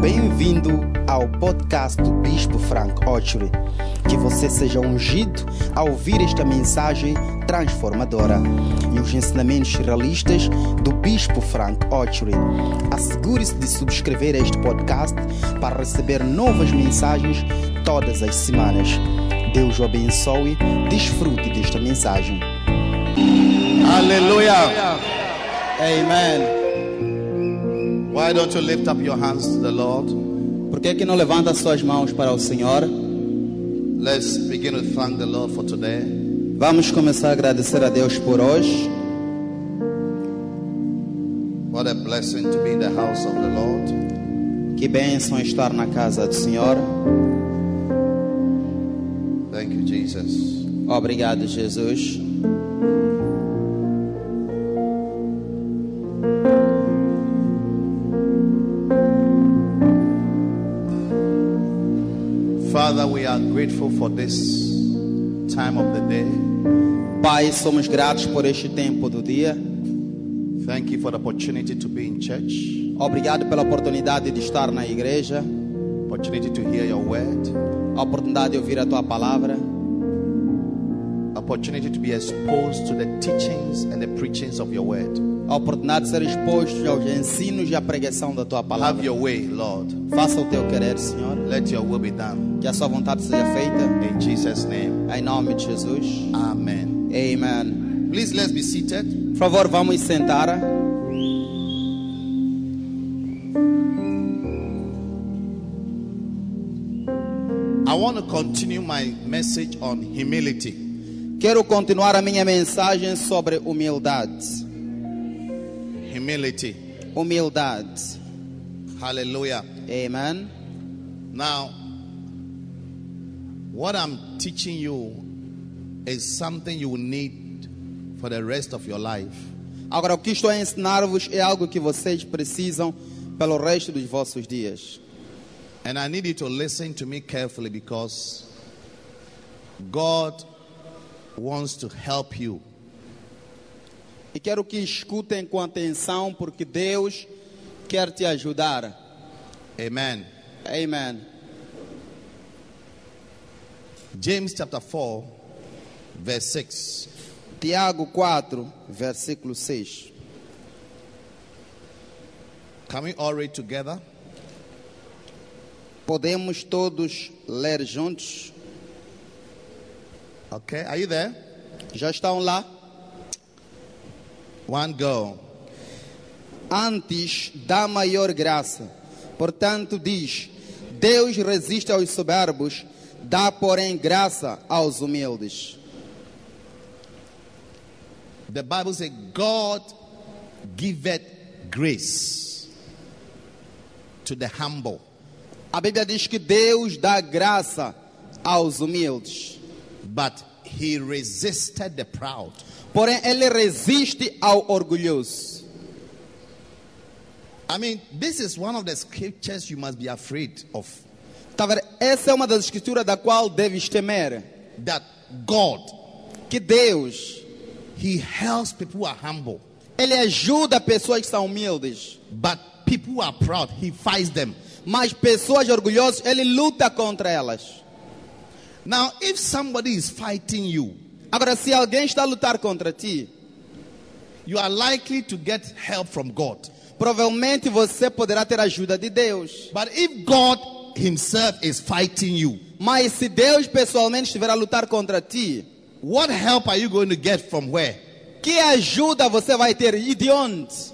Bem-vindo ao podcast do Bispo Frank Ochery. Que você seja ungido ao ouvir esta mensagem transformadora e os ensinamentos realistas do Bispo Frank Ochery. Assegure-se de subscrever este podcast para receber novas mensagens todas as semanas. Deus o abençoe. Desfrute desta mensagem. Hallelujah. Amen. Why don't you lift up your hands to the Lord? Por que, que não levanta suas mãos para o Senhor? Let's begin to thank the Lord for today. Vamos começar a agradecer a Deus por hoje. What a blessing to be in the house of the Lord. Que bênção estar na casa do Senhor. Thank you, Jesus. Obrigado, Jesus. Father, we are grateful for this time of the day. Pai, somos gratos por este tempo do dia. Thank you for the opportunity to be in church, Obrigado pela oportunidade de estar na igreja, opportunity to hear your word, a oportunidade de ouvir a tua palavra, opportunity to be exposed to the teachings and the preachings of your word. a oportunidade de ser exposto aos ensinos e à pregação da tua Have palavra. your way, Lord. Faça o teu querer, Senhor, Let your will be done. que a sua vontade seja feita, In Jesus' name. em nome de Jesus. Amen. Amen. Please let's be seated. Por favor, vamos sentar. I want to continue my message on humility. Quero continuar a minha mensagem sobre humildade. Humility. Humildade. Hallelujah. Amen. Now, what I'm teaching you is something you will need for the rest of your life. Agora, o que estou a ensinar-vos é algo que vocês precisam pelo resto dos vossos dias. And I need you to listen to me carefully because God wants to help you. E quero que escutem com atenção, porque Deus quer te ajudar. Amen. Amen. James chapter 4, verse 6. Tiago 4, versículo 6. Can we all read together? Podemos todos ler juntos? Okay, are you there? Já estão lá? One go. antes dá maior graça. Portanto, diz: Deus resiste aos soberbos, dá, porém, graça aos humildes. The Bible says, God giveth grace to the humble. A Bíblia diz que Deus dá graça aos humildes. But he resisted the proud. Porém, ele resiste ao orgulhoso. I mean, this is one of the scriptures you must be afraid of. Tá vendo? Essa é uma das escrituras da qual deves temer. That God, Que Deus, he helps people who are humble. ele ajuda pessoas que são humildes. But people who are proud, he fights them. Mas pessoas orgulhosas, ele luta contra elas. Now, if somebody is fighting you, Agora, se alguém está a lutar contra ti, you are likely to get help from God. Provavelmente você poderá ter a ajuda de Deus. But if God himself is fighting you, Mas se Deus pessoalmente estiver a lutar contra ti, What help are you going to get from where? que ajuda você vai ter e de onde?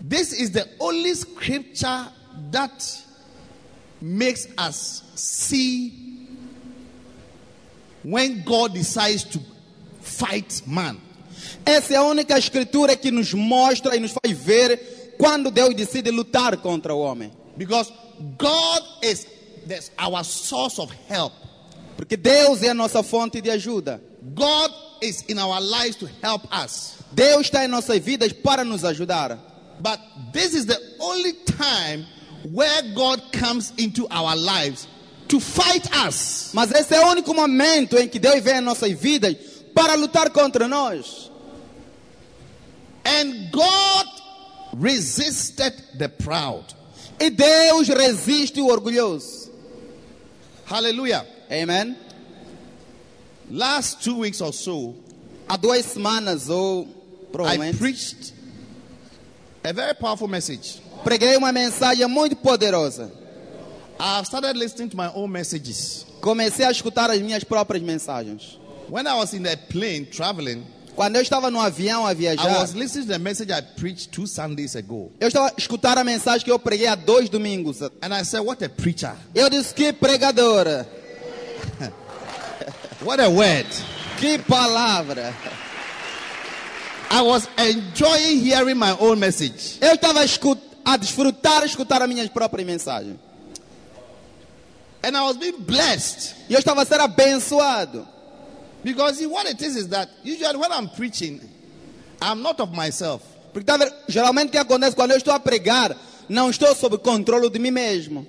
This is the only scripture that makes us see when God decides to fight man. Essa é a única escritura que nos mostra e nos faz ver quando Deus decide lutar contra o homem. Because God is that's our source of help. Porque Deus é a nossa fonte de ajuda. God is in our lives to help us. Deus está em nossas vidas para nos ajudar. But this is the only time where God comes into our lives to fight us. Mas esse é o único momento em que Deus vem em nossas vidas para lutar contra nós. And God resisted the proud. E Deus resiste o orgulhoso. Hallelujah. Amen. Last two weeks or so, Há duas semanas ou Oh, I provavelmente preached a very powerful message. preguei uma mensagem muito poderosa. I've started listening to my own messages. Comecei a escutar as minhas próprias mensagens. When I was in the plane traveling, Quando eu estava no avião a I viajar, was listening to the message I preached two Sundays ago. eu estava a escutar a mensagem que eu preguei há dois domingos. And I said, What a preacher. Eu disse que pregadora, What a word. que palavra. I was enjoying hearing my own message. Eu estava a, escu- a desfrutar, a escutar as minhas próprias mensagens. And I was being blessed. E eu estava a ser abençoado. Because see, what it is is that usually when I'm preaching, I'm not of myself. Porque tá vendo? geralmente o que acontece quando eu estou a pregar, não estou sob controle de mim mesmo.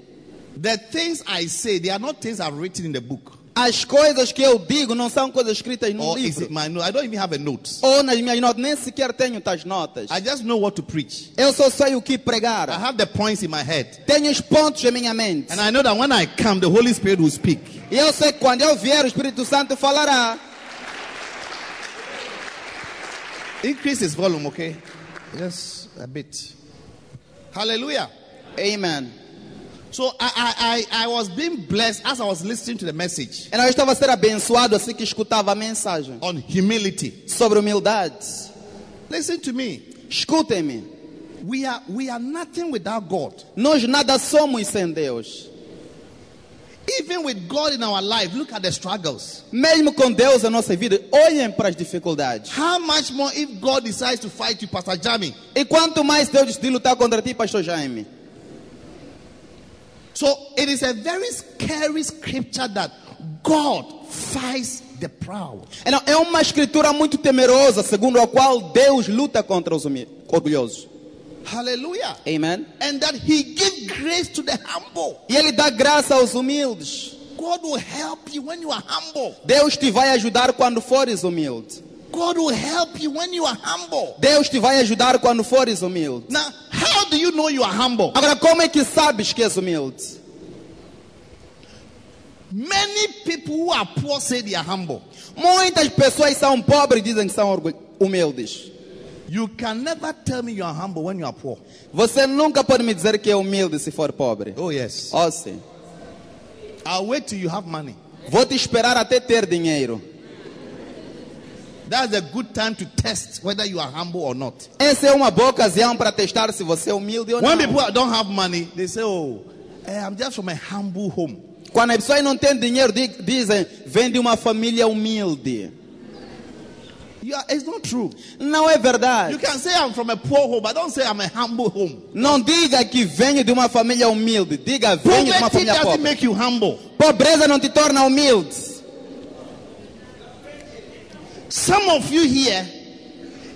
The things I say, they are not things I've written in the book. As coisas que eu digo não são coisas escritas num Or Oh, is livro. it my note? I don't even have a note. Ou nas minhas notas, nem sequer tenho tais notas. I just know what to preach. Eu só sei o que I pregar. have the points in my head. Tenho os pontos em minha mente. Ah. And I know that when I come, the Holy Spirit will speak. E eu sei que quando eu vier, o Espírito Santo falará. Increase his volume, okay? Yes, a bit. Hallelujah. Amen. So I, I, I, I was being blessed as I was listening to the message Então eu estava a ser abençoado assim que escutava a mensagem on humility. sobre humildade. Listen to me. Escutem-me. We are we are nothing without God. Nós nada somos sem Deus. Even with God in our life, look at the struggles. Mesmo com Deus na nossa vida, olhem para as dificuldades. How much more if God decides to fight you, Pastor Jami? E quanto mais Deus decidir lutar contra ti, pastor Jaime. So it is a very scary scripture that God fights the proud. Então, é uma escritura muito temerosa, segundo a qual Deus luta contra os humi- orgulhosos. Hallelujah. Amen. And that He gives grace to the humble. E Ele dá graça aos humildes. God will help you when you are humble. Deus te vai ajudar quando fores humilde. God will help you when you are humble. Deus te vai ajudar quando fores humilde. Now, how do you know you are humble? Agora, como é que sabes que és humilde? Many people who are poor say they are humble. Muitas pessoas são pobres e dizem que são orgu- humildes. You can never tell me you are humble when you are poor. Você nunca pode me dizer que é humilde se for pobre. Oh, yes. Oh, sim. I'll wait till you have money. Vou te esperar até ter dinheiro. That's a good time to test whether you are humble or not. Essa é uma boa ocasião para testar se você é humilde ou não. When people don't have money, they say, Oh, eh, I'm just from a humble home. Quando as pessoas não têm dinheiro, di- dizem, vem de uma família humilde. You are, it's not true. Não é You verdade. can say I'm from a poor home, but don't say I'm a humble home. Não diga que venho de uma família humilde. Diga, venho de uma Poverty família doesn't pobre. make you humble. Pobreza não te torna humilde. Some of you here,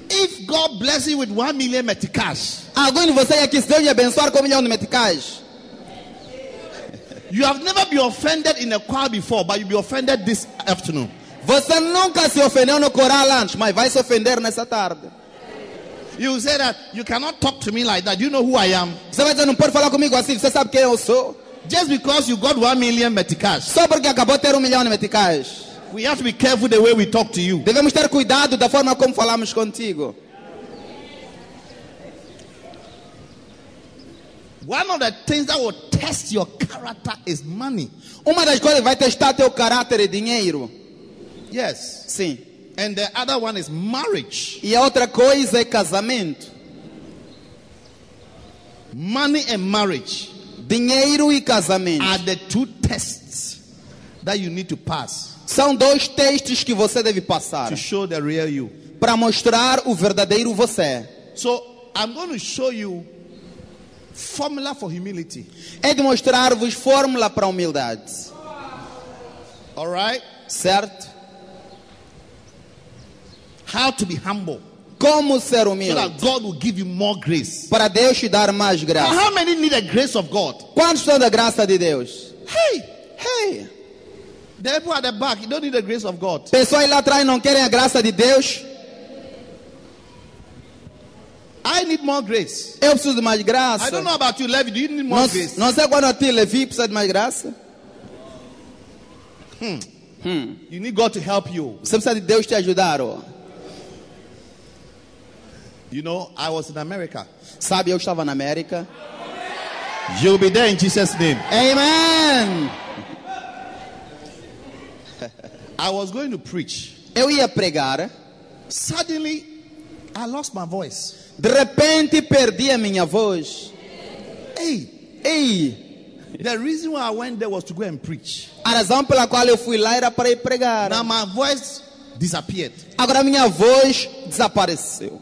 if God bless you with one million metikash, Alguns de vocês aqui, se Deus lhe abençoar com um milhão de meticais, you have never been offended in a choir before, but you'll be offended this afternoon. você nunca se ofendeu no coral antes, mas vai se ofender nessa tarde. You say that you cannot talk to me like that. You know who I am. Você vai dizer, não pode falar comigo assim, você sabe quem eu sou? Just because you got one million metikash, Só porque acabou de ter um milhão de meticais. we have to be careful the way we talk to you. Devemos ter cuidado da forma como falamos contigo. One of the things that will test your character is money. Uma das coisas que vai testar teu caráter é dinheiro. Yes. Sim. And the other one is marriage. E a outra coisa é casamento. Money and marriage Dinheiro e casamento are the two tests that you need to pass são dois testes que você deve passar to show the real you. para mostrar o verdadeiro você. So I'm going to show you formula for humility. É de mostrar-vos fórmula para a humildade, All right? certo? How to be humble Como ser so humilde that God will give you more grace. para Deus te dar mais Now, graça. how many need the grace of God? Quantos são da graça de Deus? Hey, Hey, the people at the back, you don't need the grace of God. pessoas lá atrás não querem a graça de Deus? I need more grace. Eu preciso de mais graça. I don't know about you, Levi. Do you need more Não, grace? não sei quando a ti, Levi, precisa de mais graça. You need God to help you. Você precisa de Deus te ajudar. ó. You know, I was in America. Sabe, eu estava na América. You'll be there in Jesus' name. Amen! I was going to preach. Eu ia pregar. Suddenly, I lost my voice. De repente, perdi a minha voz. Hey, Ei! the reason why I went there was to go and preach. A razão pela qual eu fui lá era para ir pregar. Now my voice disappeared. Agora a minha voz desapareceu.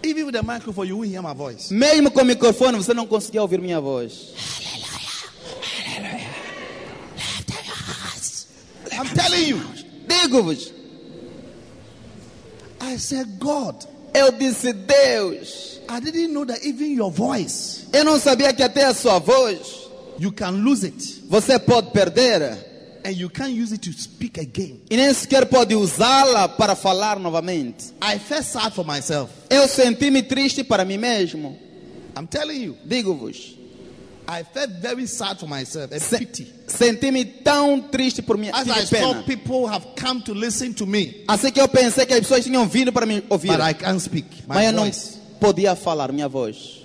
Even with the microphone, you won't hear my voice. Mesmo com o microfone, você não conseguia ouvir minha voz. I'm telling you. Digo-vos, I said, God, eu disse Deus. I didn't know that even your voice, Eu não sabia que até a sua voz you can lose it. você pode perder And you can't use it to speak again. e nem sequer pode usá-la para falar novamente. I felt sad for myself. Eu senti-me triste para mim mesmo. I'm telling you. Digo-vos, I felt very sad for myself and se- É pity. é senti-me tão triste por mim. As tive I saw pena. people have come to listen to me, Assim que eu pensei que as pessoas tinham vindo para me ouvir, but I can't speak. mas My eu não voice. podia falar minha voz.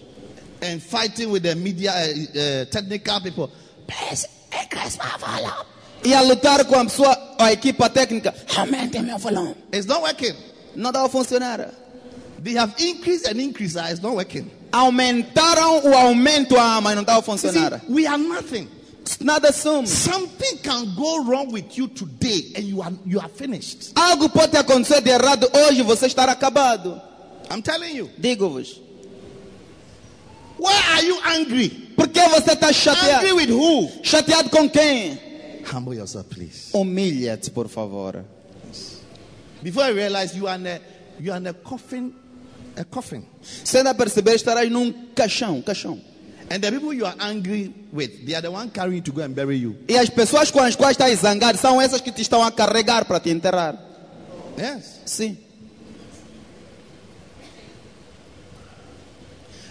And fighting with the media, uh, uh, technical people. Please increase my volume. E a lutar com a pessoa, a equipa técnica, aumente meu volume. It's not working. Não estava a funcionar. They have increased and increased. uh, It's not working. Aumentaram o aumento, ah, mas não estava a You see, funcionar. we are nothing. Nada some. Something can go wrong with you today, and you are you are finished. Algo pode acontecer de errado hoje, você estará acabado. I'm telling you. Digo-vos. Why are you angry? Por que você está chateado? Angry with who? Chateado com quem? Humble yourself, please. Humilha-te, por favor. Before I realize you are in a you are in a coffin, a coffin, Se ainda perceber, estarás num caixão, caixão. and the people you are angry with, they are the one carrying you to go and bury you. E as pessoas com as quais estás zangado são essas que te estão a carregar para te enterrar. Yes. Sim.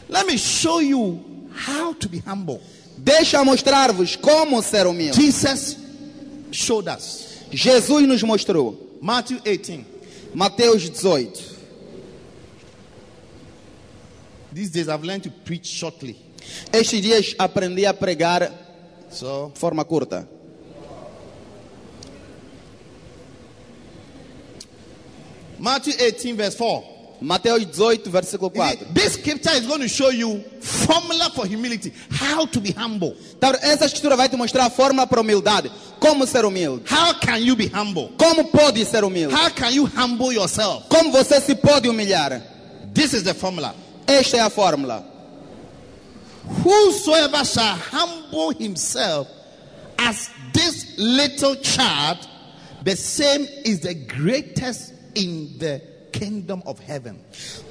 Let me show you how to be humble. Deixa eu mostrar-vos como ser humilde. Jesus showed us Jesus nos mostrou. Matthew 18. Mateus 18. These days I've learned to preach shortly, Estes dias aprendi a pregar de so forma curta. Matthew 18, verse 4. Mateus 18, versículo You see, 4. This scripture is going to show you formula for humility, how to be humble. Então, essa escritura vai te mostrar a fórmula para a humildade. Como ser humilde. How can you be humble? Como pode ser humilde. How can you humble yourself? Como você se pode humilhar. This is the formula. Esta é a fórmula. Whosoever shall humble himself as this little child, the same is the greatest in the kingdom of heaven.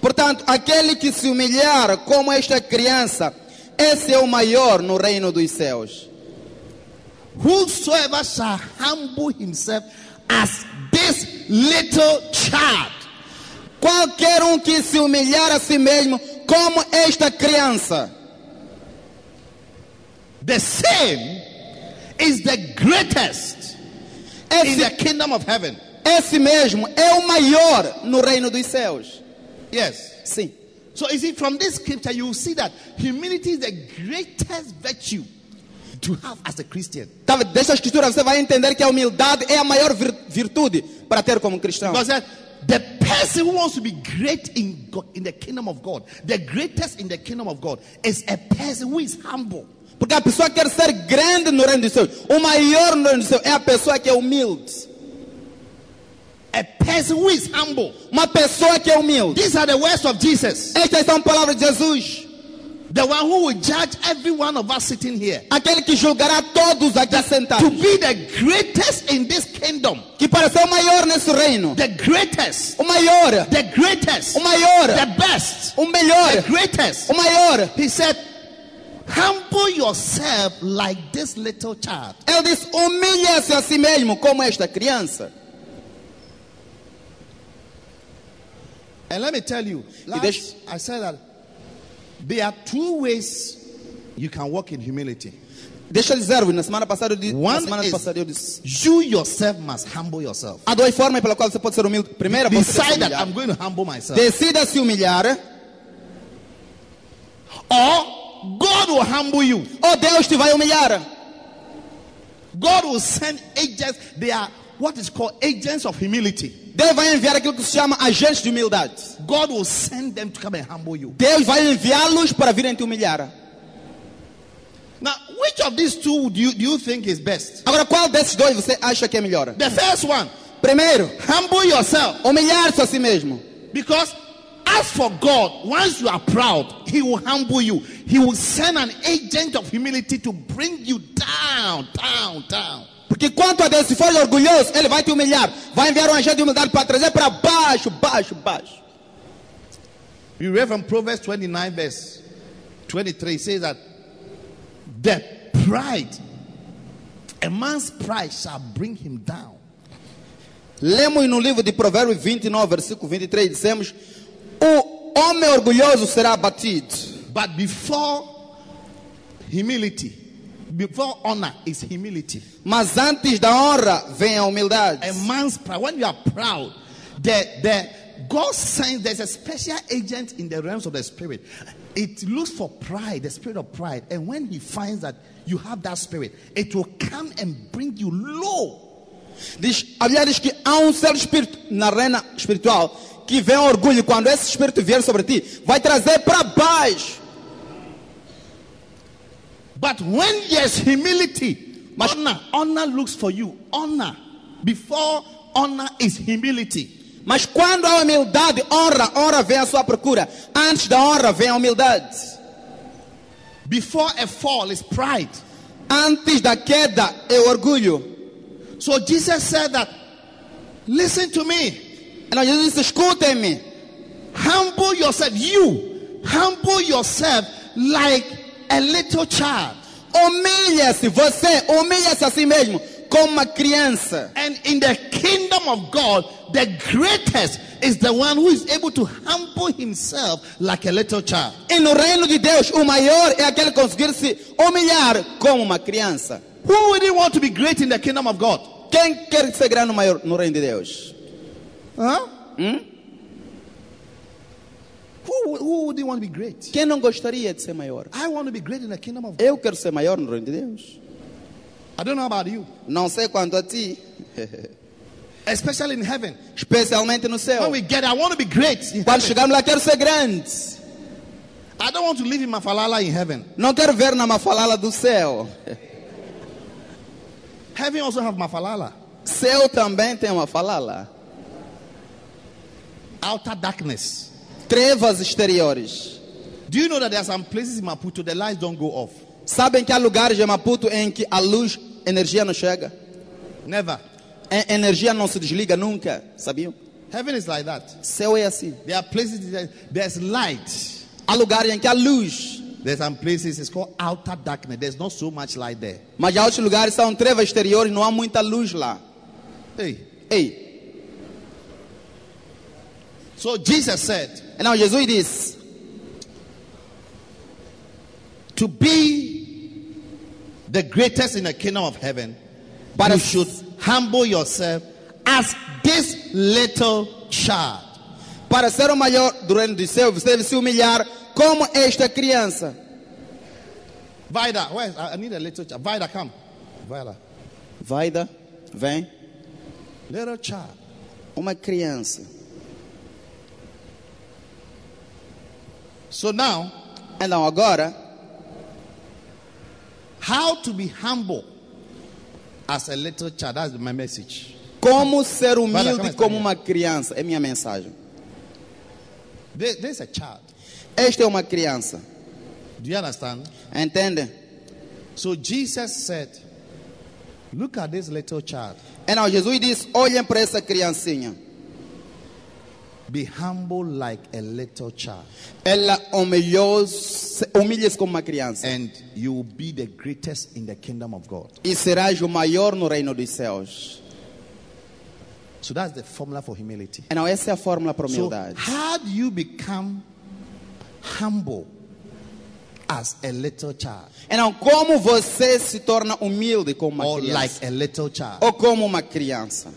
Portanto, aquele que se humilhar como esta criança, esse é o maior no reino dos céus. Whosoever shall humble himself as this little child. Qualquer um que se humilhar a si mesmo, como esta criança, The same is the greatest in the esse, kingdom of heaven. esse mesmo é o maior no reino dos céus. Yes. Sim. So you see, from this scripture, you will see that humility is the greatest virtue to have as a Christian. Tá, desta escritura você vai entender que a humildade é a maior vir- virtude para ter como cristão. Because that the person who wants to be great in God, in the kingdom of God, the greatest in the kingdom of God, is a person who is humble. Porque a pessoa quer ser grande no reino dos céus. O maior no reino dos céus é a pessoa que é humilde. A person who is humble. Uma pessoa que é humilde. These are the words of Jesus, Estas são palavras de Jesus. the one who will judge every one of us sitting here. Aquele que julgará todos aqui To sentados. be the greatest in this kingdom, Que para ser o maior nesse reino. the greatest, O maior. the greatest, O maior. the best, O melhor. the greatest. O maior. He said, Humble yourself like this little child. Ele disse: humilha-se a si mesmo, como esta criança. And let me tell you, e deixa- Last, I said that there are two ways you can walk in humility. deixa eu dizer, na semana passada eu disse, na One semana is- passada eu disse, You yourself must humble yourself. há duas formas pela qual você pode ser humilde. Primeira, você deve se Decide that humilhar. I'm going to humble myself. Decida se humilhar, Or God will humble you. ou Deus te vai humilhar. God will send agents. They are what is called agents of humility. Deus vai enviar aquilo que se chama agentes de humildade. God will send them to come and humble you. Deus vai enviá-los para virem te humilhar. Now, which of these two do you, do you think is best? Agora, qual desses dois você acha que é melhor? The first one, Primeiro, humble yourself. humilhar-se a si mesmo. Because as for God, once you are proud, He will humble you. He will send an agent of humility to bring you down, down, down. Porque quanto a Deus, se for orgulhoso, Ele vai te humilhar. Vai enviar um agente de humildade para trazer para baixo, baixo, baixo. We read from Proverbs 29, verse 23, it says that the pride, a man's pride shall bring him down. Lemos no livro de Provérbios 29, versículo 23, dizemos: O homem orgulhoso será abatido. But before humility, before honor is humility. Mas antes da honra vem a humildade. A man's pride, when you are proud, the, the God sends there's a special agent in the realms of the spirit. It looks for pride, the spirit of pride. And when he finds that you have that spirit, it will come and bring you low. Diz, a Bíblia diz que há um certo espírito na arena espiritual que vem orgulho. Quando esse espírito vier sobre ti, vai trazer para baixo. But when there's humility, Mas- honor, honor looks for you. Honor. Before honor is humility. Mas quando há humildade, honra, honra vem à sua procura. Antes da honra vem a humildade. Before a fall is pride. Antes da queda é o orgulho. So Jesus said that, listen to me, Então Jesus disse, escutem-me. humble yourself. You humble yourself like a little child. Humilha-se, você humilha-se a si mesmo, como uma criança. And in the kingdom of God, the greatest is the one who is able to humble himself like a little child. E no reino de Deus, o maior é aquele que conseguir se humilhar como uma criança. Who wouldn't want to be great in the kingdom of God? Quem quer ser grande maior no reino de Deus? Huh? Hmm? Who, who wouldn't want to be great? Quem não gostaria de ser maior? I want to be great in the kingdom of God. Eu quero ser maior no reino de Deus. I don't know about you, Não sei quanto a ti, especially in heaven. especialmente no céu. When we get, I want to be great. in Quando heaven. chegarmos lá, quero ser grande. I don't want to live in Mafalala in heaven. Não quero ver na mafalala do céu. Heaven also have Mafalala, Céu também tem uma falala. outer darkness. Trevas exteriores. Do you know that there are some places in Maputo the lights don't go off? Sabem que há lugares em Maputo em que a luz, energia não chega. Never. A energia não se desliga nunca. Sabiam? Heaven is like that. Céu é assim. There are places that there's light. Há lugares em que há luz, There's some places it's called outer darkness. There's not so much light there. mas há outros lugares que são trevas exteriores, não há muita luz lá. Hey. Ei, So Jesus said, então Jesus disse: to be the greatest in the kingdom of heaven, Para- you should humble yourself as this little child. Para ser o maior do reino dos céus, você deve se humilhar como esta criança. Vida, where is, I I need a little child. Vida, come. Vida, Vaida, vem. little child. Uma criança. So now, Então, agora, how to be humble as a little child? That's my message. como ser Vai lá, calma humilde como aí, calma aí. uma criança? É minha mensagem. There- There's a child. Esta é uma criança. Do you understand? Entende? So Jesus said, look at this little child. Então, Jesus disse: olhem para essa criancinha. Be humble like a little child. Ela humilhou-se, humilha-se como uma criança. and you will be the greatest in the kingdom of God. E serás o maior no reino dos céus. So that's the formula for humility. Então, essa é a fórmula para a So, humildade. how do you become humble as a little child Então, como você se torna humilde como uma or Oh, like criança? a little child? Ou como uma criança?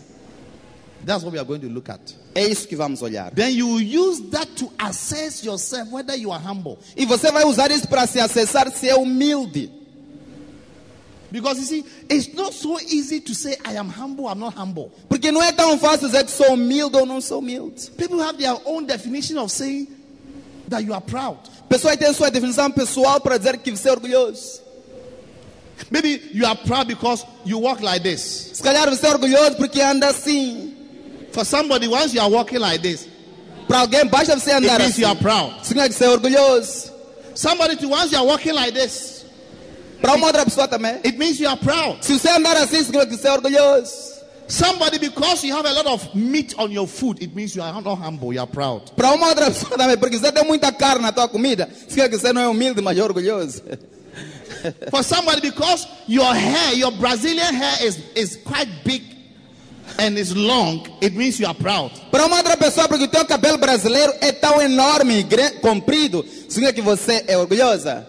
That's what we are going to look at. É isso que vamos olhar. Then you will use that to assess yourself whether you are humble. E você vai usar isso para se acessar se é humilde. Because you see, it's not so easy to say, I am humble, I'm not humble. Porque não é tão fácil dizer que sou humilde ou não sou humilde. People have their own definition of saying that you are proud. Pessoas têm sua definição pessoal para dizer que você é orgulhoso. Maybe you are proud because you walk like this. Se calhar você é orgulhoso porque anda assim. For somebody, once you are walking like this, Para alguém, basta você it andar means assim. you are proud. Significa que você é orgulhoso. Somebody, to once you are walking like this, Para uma outra pessoa também. it means you are proud. Se você andar assim, significa que você é orgulhoso. Somebody, because you have a lot of meat on your food, it means you are not humble, you are proud. Para uma outra pessoa também, porque você tem muita carne na tua comida, significa que você não é humilde, mas é orgulhoso. For somebody, because your hair, your Brazilian hair is, is quite big and is long, it means you are proud. Para uma outra pessoa, porque o teu cabelo brasileiro é tão enorme, e gre- comprido, significa que você é orgulhosa.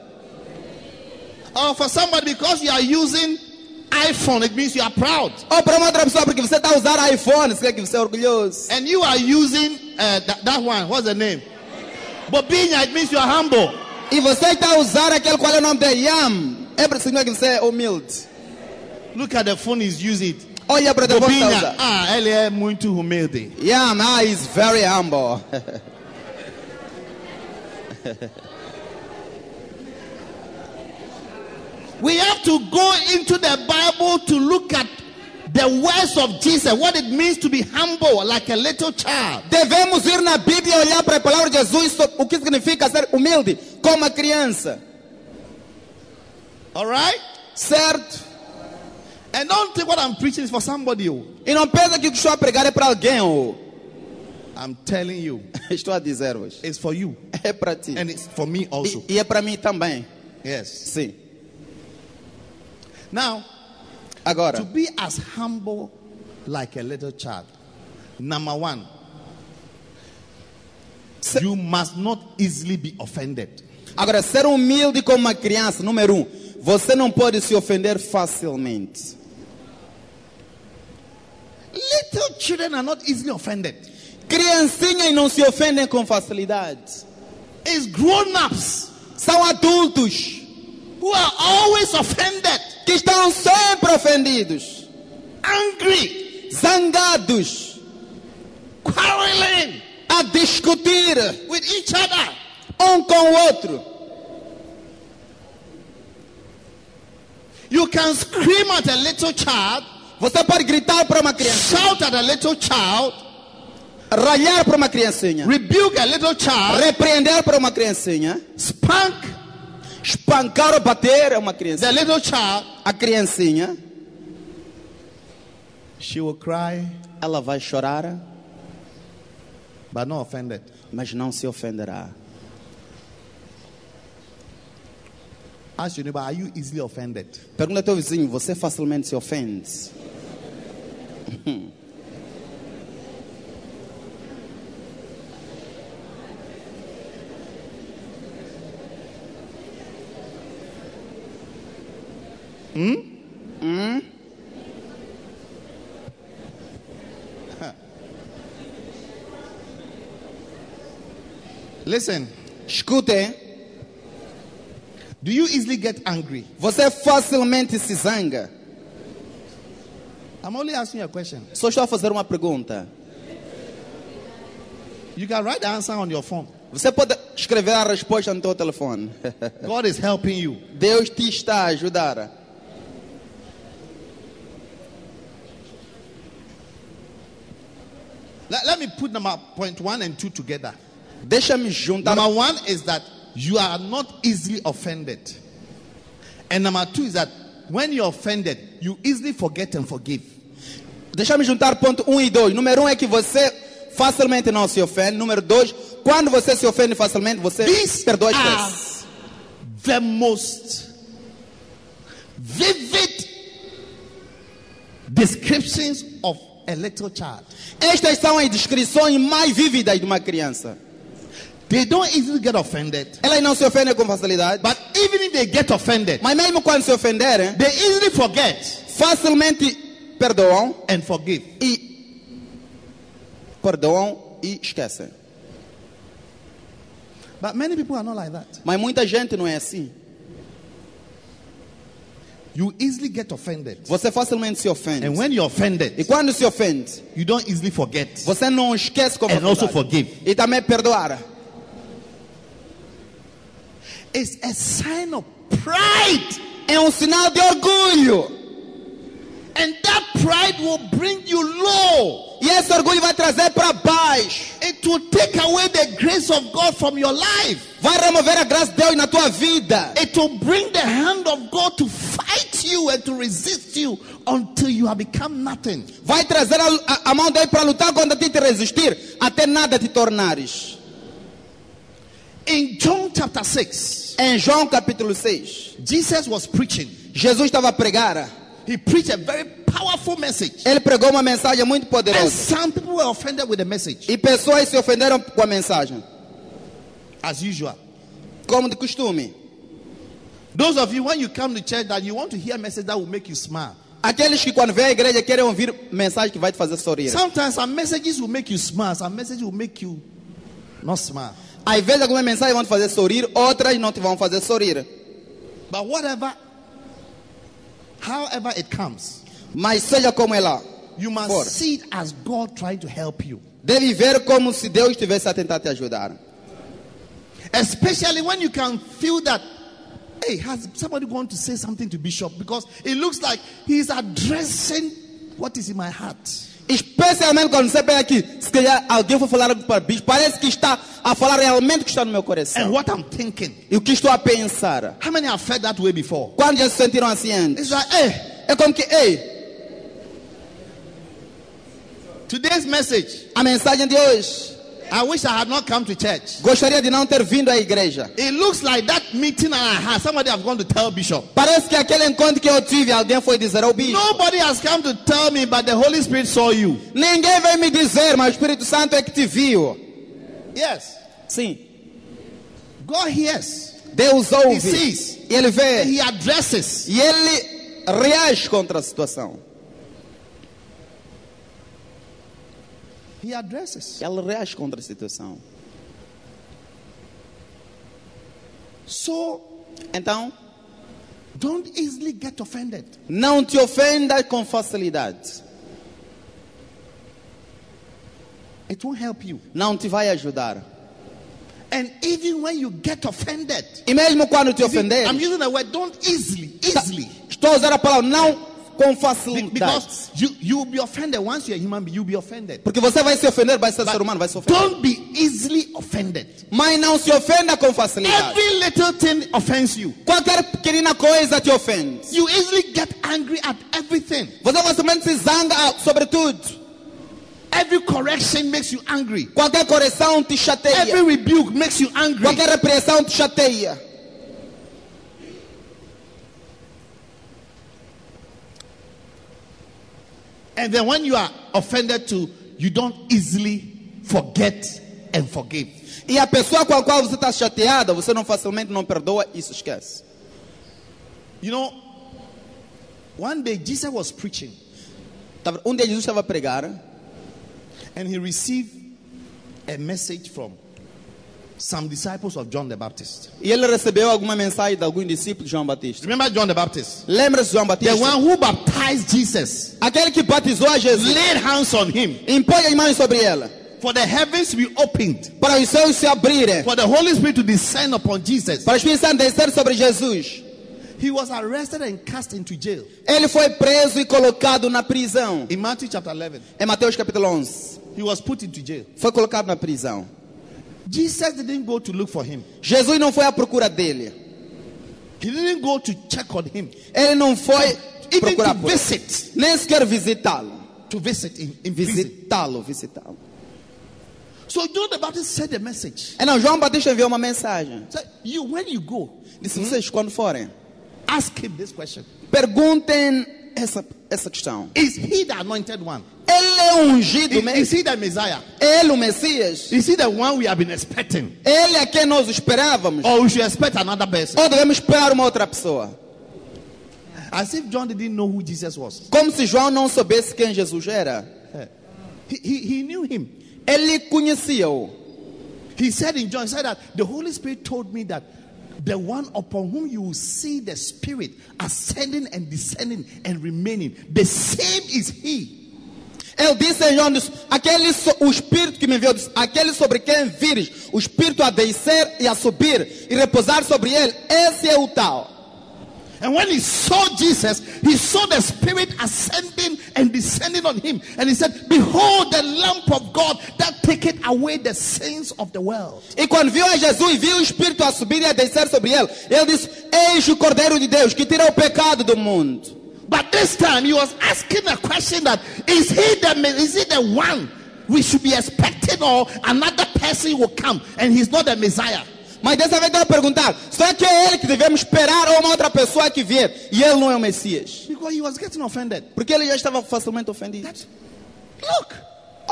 Or for somebody, because you are using iPhone, it means you are proud. Ou para uma outra pessoa, porque você está a usar iPhone, significa que você é orgulhoso. And you are using uh, that, that one, what's the name? Bobinya, it means you are humble. E você está a usar aquele qual é o nome de Yam, é para significa que você é humilde. Look at the phone he's using. Olha para o telefone que está a Bobinha, usar. ah, ele é muito humilde. Yam, ah, is very humble. We have to go into the Bible to look at the words of Jesus, what it means to be humble like a little child. Devemos ir na Bíblia e olhar para a palavra de Jesus, sobre o que significa ser humilde, como a criança. All right? Certo? And don't think what I'm preaching is for somebody. oh. E não pensa que o que estou a pregar é para alguém, ou I'm telling you, estou a dizer-vos. it's for you É para ti. and it's for me also. E, e é para mim também. Yes. Sim. Now, to Agora, be as humble like a little child, number one, Se- you must not easily be offended. agora, ser humilde como uma criança, número um, você não pode se ofender facilmente. Little children are not easily offended. Criancinhas não se ofendem com facilidade. It's grown ups São adultos who are always offended, que estão sempre ofendidos, angry, zangados, quarreling a discutir with each other. um com o outro. You can scream at a little child, Você pode gritar para uma criança, shout at a little child, ralhar para uma criancinha, rebuke a little child, repreender para uma criancinha, spank espancar ou bater uma criança. the little child. A criancinha, She will cry, ela vai chorar, but not offended. mas não se ofenderá. Ask your neighbor, are you easily offended? Pergunta ao teu vizinho, você facilmente se ofende? Listen, Escutem, do you easily get angry? você facilmente se zanga. I'm only asking you a question. Só estou a fazer uma pergunta. You can write the answer on your phone. Você pode escrever a resposta no teu telefone. God is helping you. Deus te está a ajudar. Let, let me put number point one and two together. Deixa-me juntar. Number one is that you are not easily offended. And number two is that when you're offended, you easily forget and forgive. Deixa-me juntar ponto 1 um e 2. Número 1 um é que você facilmente não se ofende. Número 2, quando você se ofende facilmente, você These perdoa as are pessoas. the most vivid descriptions of a little child. Estas são as descrições mais vívidas de uma criança. They don't easily get offended. Elas não se ofendem com facilidade, But even if they get offended, mas mesmo quando se ofenderem, they easily forget facilmente perdoam and forgive. e perdoam e esquecem. But many people are not like that. Mas muita gente não é assim. You easily get offended. Você facilmente se ofende. And when E you're offended, quando se ofende, you don't easily forget. você não esquece com And also facilidade. forgive. E também perdoar. It's a sign of pride. É um sinal de orgulho. And that pride will bring you low. E esse orgulho vai trazer para baixo. It will take away the grace of God from your life. Vai remover a graça de Deus na tua vida. It will bring the hand of God to fight you and to resist you until you have become nothing. Vai trazer a, a- a mão de Deus para lutar contra ti e te resistir até nada te tornares. In John chapter 6, Em João capítulo 6, Jesus was preaching. Jesus estava a pregar. He preached a very powerful message. Ele pregou uma mensagem muito And poderosa. some people were offended with the message, E pessoas se ofenderam com a mensagem. as usual. Como de costume. Those of you, when you come to church, that you want to hear a message that will make you smile. Aqueles que quando vêm à igreja querem ouvir mensagem que vai te fazer sorrir. Sometimes some messages will make you smile, some messages will make you not smile. Às vezes algumas mensagens vão te fazer sorrir, outras não te vão fazer sorrir. But whatever, however it comes, Mas seja como é lá. you must Fora. see it as God trying to help you. Deve ver como se Deus estivesse a tentar te ajudar. Especially when you can feel that, hey, has somebody gone to say something to Bishop? Because it looks like he's addressing what is in my heart. Especialmente quando você vem aqui, se calhar alguém for falar para o bispo, parece que está a falar realmente o que está no meu coração. and what I'm thinking. E o que estou a pensar. How many have felt that way before? Quando já se sentiram assim antes? It's like, hey, É como que, ei, today's message, a mensagem de hoje, I wish I had not come to church. gostaria de não ter vindo à igreja. It looks like that meeting I had, somebody have gone to tell Bishop. Parece que aquele encontro que eu tive, alguém foi dizer ao bispo. Nobody has come to tell me, but the Holy Spirit saw you. Ninguém veio me dizer, mas o Espírito Santo é que te viu. Yes. Sim. God hears. Deus He ouve. sees. E ele vê. And he addresses. E ele reage contra a situação. He addresses. Ele reage contra a situação. So Então, don't easily get offended. não te ofenda com facilidade. It won't help you. Não te vai ajudar. And even when you get offended, E mesmo quando te ofender, I'm using the word don't easily, tá- easily. estou a usar a palavra não com Be- facilidade. Because you you'll be offended once you're a human being, you'll be offended. Porque você vai se ofender, vai ser ser humano, vai se ofender. Don't be easily offended. Mas não se ofenda com facilidade. Every little thing offends you. Qualquer pequenina coisa te ofende. You easily get angry at everything. Você facilmente se zanga ah, sobre tudo. Every correction makes you angry. Qualquer correção te chateia. Every rebuke makes you angry. Qualquer repreensão te chateia. And then when you are offended too, you don't easily forget and forgive. E a pessoa com a qual você está chateada, você não facilmente não perdoa, isso esquece. You know, one day Jesus was preaching Tava- Um dia Jesus estava a pregar and he received a message from some disciples of John the Baptist. e ele recebeu alguma mensagem de algum discípulo de João Batista. Remember John the Baptist? Lembra-se de João The Batista? one who baptized Jesus Aquele que batizou a Jesus. laid hands on him Impõe as mãos sobre ela, for the heavens to be opened, para os céus se abrirem, for the Holy Spirit to descend upon Jesus. para o Espírito Santo descer sobre Jesus. He was arrested and cast into jail Ele foi preso e colocado na prisão. in Matthew chapter 11. Em Mateus capítulo 11, He was put into jail. foi colocado na prisão. Jesus didn't go to look for him. Jesus não foi à procura dele. He didn't go to check on him. Ele não foi Even procurar to por ele. visit. nem sequer visitá-lo. To visit in, in prison. Visitá-lo, visitá-lo. So John the Baptist said a message. É não, João Batista enviou uma mensagem. So you, when you go, Hmm? Disse, vocês quando forem, ask him this question. perguntem essa, essa questão. Is he the anointed one? Ele é ungido Is, is mesmo. he the Messiah? Ele o Messias. Is he the one we have been expecting? Ele é quem nós esperávamos. Or we should expect another person? Ou devemos esperar uma outra pessoa. As if John didn't know who Jesus was. Como se João não soubesse quem Jesus era. Eh, He, he, he knew him. Ele conhecia-o. He said in John, he said that the Holy Spirit told me that the one upon whom you will see the Spirit ascending and descending and remaining, the same is he. Eu disse em João, disse, aquele so- o Espírito que me enviou, disse, aquele sobre quem vires, o Espírito a descer e a subir e repousar sobre ele, esse é o tal. And when he saw Jesus, he saw the Spirit ascending and descending on him. And he said, Behold, the lamp of God that taketh away the sins of the world. E quando viu a Jesus e viu o Espírito a subir e a descer sobre ele, ele disse, eis o Cordeiro de Deus que tira o pecado do mundo. But this time he was asking a question that is he the is he the one we should be expecting, or another person will come and he's not the Messiah? Mas dessa vez deve perguntar, será que é ele que devemos esperar ou uma outra pessoa que vier? E ele não é o Messias. Because he was getting offended. Porque ele já estava facilmente ofendido. That, look,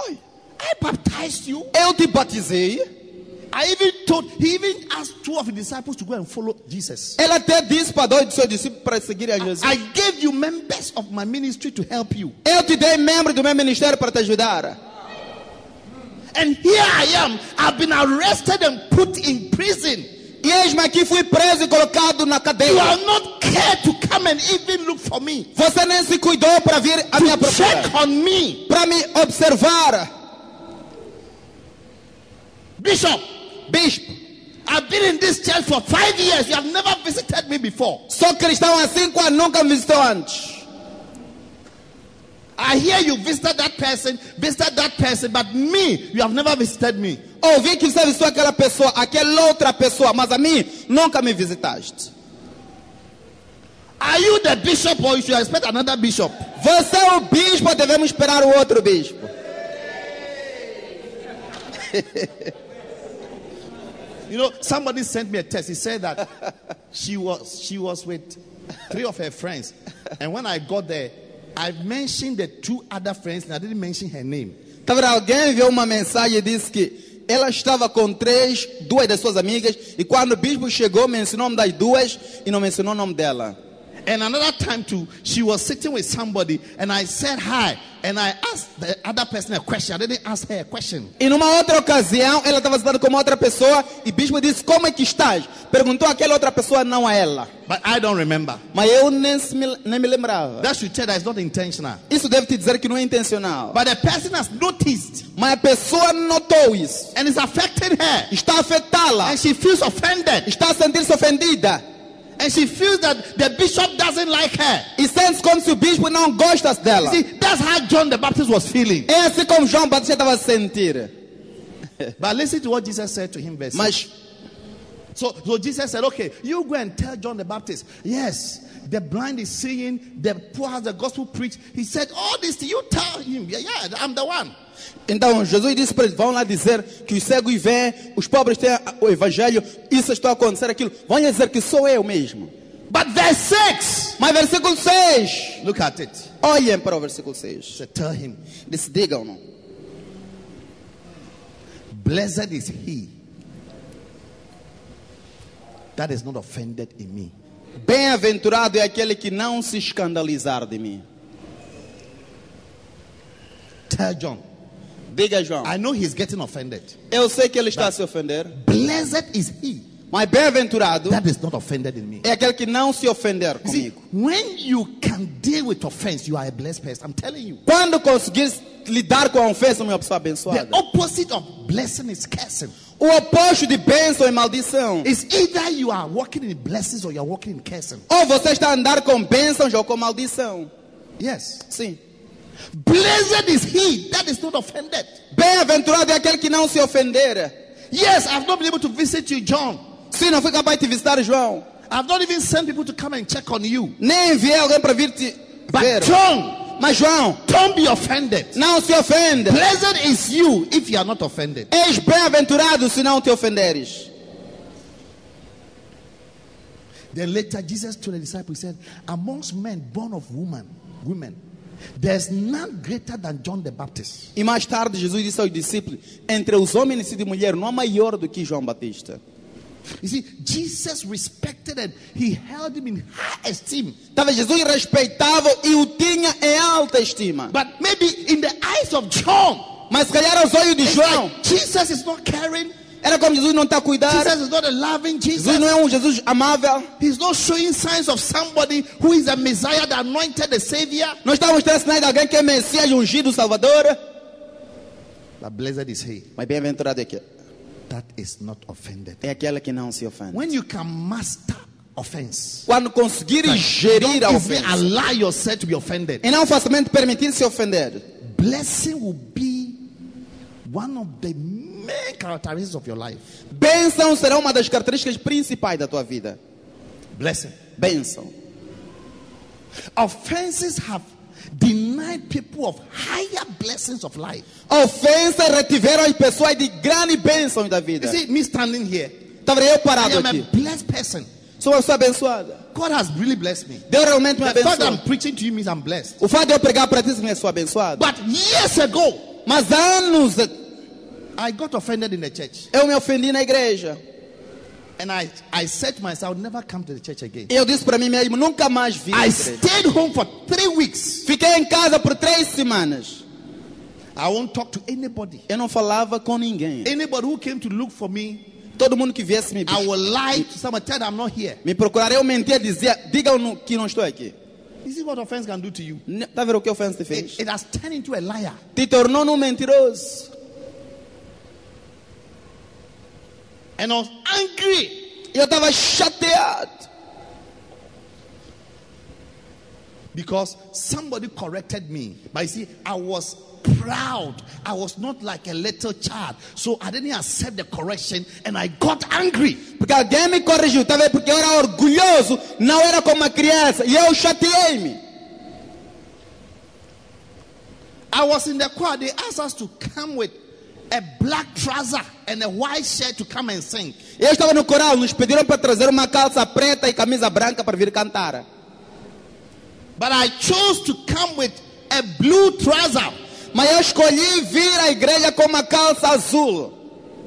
oi, I baptized you. Eu te batizei. I even told, he even asked two of his disciples to go and follow Jesus. Ele até disse para dois dos seus discípulos para seguir a Jesus. I gave you members of my ministry to help you. Eu te dei membro do meu ministério para te ajudar. And here I am. I've been arrested and put in prison. E eis-me aqui, fui preso e colocado na You cadeia. are not care to come and even look for me. Você nem se cuidou para vir à minha To check procura. on me. Para me observar. Bishop, Bispo, I've been in this church for five years. You have never visited me before. sou cristão há cinco anos, nunca me visitou antes. I hear you visited that person, visited that person, but me, you have never visited me. Ouvi que você visitou aquela pessoa, aquela outra pessoa, mas a mim nunca me visitaste. Are you the bishop or you should expect another bishop? Você é o bispo, ou devemos esperar o outro bispo. You know, somebody sent me a text. He said that she was she was with three of her friends. And when I got there, I mentioned the two other friends and I didn't mention her name. Tá vendo? Alguém enviou uma mensagem e disse que ela estava com três, duas das suas amigas, e quando o bispo chegou, mencionou o nome das duas e não mencionou o nome dela. And another time too, she was sitting with somebody and I said hi. And I asked the other person a question. I didn't ask her a question. E numa outra ocasião, ela estava sentando com uma outra pessoa e o bispo disse: Como é que estás? Perguntou àquela outra pessoa, não a ela. But I don't remember. Mas eu nem, se me, nem me lembrava. That should tell that it's not intentional. Isso deve te dizer que não é intencional. But the person has noticed Mas a pessoa notou isso. and it's affecting her. Está a afetá-la. And she feels offended. Está a sentir-se ofendida. And she feels that the bishop doesn't like her. E sente-se como se o bispo não gostasse dela. See, that's how John the Baptist was feeling. É assim como João Batista estava a se sentir. But listen to what Jesus said to him, verse. six. Mas so, so Jesus said, Okay, you go and tell John the Baptist, yes, the blind is seeing, the poor has the gospel preached. He said, All this, you tell him, yeah, yeah, I'm the one. então Jesus disse para eles: vão lá dizer que os cegos vêm, os pobres têm a- o evangelho, isso está a acontecer aquilo. Vão lhe dizer que sou eu mesmo. But verse 6, Mas versículo 6, look at it. olhem para o versículo 6. He said, Tell him, Disse: digam-no. Blessed is he that is not offended in me. Bem-aventurado é aquele que não se escandalizar de mim. Tell John, Diga João, I know he's getting offended. eu sei que ele está a se ofender, Blessed is he mas bem-aventurado that is not offended in me. é aquele que não se ofender You See, comigo. when you can deal with offense, you are a blessed person. I'm telling you. Quando conseguir lidar com a ofensa, uma pessoa abençoada. The opposite of blessing is cursing. O oposto de bênção é maldição. It's either you are walking in blessings or you are walking in cursing. Ou você está a andar com bênçãos ou com maldição. Yes. Sim. Blessed is he that is not offended. Bem-aventurado é aquele que não se ofender. Yes, I've not been able to visit you, John. Se não fui capaz de visitar João, I've not even sent people to come and check on you. nem enviei alguém para vir te But ver. John, Mas João, don't be offended. não se ofenda. Blessed is you if you are not offended. És bem-aventurado se não te ofenderes. Then later Jesus told the disciples, he said, Amongst men born of woman, women. There's none greater than John the Baptist. E mais tarde Jesus disse aos discípulos: entre os homens e de mulher não há maior do que João Batista. You see, Jesus respected him, he held him in high esteem. Talvez Jesus respeitava e o tinha em alta estima. But maybe in the eyes of John, Mas se calhar aos olhos de it's João, like Jesus is not caring, era como Jesus não está a cuidar. Jesus is not a loving Jesus Jesus. não é um Jesus amável. He's not showing signs of somebody who is a Messiah, the anointed, the Savior. Nós estamos tendo sinais de alguém que é Messias, ungido, Salvador. But blessed is he Mas bem-aventurado é que that is not offended. é aquele que não se ofende. When you can master offense, Quando conseguir gerir a don't even ofensa allow yourself to be offended. e não facilmente permitir se ofender, Blessing will be one of the main characteristics of your life. bênção será uma das características principais da tua vida. Blessing. Bênção. Offenses have denied people of higher blessings of life. Ofensas retiveram as pessoas de grande bênção da vida. You see, me standing here, Estava eu I parado am a aqui. blessed person. Sou uma pessoa abençoada. God has really blessed me. Deus realmente me The fact that I'm abençoou. preaching to you means I'm blessed. O fato de eu pregar para ti diz que eu sou abençoado. But years ago, Mas há anos I got offended in the church. eu me ofendi na igreja. And I, I said to myself, I'll never come to the church again. Eu disse para mim mesmo, nunca mais vi. I stayed home for three weeks. Fiquei em casa por três semanas. I won't talk to anybody. Eu não falava com ninguém. Anybody who came to look for me, Todo mundo que viesse me I bus- will lie to someone, tell them I'm not here. me procurar, eu mentia, dizia, digam no- que não estou aqui. You see what offense can do to you? Ne- Tá vendo o que a ofensa te fez? It, it has turned into a liar. Te tornou num mentiroso. And I was angry. E Eu estava chateado. Because somebody corrected me. But you see, I was proud. I was not like a little child. So I didn't accept the correction and I got angry. Porque alguém me corrigiu, tá vendo? Porque eu era orgulhoso, não era como uma criança. E eu chateei-me. I was in the choir. They asked us to come with a black trouser and a white shirt to come and sing. Eu estava no coral, nos pediram para trazer uma calça preta e camisa branca para vir cantar. But I chose to come with a blue trouser Mas eu escolhi vir à igreja com uma calça azul,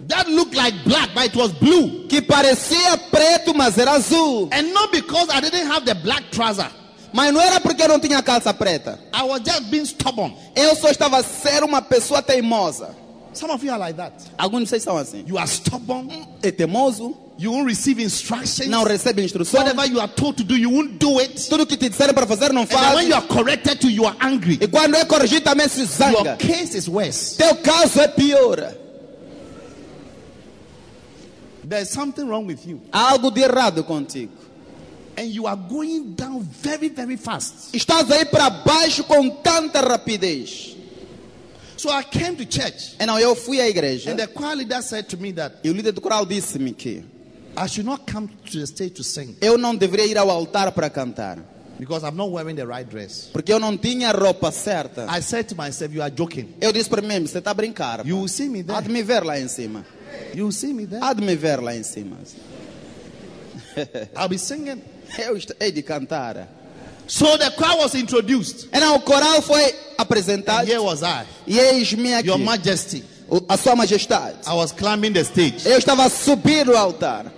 that looked like black, but it was blue. que parecia preto, mas era azul. And not because I didn't have the black trouser. Mas não era porque eu não tinha calça preta. I was just being stubborn. Eu só estava a ser uma pessoa teimosa. Some of you are like that. Alguns de vocês são assim. You are stubborn. É teimoso, You won't receive instructions. não recebe instruções. Whatever you are told to do, you won't do it. Tudo que te disseram para fazer, não And then when faz. you are corrected to, you are angry. E quando é corrigido, também se Your zanga. case is worse. Teu caso é pior. There's something wrong with you. Há algo de errado contigo. And you are going down very, very fast. Estás aí para baixo com tanta rapidez. So I came to church. Então eu fui à igreja. And the choir leader said to me that E o líder do coral disse-me que I should not come to the stage to sing eu não deveria ir ao altar para cantar. because I'm not wearing the right dress. Porque eu não tinha a roupa certa. I said to myself, You are joking. Eu disse para mim, você está a brincar. You will see me there. Há de me ver lá em cima. You will see me there. Há de me ver lá em cima. I'll be singing. Eu est- hei de cantar. So the choir was introduced. Então o coral foi And apresentado. here was I, E eis-me aqui. Your Majesty. O- A sua majestade. I was climbing the stage. Eu estava a subir o altar.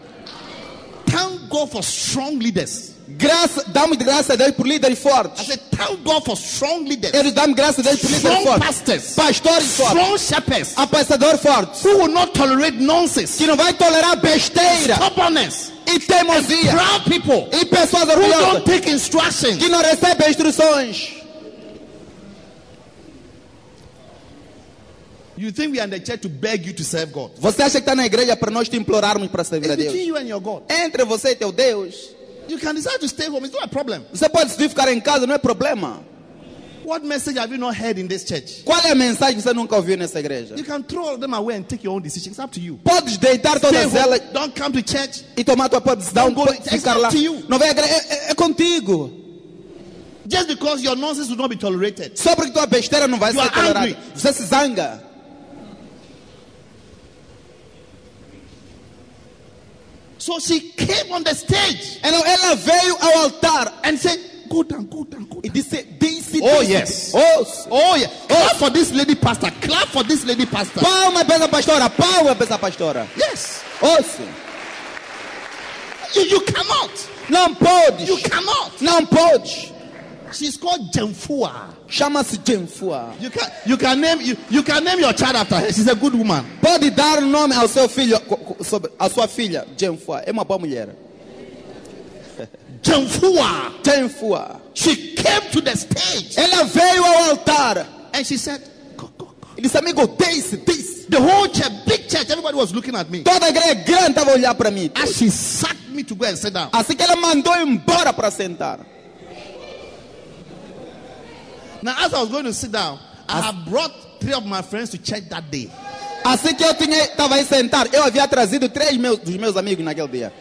Thank God for strong leaders. Graça, damos graça a Deus por líderes I fortes. said, Thank God for strong leaders, Eles dão graça a Deus por líderes strong fortes. pastors, Pastores fortes. strong shepherds Apastador fortes. who will not tolerate nonsense, Que não vai tolerar besteira stubbornness, e teimosia. proud people E pessoas who orgulhosas don't take instructions. que não recebem instruções. You think we are in the church to beg you to serve God? Você acha que está na igreja para nós te implorarmos para servir a It's between Deus? you and your God. Entre você e teu Deus. You can decide to stay home. It's not a problem. Você pode decidir ficar em casa, não é problema. What message have you not heard in this church? Qual é a mensagem que você nunca ouviu nessa igreja? You can throw all of them away and take your own decision. It's up to you. Podes deitar Stay todas elas home. Don't come to church. e tomar tua própria decisão, Don't go- pode ficar lá. It's up to you. Não vai à igreja, é, é- é contigo. Just because your nonsense will not be tolerated. Só porque tua besteira não vai You ser are tolerada. angry. Você se zanga. So she came on the stage Então ela veio ao altar and said, Go down, go down, go e down. disse: Desce de Oh, príncipe. yes. Oh, sim. Oh, yeah. Clap for this lady pastor. Clap for this lady pastor. Palma para essa pastora. Palma para essa pastora. Yes. Oh, sim. You, you cannot. Não You podes. cannot. Não podes. She's called Jemfua. Chama-se Jenfua. You can you can name you, you can name your child after her. She's a good woman. Pode dar o nome ao seu filho, co- co- sobre a sua filha, Jenfua. É uma boa mulher. Jemfua. Jenfua. She came to the stage Ela veio ao altar. and she said, "Go, go, go." Ele disse, amigo, disse, disse. The whole church, big church, everybody was looking at me. Toda a igreja grande estava a olhar para mim. As she sacked me to go and sit down. Assim que ela mandou embora para sentar. Now, as I was going to sit down, I had brought three of my friends to church that day. Assim que eu tinha, estava aí sentar, eu havia trazido três meus, dos meus amigos naquele dia.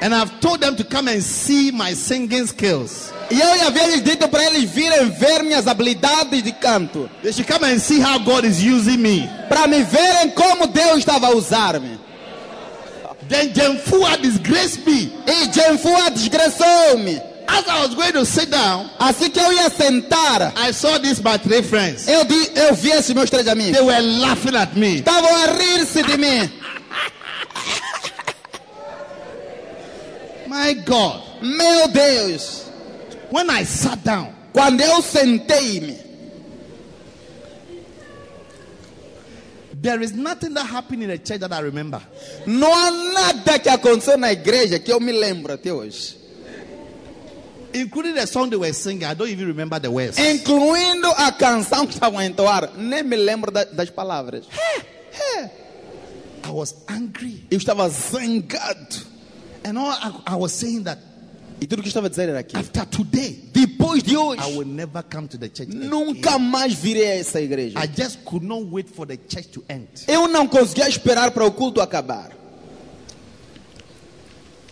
And I've told them to come and see my singing skills. E eu havia lhes dito para eles virem ver minhas habilidades de canto. They should come and see how God is using me. Para me verem como Deus estava a usar-me. Then Jemfua disgraced me. E Jenfua desgraçou-me. As I was going to sit down, Assim que eu ia sentar, I saw this my three friends. eu, di, eu vi esses meus três They amigos. were laughing at me. Estavam a rir-se de mim. My God. Meu Deus. When I sat down, Quando eu sentei-me, there is nothing that happened in the church that I remember. não há nada que aconteceu na igreja que eu me lembro até hoje. Including the song they were singing, I don't even remember the words. incluindo a canção que estavam a entoar, nem me lembro da- das palavras. I was angry. Eu estava zangado. And all I, I was saying that E tudo que eu estava a dizer era que, after today, depois de I hoje, will never come to the church. again. nunca mais virei a essa igreja. I just could not wait for the church to end. Eu não conseguia esperar para o culto acabar.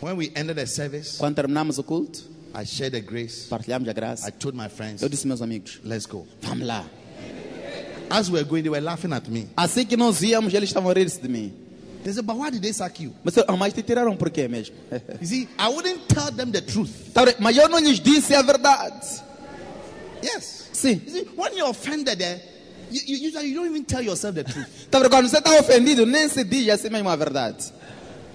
When we ended the service, Quando terminamos o culto, I shared the grace. partilhamos a I graça. told my friends, Eu disse meus amigos, let's go. vamos lá. As we were going, they were laughing at me. Assim que nós íamos, eles estavam a rir-se de mim. They said, but why did they sack you? Mas, eu, ah, mas te tiraram por quê mesmo? You see, I wouldn't tell them the truth. Tá bem, mas eu não lhes disse a verdade. Yes. Sim. You see, when you're offended, eh, you, you, usually you don't even tell yourself the truth. Tá bem, quando você está ofendido, nem se diz assim mesmo a verdade.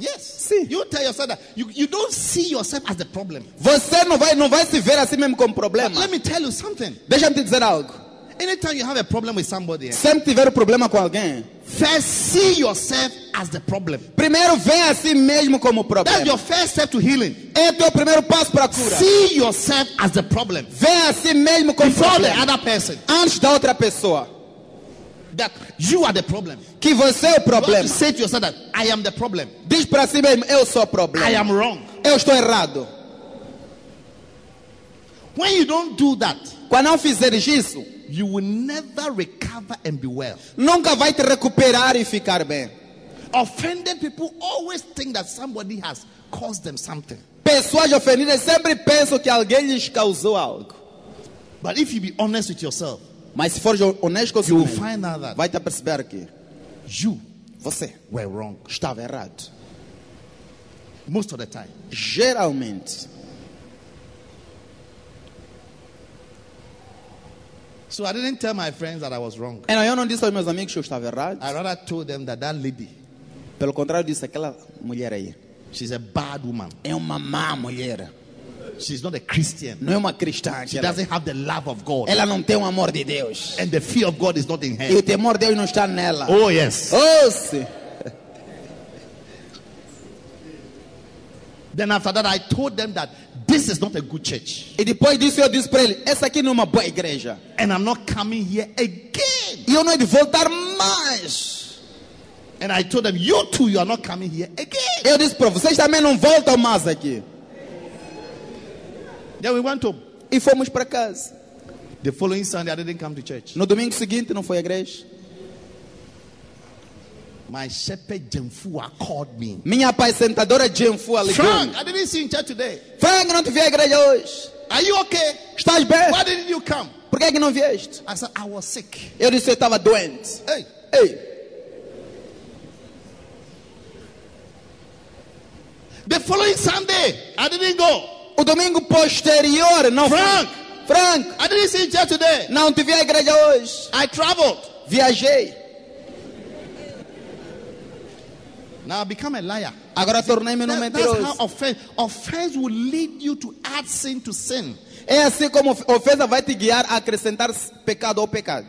Yes. See. You tell yourself that you, you don't see yourself as the problem. Você não vai, não vai se ver assim mesmo como But problema. let me tell you something. Deixa-me te dizer algo. Anytime you have a problem with somebody, eh, Sempre tiver um problema com alguém, first see yourself as the problem. primeiro vem a si mesmo como That's problema. your first step to healing. É teu primeiro passo para a cura. See yourself as the problem. Vem a si mesmo como Before the problema. other person, Antes da outra pessoa. that you are the problem. Que você é o You have to problema. say to yourself that I am the problem. Diz para si mesmo, eu sou o I problema. am wrong. Eu estou errado. When you don't do that, Quando não fizeres isso, you will never recover and be well. nunca vai te recuperar e ficar bem. Offended people always think that somebody has caused them something. Pessoas ofendidas sempre pensam que alguém lhes causou algo. But if you be honest with yourself, Mas se for honesto you consigo will mesmo, find out that vai te perceber que you você were wrong estava errado. most of the time. Geralmente. So I didn't tell my friends that I was wrong. Então, eu não disse aos meus amigos que eu estava errado. I rather told them that that lady, Pelo contrário, eu disse aquela mulher aí she's a bad woman. é uma má mulher. She's not a Christian. Não é uma cristã. She Ela, doesn't have the love of God. ela não tem o amor de Deus. And the fear of God is not in E her. o temor de Deus não está nela. Oh, yes. Oh, sim. Then after that, I told them that this is not a good church. E depois disso eu disse para ele, essa aqui não é uma boa igreja. And I'm not coming here again. E eu não hei de voltar mais. And I told them, you too, you are not coming here again. Eu disse para vocês também não voltam mais aqui. Then we went home. E fomos para casa. The following Sunday, I didn't come to church. No domingo seguinte não foi à igreja. My shepherd Jemfua called me. Minha apresentadora Jim Fua ligou. Frank, I didn't see you in church today. Frank, não te vi à igreja hoje. Are you okay? Estás bem? Why didn't you come? Por que, é que não vieste? I said, I was sick. Eu disse eu estava doente. Hey, Ei, the following Sunday, I didn't go. o domingo posterior não Frank, fui. Frank, I didn't see church today. não te vi à igreja hoje. I traveled. Viajei. Now I become a liar. Agora tornei-me num That- that's mentiroso. how offense offense will lead you to add sin to sin. É assim como of- ofensa vai te guiar a acrescentar s- pecado ao pecado.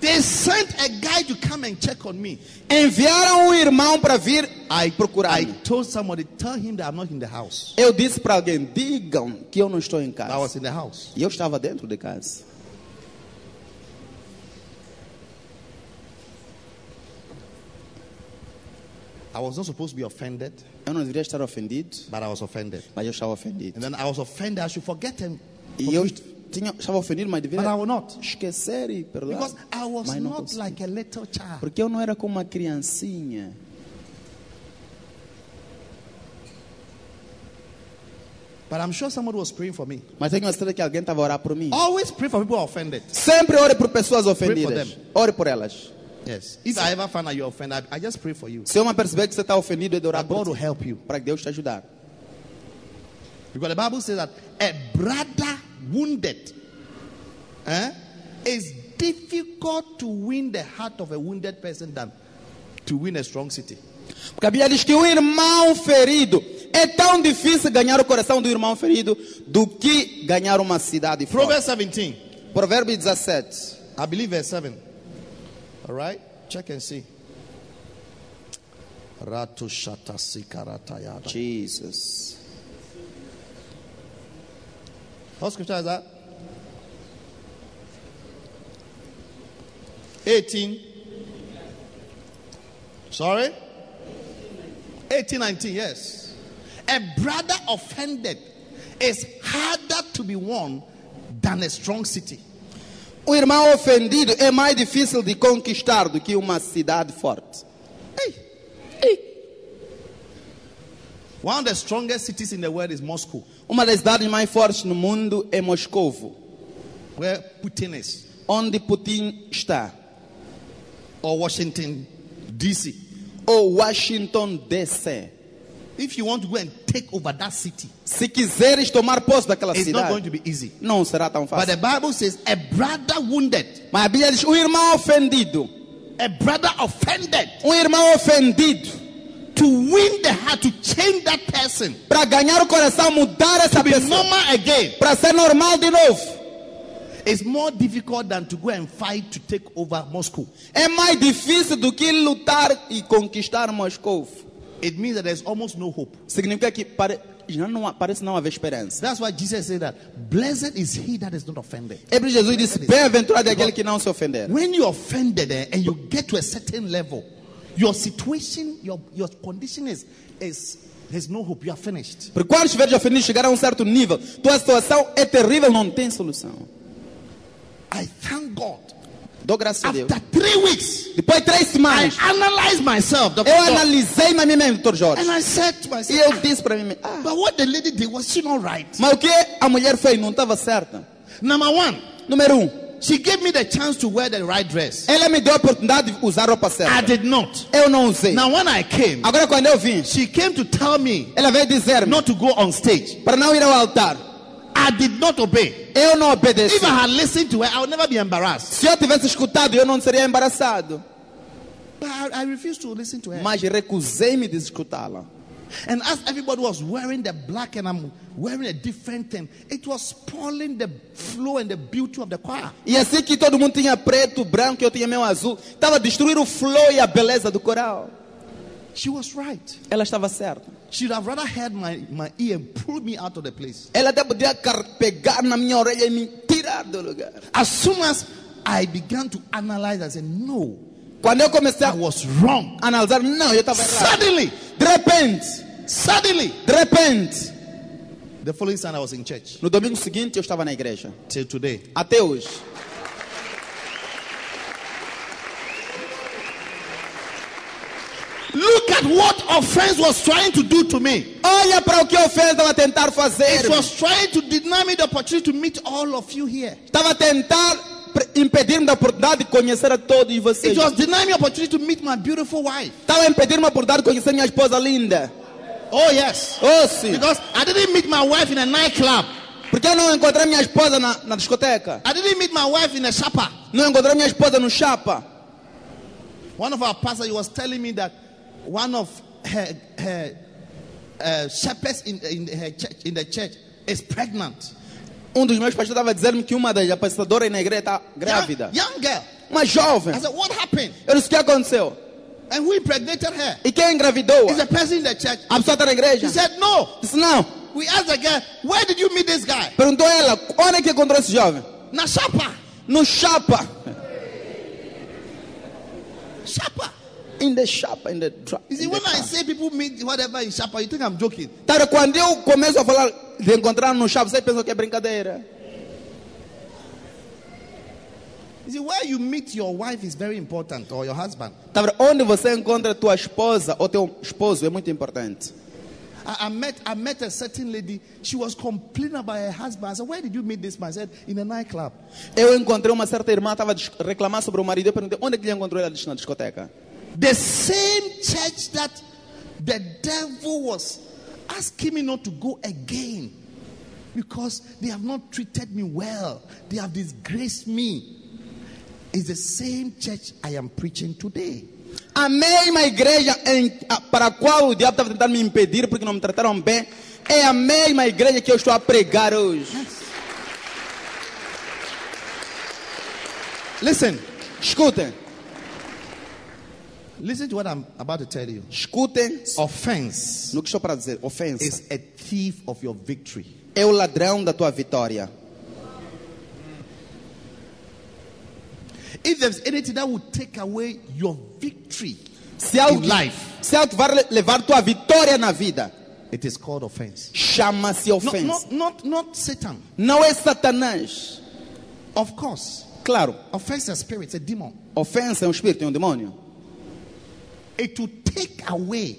They sent a guy to come and check on me. Enviaram um irmão para vir. I I Procurar-me. told somebody, tell him that I'm not in the house. Eu disse para alguém: digam que eu não estou em I was casa. in the house. E eu estava dentro de casa. I was not supposed to be offended, Eu não deveria estar ofendido, but I was offended. mas eu estava ofendido. And then I was offended. I should forget him. E eu tinha, estava ofendido, mas But I deveria will not. esquecer e perdoar. Because I was Mas não not consegui. like a little child. Porque eu não era como uma criancinha. But I'm sure someone was praying for me. Mas tenho a certeza que alguém estava a orar por mim. Always pray for people who are offended. Sempre ore por pessoas ofendidas. them. Ore por elas. Yes. If I ever find out you're offended, I I just pray for you. Se uma perceber que você está ofendido, é de orar That por God will ti, help you. para que Deus te ajudar. Because the Bible says that a brother wounded eh, is difficult to win the heart of a wounded person than to win a strong city. Porque a Bíblia diz que um irmão ferido é tão difícil ganhar o coração do irmão ferido do que ganhar uma cidade forte. Proverbs 17. Provérbio 17. I believe verse 7. All right? Check and see. Ratu shata sikaratayada. Jesus. What scripture is that? 18. Sorry? 18, 19, yes. A brother offended is harder to be won than a strong city. O Um irmão ofendido é mais difícil de conquistar do que uma cidade forte. Hey. One of the strongest cities in the world is Moscow, Uma das cidades mais fortes no mundo é Moscovo, where Putin is, onde Putin está, or Washington, D.C. ou Washington DC. If you want to go and take over that city, Se quiseres tomar posse daquela it's not going to cidade, be easy. não será tão But fácil. the Bible says a brother wounded, Mas a Bíblia diz: um irmão ofendido, a brother offended um irmão ofendido, to win the heart, to change that person, para ganhar o coração, mudar essa be pessoa, normal again, para ser normal de novo. is more difficult than to go and fight to take over Moscow. É mais difícil do que lutar e conquistar Moscovo. It means that there's almost no hope. Significa que pare- já não há- parece não haver esperança. That's why Jesus said that blessed is he that is not offended. É por isso Jesus disse: Bem-aventurado é aquele que não se ofender. When you're offended eh, and you get to a certain level, your situation, your, your condition is, is there's no hope. You are finished. Porque quando estiveres ofendido, chegar a um certo nível, tua situação é terrível, não tem solução. I thank God. Dou graças a Deus. After three weeks, Depois de três I semanas, analyzed myself. Dr. eu Doc, analisei na minha mente, Dr. and Jorge. I said to E myself, eu disse para mim mesmo: ah, but what the lady did was she not right? Mas o que a mulher fez não estava certa. Number one, Número um, she gave me the chance to wear the right dress. ela me deu a oportunidade de usar roupa I certa. did not. Eu não usei. Now, when I came, Agora, quando eu vim, she came to tell me ela veio dizer-me not to go on stage. para não ir ao altar. I did not obey. Eu não obedeci. If I had listened to her, I would never be embarrassed. Se eu tivesse escutado, eu não seria embaraçado. But I, I refused to listen to her. Mas recusei-me de escutá-la. And as everybody was wearing the black and I'm wearing a different thing, it was spoiling the flow and the beauty of the choir. E assim que todo mundo tinha preto, branco, eu tinha meu azul, estava a destruir o flow e a beleza do coral. She was right. Ela estava certa. She'd have rather had my, my ear and pulled me out of the place. Ela até podia car- pegar na minha orelha e me tirar do lugar. As soon as I began to analyze, I said, No, Quando eu comecei I a was wrong. analisar, não, eu estava errado. Suddenly, De repente, suddenly, de repente, the following Sunday I was in church no domingo seguinte eu estava na igreja. till today. Até hoje. Look at what offense was trying to do to me. Olha para o que a ofensa estava a tentar fazer. It was trying to deny me the opportunity to meet all of you here. Estava a tentar pre- impedir-me da oportunidade de conhecer a todos vocês. It was denying me opportunity to meet my beautiful wife. Estava a impedir-me da oportunidade de conhecer minha esposa linda. Oh, yes. Oh, sim. Because I didn't meet my wife in a nightclub. Porque eu não encontrei minha esposa na, na discoteca. I didn't meet my wife in a shopper. Não encontrei minha esposa no chapa. One of our pastors he was telling me that one of her, her uh, shepherds in, in her church in the church is pregnant. Um dos meus pastores estava dizendo que uma das apresentadoras na igreja está Young, grávida. young girl. Uma jovem. I said, what happened? Eu disse o que aconteceu. And who impregnated her? E quem engravidou? Is a person in the church. A pessoa está na igreja. She said, no. Disse não. We asked the girl, where did you meet this guy? Perguntou ela, onde é que encontrou esse jovem? Now, shopper. No chapa. Shopper. In the chapa, in the tra- You see, in the when I car. say people meet whatever in shopper, you think I'm joking. Cara, quando eu começo a falar de encontrar no chapa, vocês pensam que é brincadeira. You see, where you meet your wife is very important or your husband. Tá vendo? Onde você encontra tua esposa ou teu esposo é muito importante. I, I met I met a certain lady. She was complaining about her husband. I said, Where did you meet this man? I said, In a nightclub. Eu encontrei uma certa irmã, estava a reclamar sobre o marido. Eu perguntei onde é que ele encontrou ela Ela disse na discoteca. The same church that the devil was asking me not to go again because they have not treated me well, they have disgraced me. It's the same church I am preaching today. A mesma igreja em- a- para a qual o diabo estava tentando me impedir porque não me trataram bem é a mesma igreja que eu estou a pregar hoje. Listen, Escutem, listen to what I'm about to tell you. escutem Offense no que estou para dizer. Ofensa is a thief of your victory. é o ladrão da tua vitória. If there's anything that will take away your victory, Se algo, In life. se algo que vai le- levar tua vitória na vida, it is called offense. chama-se Not, ofensa. not, not, not Satan. Não é Satanás. Of course. Claro, Offense is a spirit, it's a demon. ofensa é um espírito, é um demônio. It will take away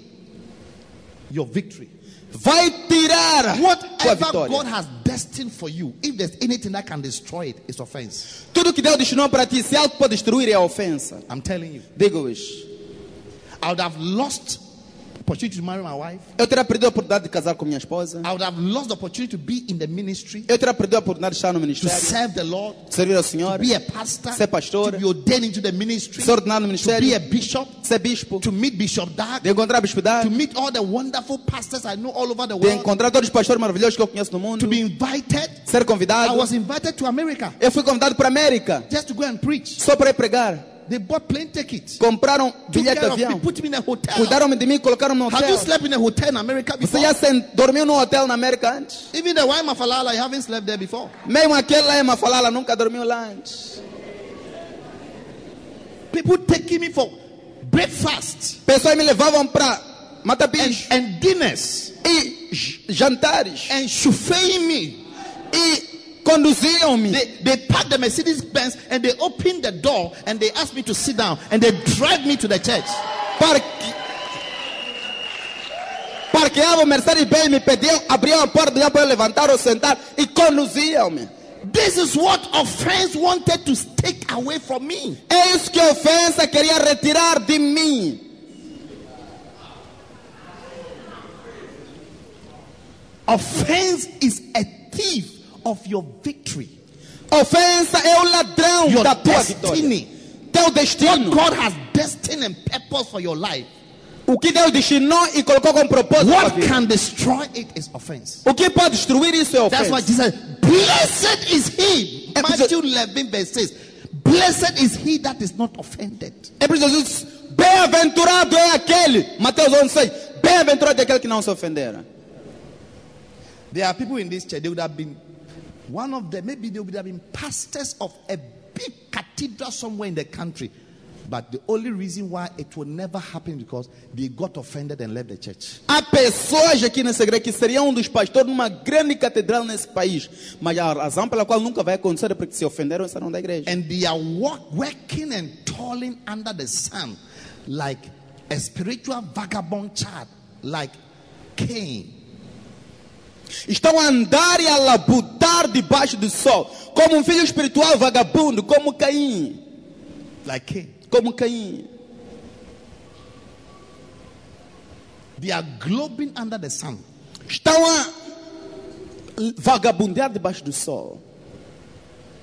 your victory. Vai tirar tua Whatever vitória. God has destined for you, if there's anything that can destroy it, it's offense. Tudo que Deus destinou para ti, se algo pode destruir, é a ofensa. I'm telling you. Digo-vos, I would have lost opportunity to marry my wife. eu teria perdido a oportunidade de casar com minha esposa. I would have lost the opportunity to be in the ministry, Eu teria perdido a oportunidade de estar no to ministério, serve the Lord, de servir ao to Senhor, be a pastor, Ser pastor. to be ordained into the ministry, ser ordenado no to be ministério, a bishop, de ser bispo, to meet Bishop Dark, de encontrar a bispidade, to meet all the wonderful pastors I know all over the de world, encontrar todos os pastores maravilhosos que eu conheço no to mundo, be invited. ser I convidado. was invited to America Eu fui convidado para a América, just to go and preach. só para ir pregar. They bought plane tickets. Compraram Took bilhete de care of me, avião, put me in a hotel. cuidaram-me de mim, colocaram-me no Have you hotel. slept in a hotel in America Você before? já sent- dormiu num hotel na América antes? Even the wine Mafalala, you haven't slept there before. Mesmo aquele lá em Mafalala nunca dormiu lá antes. People taking me for breakfast Pessoas me levavam para mata and, bicho and dinners e j- jantares and chauffeuring me. e conduziam-me. They, they parked the Mercedes Benz and they opened the door and they asked me to sit down and they dragged me to the church. Parque... Parqueavam Mercedes Benz, me pediam, abriam a porta já para eu levantar ou sentar e conduziam-me. This is what offense wanted to take away from me. É isso que a ofensa queria retirar de mim. Offense is a thief of your victory. Ofensa é o ladrão Your da tua destiny. vitória. Teu destino. God has destiny and purpose for your life. O que Deus destinou e colocou como propósito. na What vida. can destroy it is offense. O que pode destruir isso é That's why ofensa. Jesus said, Blessed is he. É por isso- Matthew 11, verse 6. Blessed is he that is not offended. É por isso que Jesus disse, bem-aventurado é aquele, Mateus 11, 6, bem-aventurado é aquele que não se ofendera. There are people in this church, they would have been one of them, maybe they would have been pastors of a big cathedral somewhere in the country. But the only reason why it will never happen because they got offended and left the church. Há pessoas aqui nessa igreja que seriam um dos pastores numa grande catedral nesse país, mas a razão pela qual nunca vai acontecer é porque se ofenderam e saíram da igreja. and they are walk, working and toiling under the sun like a spiritual vagabond child, like Cain. Estão a andar e a labutar debaixo do sol, como um filho espiritual vagabundo, como Caim, Like Cain. como Caim. They are globing under the sun. Estão a vagabundear debaixo do sol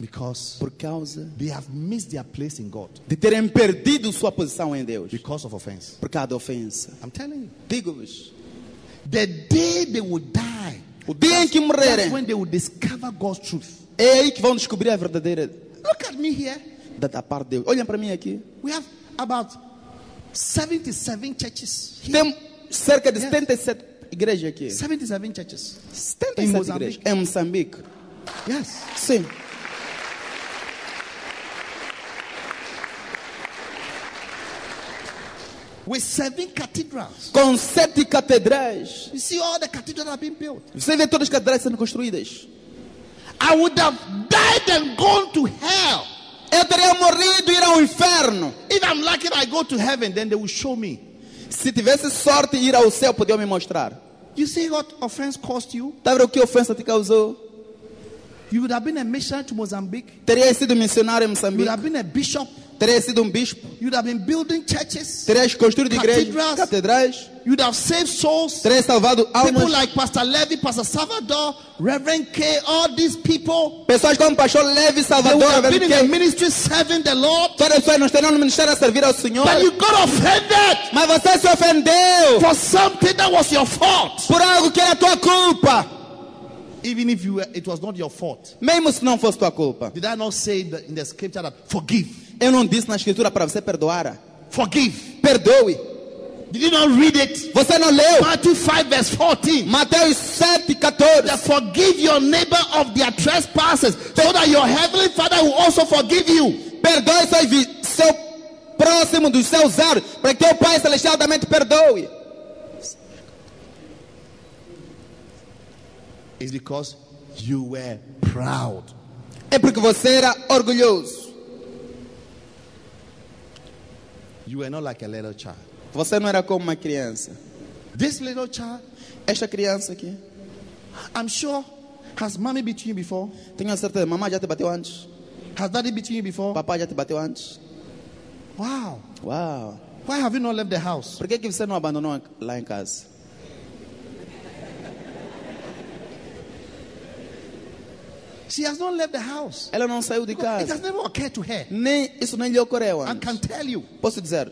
Because por causa they have missed their place in God de terem perdido sua posição em Deus because of offense. por causa da ofensa. I'm telling you. Digo-vos, The day they will die, o dia em que that's morrerem, when they will discover God's truth. é aí que vão descobrir a verdadeira Look at me here. da, da parte de Deus. Olhem para mim aqui. We have about 77 churches. here. Tem cerca de 77 igrejas aqui. 77 churches. Em 77 Moçambique. igrejas em Moçambique. Yes. Sim. With seven cathedrals. Com sete catedrais. You see all the cathedrals that have been built. Você vê todas as catedrais sendo construídas. I would have died and gone to hell. Eu teria morrido e ir ao inferno. If I'm lucky, I go to heaven, then they will show me. Se tivesse sorte ir ao céu, podiam me mostrar. You see what offense caused you? Está a ver o que ofensa te causou? You would have been a missionary to Mozambique. Teria sido missionário em You would Moçambique. have been a bishop. Teria sido um bispo. You would have been building churches. Terias construído igrejas, Catedrais. catedrais. You would have saved souls. Terias salvado People almas. like Pastor Levy, Pastor Salvador, Reverend K, all these people. Pessoas como Pastor Leve They would Salvador. have been in the Avelquim. ministry serving the Lord. Todas as pessoas não estariam no ministério a servir ao Senhor. But you got offended Mas você se ofendeu for something that was your fault. por algo que era tua culpa. Even if you were, it was not your fault. Mesmo se não fosse tua culpa. Did I not say in the, in the scripture that forgive? Eu não disse na escritura para você perdoar. Forgive. Perdoe. Did you not read it? Você não leu. Matthew 5, verse 14. Mateus 7, 14. That forgive your neighbor of their trespasses, so that your heavenly Father will also forgive you. Perdoe seu, vi- seu próximo dos seus erros, para que o Pai Celestial também te perdoe. It's because you were proud. É porque você era orgulhoso. You were not like a little child. Você não era como uma criança. This little child, Esta criança aqui, I'm sure, has mommy beaten you before? tenho a certeza, mamãe já te bateu antes. Has daddy beaten you before? Papai já te bateu antes. Wow. Uau. Why have you not left the house? Por que, que você não abandonou lá em casa? She has not left the house. Ela não saiu de It casa. has never occurred to her. Nem, isso nem lhe ocorreu I antes. can tell you, Posso dizer,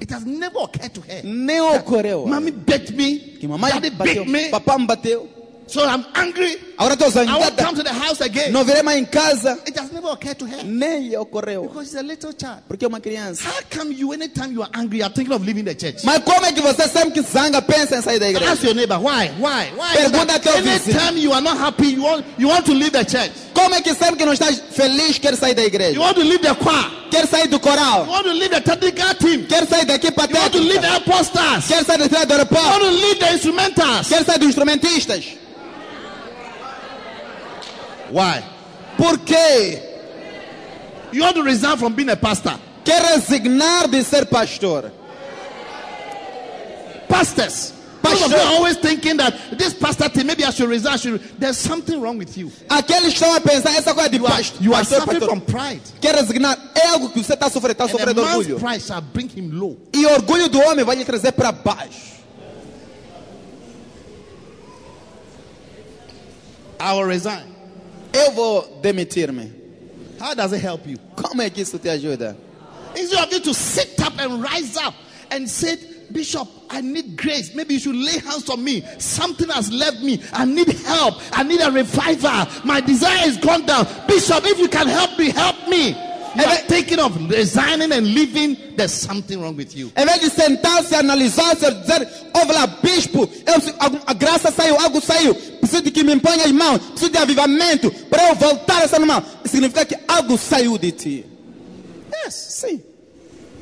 it has never occurred to her. nem ocorreu. Mommy beat me. Que mamãe Daddy bateu, beat me. papai me bateu. So I'm angry. Agora estou I won't zangada. come to the house again. Não virei mais em casa. It has never occurred to her Nem lhe ocorreu. because she's a little child. Porque é uma criança. How come you, anytime you are angry, you are thinking of leaving the church? Mas como é que você sempre que zanga pensa em sair da igreja? Ask your neighbor, why? Why? Why? is Pergunta that? a teu vizinho. Anytime you are not happy, you want, you want to leave the church. Como é que sempre que não estás feliz quer sair da You igreja? want to leave the choir. Quer sair do You coral? want to leave the technical team. Quer sair daqui para You want to leave the apostles. Quer sair do teatro do You want aeroporto? to leave the instrumentals. Quer sair dos instrumentistas? Why? Por quê? You want to resign from being a pastor. Quer resignar de ser pastor? Pastors. Pastors Pastor. of you are always thinking that this pastor thing, maybe I should resign. I should... There's something wrong with you. Aqueles que estão a pensar essa coisa é de You are, pastor, you are pastor, suffering pastor. from pride. Quer resignar? É algo que você está sofrendo, está And a sofrendo man's orgulho. pride shall bring him low. E o orgulho do homem vai lhe trazer para baixo. I will resign. Eu vou demitir-me. How does it help you? Como é que isso te ajuda? Instead of you to sit up and rise up and say, Bishop, I need grace. Maybe you should lay hands on me. Something has left me. I need help. I need a revival. My desire is gone down. Bishop, if you can help me, help me. You are thinking of resigning and leaving. There's something wrong with you. Em vez de sentar-se, analisar, se dizer, ouve lá, bispo, eu, se- algum- a graça saiu, algo saiu, preciso de que me imponha as mãos, preciso de avivamento, para eu voltar a essa normal. Significa que algo saiu de ti. Yes. Sim.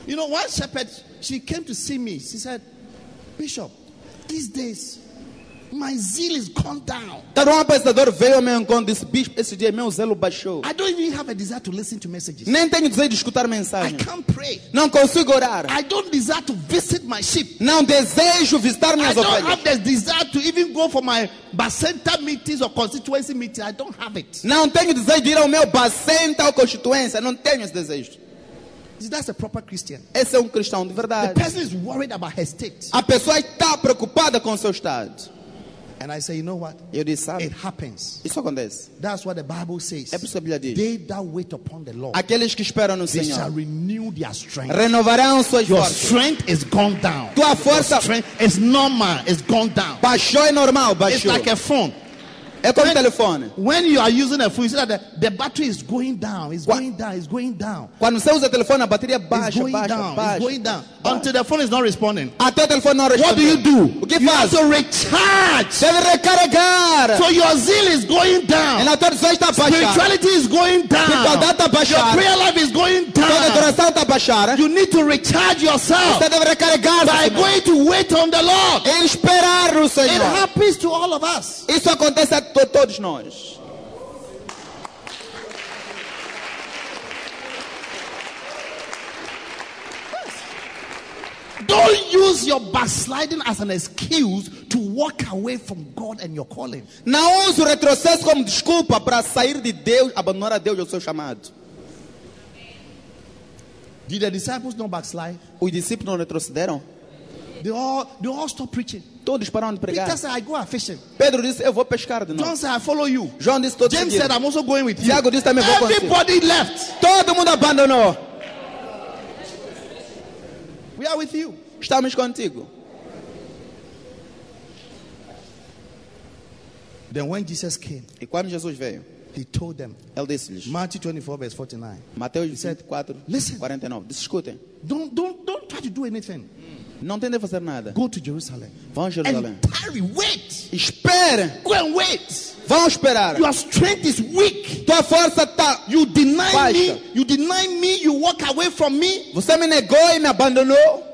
You know, one shepherd, she came to see me. She said, Bishop, these days, my zeal is gone down. Então, um apresentador veio ao meu encontro e disse, bispo, esse dia meu zelo baixou. I don't even have a desire to listen to messages. Nem tenho desejo de escutar I mensagem. can't pray. Não consigo orar. I don't desire to visit my sheep. Não desejo visitar I minhas don't ovelhas. have the desire to even go for my basenta meetings or constituency meetings. I don't have it. Não tenho desejo de ir ao meu bacenta ou constituência. Não tenho esse desejo. See, That's a proper Christian. Esse é um cristão de The verdade. person is worried about her state. A pessoa está preocupada com o seu estado. And I say, you know what? Eu disse, sabe? It happens. Isso acontece. That's what the Bible says. É por isso que a Bíblia diz. They that wait upon the Lord, Aqueles que esperam no they shall Senhor renew their strength. renovarão suas Your forças. strength is gone down. Tua Your força strength is normal. It's gone down. baixou é normal, It's baixou. like a phone. É como um telefone. When you are using a phone, you see that the, the battery is going down. It's What? going down. It's going down. Quando você usa o telefone, a bateria It's baixa, going baixa, down. baixa. It's going down. Until the phone is not responding. Até o telefone não responde. What do you do? O que you faz? have to recharge. Deve recarregar. So your zeal is going E down. na tua visão está baixada. Spirituality is going down. Espiritualidade está Your baixada. prayer life is going Toda down. adoração está baixada. You need to recharge yourself Você deve recarregar. by going to wait on the Lord. E esperar o It Senhor. happens to all of us. Isso acontece a to- todos nós. Don't use your backsliding as an excuse to walk away from God and your calling. Não use o retrocesso como desculpa para sair de Deus, abandonar a Deus e o seu chamado. Did the disciples not backslide? Os discípulos não retrocederam. They all they all stopped preaching. Todos pararam de pregar. Peter said, I go out fishing. Pedro disse: Eu vou pescar de John novo. said, I follow you. João disse: Todos James seguiram. said, I'm also going with you. Tiago disse também, vou com você. Everybody left. Todo mundo abandonou. We are with you. Estamos contigo. Then when Jesus came, E quando Jesus veio, he told them, ele disse-lhes: Matthew 24, verse 49. Mateus 24, Listen. 49. Diz, Escutem, Don't don't don't try to do anything. não tentem fazer nada. Go to Jerusalem. Vão a Jerusalém. And tarry, wait. Esperem. Go and wait. Vão esperar. Your strength is weak. Tua força tá- está. You deny Baixa. me. You deny me. You walk away from me. Você me negou e me abandonou.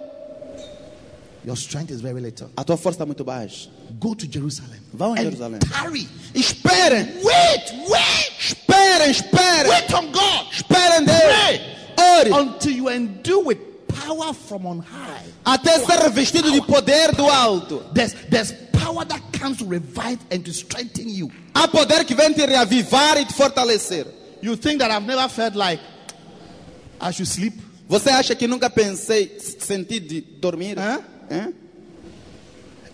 Your strength is very little. A tua força está muito baixa. Go to Jerusalem. Vão a and Jerusalem. Tarry. Esperem. Wait, wait, Esperem, esperem. wait on God Esperem Deus. Ore. until you endure with power from on high. Até ser revestido de poder do alto. There's there's power that comes to revive and to strengthen you. Há poder que vem te reavivar e te fortalecer. You think that I've never felt like I should sleep? Você acha que nunca pensei, s- senti de dormir? Hã? Hã?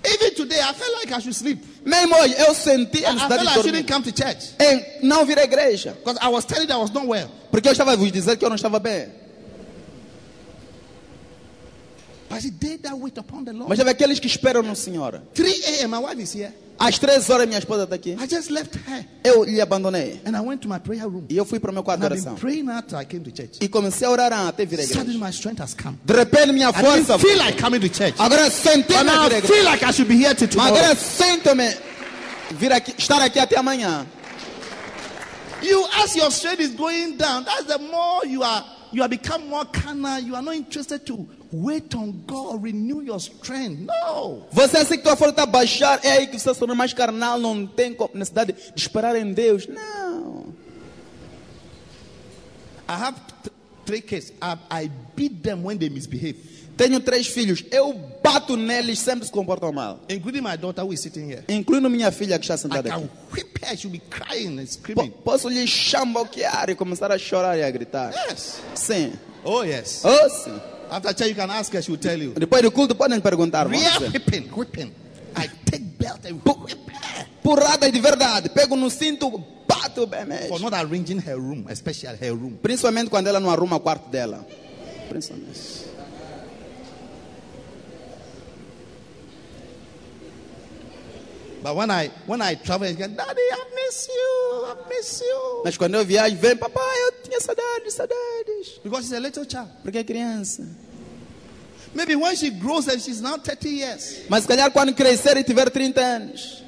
Even today, I felt like I should sleep. Mesmo hoje, eu senti a I felt necessidade de like I shouldn't dormir. come to church Em não vir à igreja. because I was telling I was not well. Porque eu estava a vos dizer que eu não estava bem. But she did that wait upon the Lord. Mas teve aqueles que esperam no Senhor. 3 a.m. My wife is here. Às três horas minha esposa está aqui. I just left her Eu lhe abandonei. and I went to my prayer room. E eu fui para o meu quarto And de I've oração. been praying after I came to church. E comecei a orar até vir à Suddenly, igreja. my strength has come. De repente minha I didn't força... feel like coming to church. Agora senti But now me vir à I igreja. feel like I should be here till Mas tomorrow. agora sinto-me vir aqui, estar aqui até amanhã. You, as your strength is going down, that's the more you are, you are become more carnal. You are not interested to wait on God, renew your strength. No. Você assim que tua força está a baixar, é aí que você se torna mais carnal, não tem como- necessidade de esperar em Deus. Não. I have th- three kids. I, I beat them when they misbehave, Tenho três filhos, eu bato neles, sempre se comportam mal. including my daughter who is sitting here. Incluindo minha filha que está I sentada can aqui. whip her. She'll be crying Po- and screaming. posso lhe chamboquear e começar a chorar e a gritar. Yes. Sim. Oh, yes. Oh, sim. After church, you can ask her. She will tell you. Depois do culto podem perguntar. vão Real dizer. whipping, whipping. I take belt and whip her. Porrada de verdade. Pego no cinto, bato bem For mesmo. not arranging her room, especially her room. Principalmente quando ela não arruma o quarto dela. Principalmente. But when I when I travel, again, Daddy, I miss you, I miss you. Mas quando eu viajo, vem, papai, eu tinha saudades, saudades. Because she's a little child. Porque é criança. Maybe when she grows and she's now 30 years, Mas se calhar quando crescer e tiver 30 anos,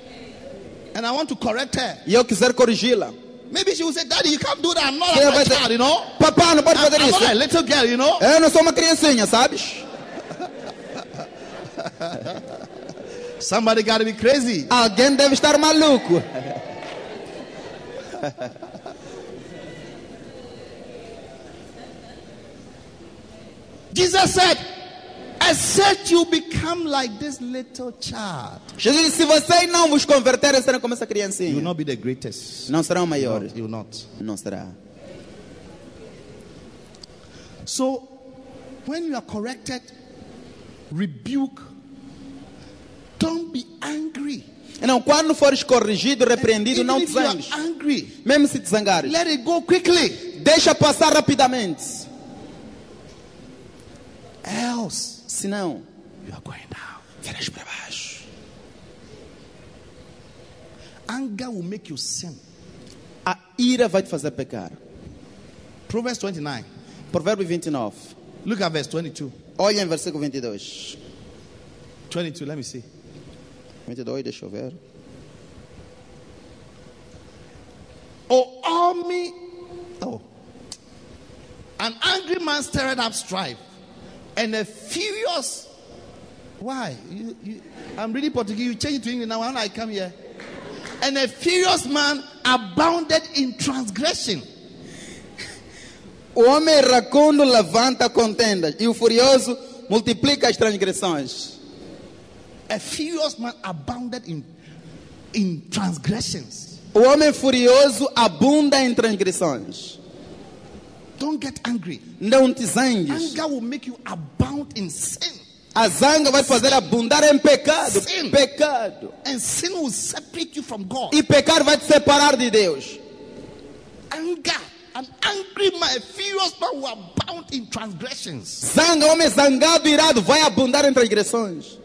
and I want to correct her, e eu quiser corrigi-la, maybe she will say, Daddy, you can't do that. I'm not Yeah, a but the- child, you know. papai, não pode I'm, fazer I'm not a isso. little girl, you know. Eu não sou uma criancinha, sabes? Somebody got to be crazy. Alguém deve estar maluco. Jesus said, except you become like this little child, Jesus disse, se vocês não vos converterem, serão como essa you will criancinha. not be the greatest. Não serão You will maiores. not- you will not. Não será. So when you are corrected, rebuke. Don't be angry. Então, quando fores corrigido, repreendido, Even não if you are desangues. angry, Mesmo se desangares, let it go quickly. deixa passar rapidamente. Else, Senão, you are going down. verás para baixo. Anger will make you sin. A ira vai te fazer pecar. Proverbs 29. Provérbio 29. Look at verse 22. Olha em versículo 22. 22, let me see. 22, deixa eu ver. Oh, all me. Oh. An angry man stirred up strife, and a furious. Why? You, you, I'm reading Portuguese. You change it to English now when I come here. And a furious man abounded in transgression. O homem racundo levanta contendas e o furioso multiplica as transgressões. A furious man abounded in, in transgressions. O homem furioso abunda em transgressões. Don't get angry. Não te zangues. Anger will make you abound in sin. A zanga vai te fazer abundar em pecado. Sim. Pecado. And sin will separate you from God. E pecar vai te separar de Deus. anger, an angry man, a furious man who are bound in transgressions. Zanga, homem zangado, irado, vai abundar em transgressões.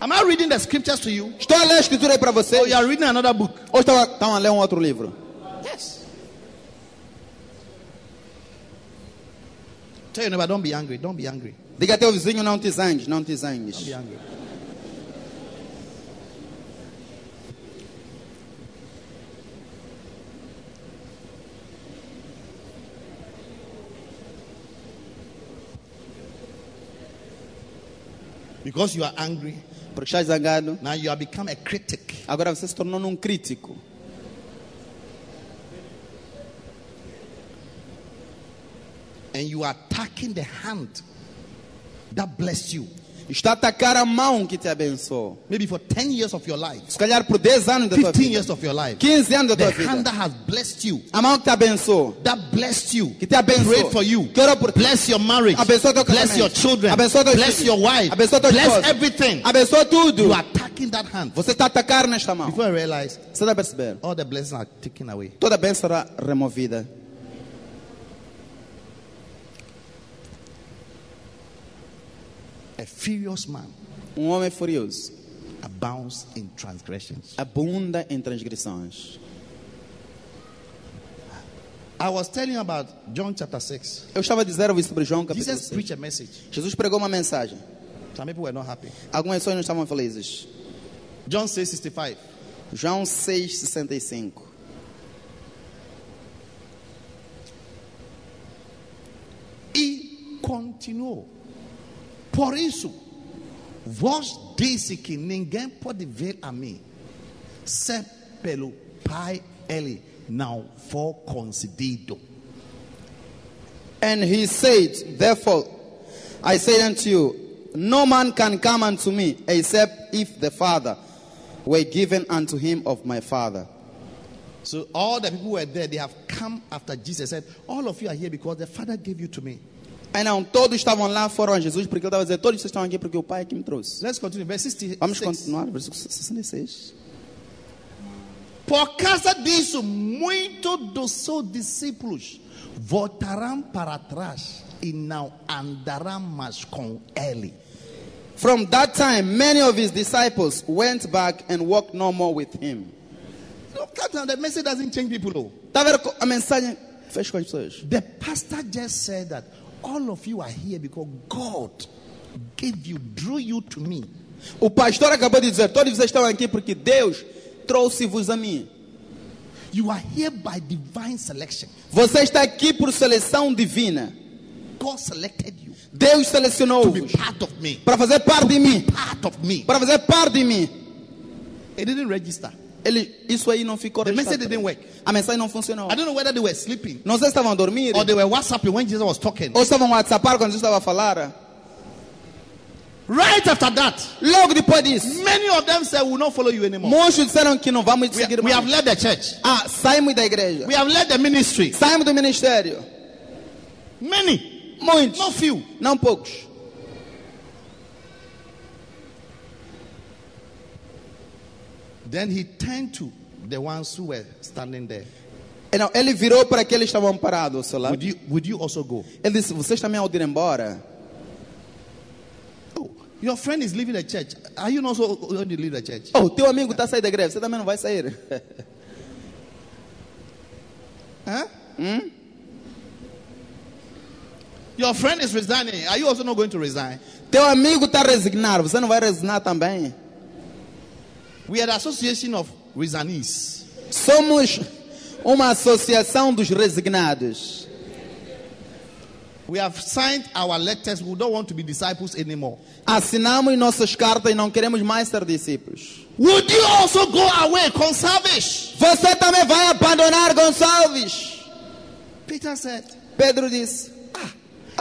Am I reading the scriptures to you? Estou a ler a escritura aí para Oh, you vocês. are reading another book. Ou estão a, estão a ler um outro livro? Yes. Tell your neighbor, don't be angry. Don't be angry. Diga a teu vizinho, não te zangues, não te Don't zangues. be angry. Because you are angry, Porque estás zangado, now you have become a critic. agora você se tornou num crítico. and you are attacking the hand that blessed you, Está a atacar a mão que te abençoou. maybe for 10 years of your life, Se calhar por 10 anos da tua 15 vida. years of your life, 15 anos da the tua hand vida. that has blessed you, A mão que te abençoou. that blessed you, Que te abençoou. prayed for you, Que orou por ti. bless your marriage, Abençoa teu bless casamento. your children, Abençoa teus bless filhos. your wife, Abençoa tua bless esposa. everything. Abençoa tudo. You are attacking that hand. Você está a atacar nesta mão. Before I realized, Você está a perceber? all the blessings are taken away. Toda a bênção será removida. A furious man Um homem furioso abounds in transgressions. abunda em transgressões. I was telling you about John chapter 6. Eu estava a dizer-vos sobre João capítulo Jesus 6. preached a message. Jesus pregou uma mensagem. Some people were not happy. Algumas pessoas não estavam felizes. John 6 65. João 6, 65. E continuou. Por isso, vós disse que ninguém pode vir a mim, se pelo Pai ele não for concedido. And he said, Therefore, I say unto you, no man can come unto me except if the Father were given unto him of my Father. So all the people who were there, they have come after Jesus said, all of you are here because the Father gave you to me. Então todos estavam lá, foram a Jesus, porque ele estava a dizer, todos vocês estão aqui porque o Pai é que me trouxe. Let's continue. Verse 66. Vamos continuar, versículo 66. Por causa disso, muitos dos seus discípulos voltarão para trás e não andarão mais com ele. From that time, many of his disciples went back and walked no more with him. Look at them. The message doesn't change people. oh. Está a ver co- a mensagem? Fez com as pessoas. The pastor just said that all of you are here because God gave you, drew you to me. O pastor acabou de dizer, todos vocês estão aqui porque Deus trouxe-vos a mim. You are here by divine selection. Você está aqui por seleção divina. God selected you Deus to be selecionou-vos part of me. para fazer parte de mim. Part of me. Para fazer parte de mim. It didn't register. Ele, isso aí não ficou The message registrado. didn't work. A mensagem não funcionou. I don't know whether they were sleeping Não sei se estavam a dormir or they were WhatsApping when Jesus was talking. ou estavam a WhatsAppar quando Jesus estava a falar. Right after that, Logo depois disso, many of them said, We will not follow you anymore. muitos disseram que não vamos We, seguir we have mais. led the church, Ah, saímos da igreja. we have led the ministry. Saímos do ministério. Many. Muitos, Not few. não poucos. Then he turned to the ones who were standing there. E Não, ele virou para aqueles que estavam parados, sei lá. Would you, would you also go? Ele disse: Vocês também ao ir embora? Oh, your friend is leaving the church. Are you not so going to leave the church? Oh, teu amigo está a sair da greve, você também não vai sair. Huh? Your friend is resigning. Are you also not going to resign? Teu amigo está a resignar, você não vai resignar também? We are the association of resignees. Somos uma associação dos resignados. We have signed our letters. We don't want to be disciples anymore. Assinamos nossas cartas e não queremos mais ser discípulos. Would you also go away, conservish? Você também vai abandonar Gonçalves? Peter said, Pedro disse.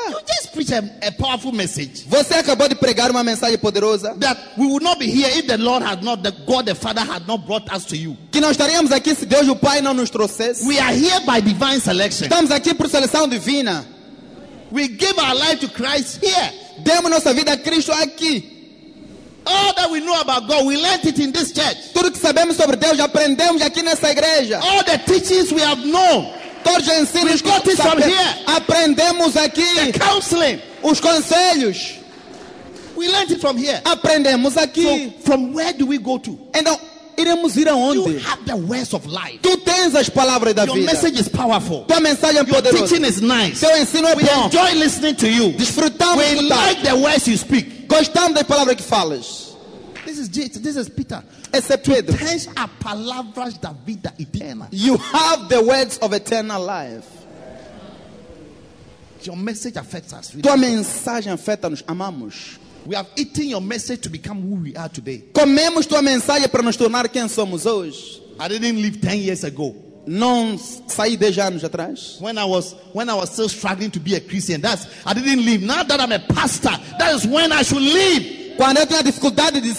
You just preach a, a powerful message Você acabou de pregar uma mensagem poderosa that we would not be here if the Lord had not, the God the Father had not brought us to you. que nós estaríamos aqui se Deus o Pai não nos trouxesse. We are here by divine selection. Estamos aqui por seleção divina. We give our life to Christ here. Demos nossa vida a Cristo aqui. All that we know about God, we learnt it in this church. Tudo que sabemos sobre Deus aprendemos aqui nessa igreja. All the teachings we have known, Todos os ensinos We got que it from sabe- here. aprendemos aqui. the counseling, Os conselhos we learnt it from here. aprendemos So aqui. from where do we go to? Então, iremos ir You aonde? have the words of life. Tu tens as palavras da Your vida. message is powerful. Tua mensagem é Your poderosa. teaching is nice. Seu ensino é We bom. enjoy listening to you. Desfrutamos de We escutar. like the words you speak. Gostamos das palavras que falas. This is Jesus. This is Peter. Esse é Pedro. Tens a palavras da vida eterna. You have the words of eternal life. Your message affects us. Tua mensagem afeta-nos. Amamos. We have eaten your message to become who we are today. Comemos tua mensagem para nos tornar quem somos hoje. I didn't live 10 years ago Não saí 10 anos atrás. when I was when I was still struggling to be a Christian. That's I didn't live. Now that I'm a pastor, that is when I should live. Quando eu tinha dificuldade de,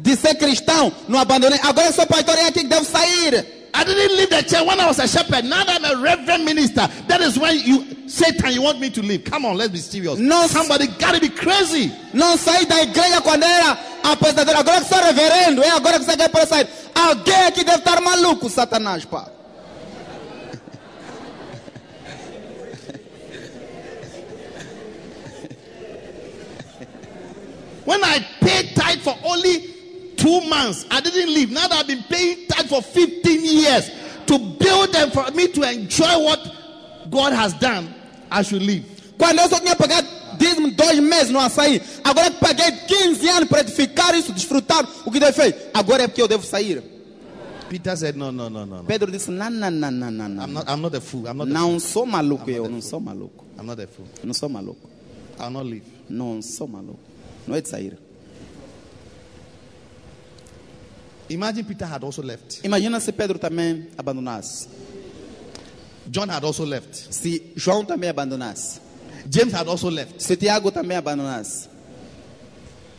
de ser cristão, não abandonei. Agora eu sou pastor e é aqui que devo sair. I didn't leave the church when I was a shepherd. Now that I'm a reverend minister, that is when you Satan, you want me to leave. Come on, let's be serious. No. somebody gotta be crazy. Não saí da igreja quando era aposentador. Agora que sou reverendo, é agora que você quer para eu sair. Alguém aqui deve estar maluco, Satanás, pá. When I paid tithe for only two months, I didn't leave. Now that I've been paying tithe for 15 years to build them for me to enjoy what God has done, I should leave. Quando eu só tinha pagado dízimo dois meses, não açaí. Agora que paguei 15 anos para edificar isso, desfrutar o que Deus fez. Agora é porque eu devo sair. Peter said, No, no, no, no, no. Pedro disse: Não, não, não, não, não. I'm não. not I'm not a fool. I'm not a, Não sou maluco, eu não sou maluco. I'm not a fool. Não sou maluco. I'll not leave. Não sou maluco. Não é de sair. Imagine Peter had also left. Imagina se Pedro também abandonasse. John had also left. Se João também abandonasse. James had also left. Se Tiago também abandonasse.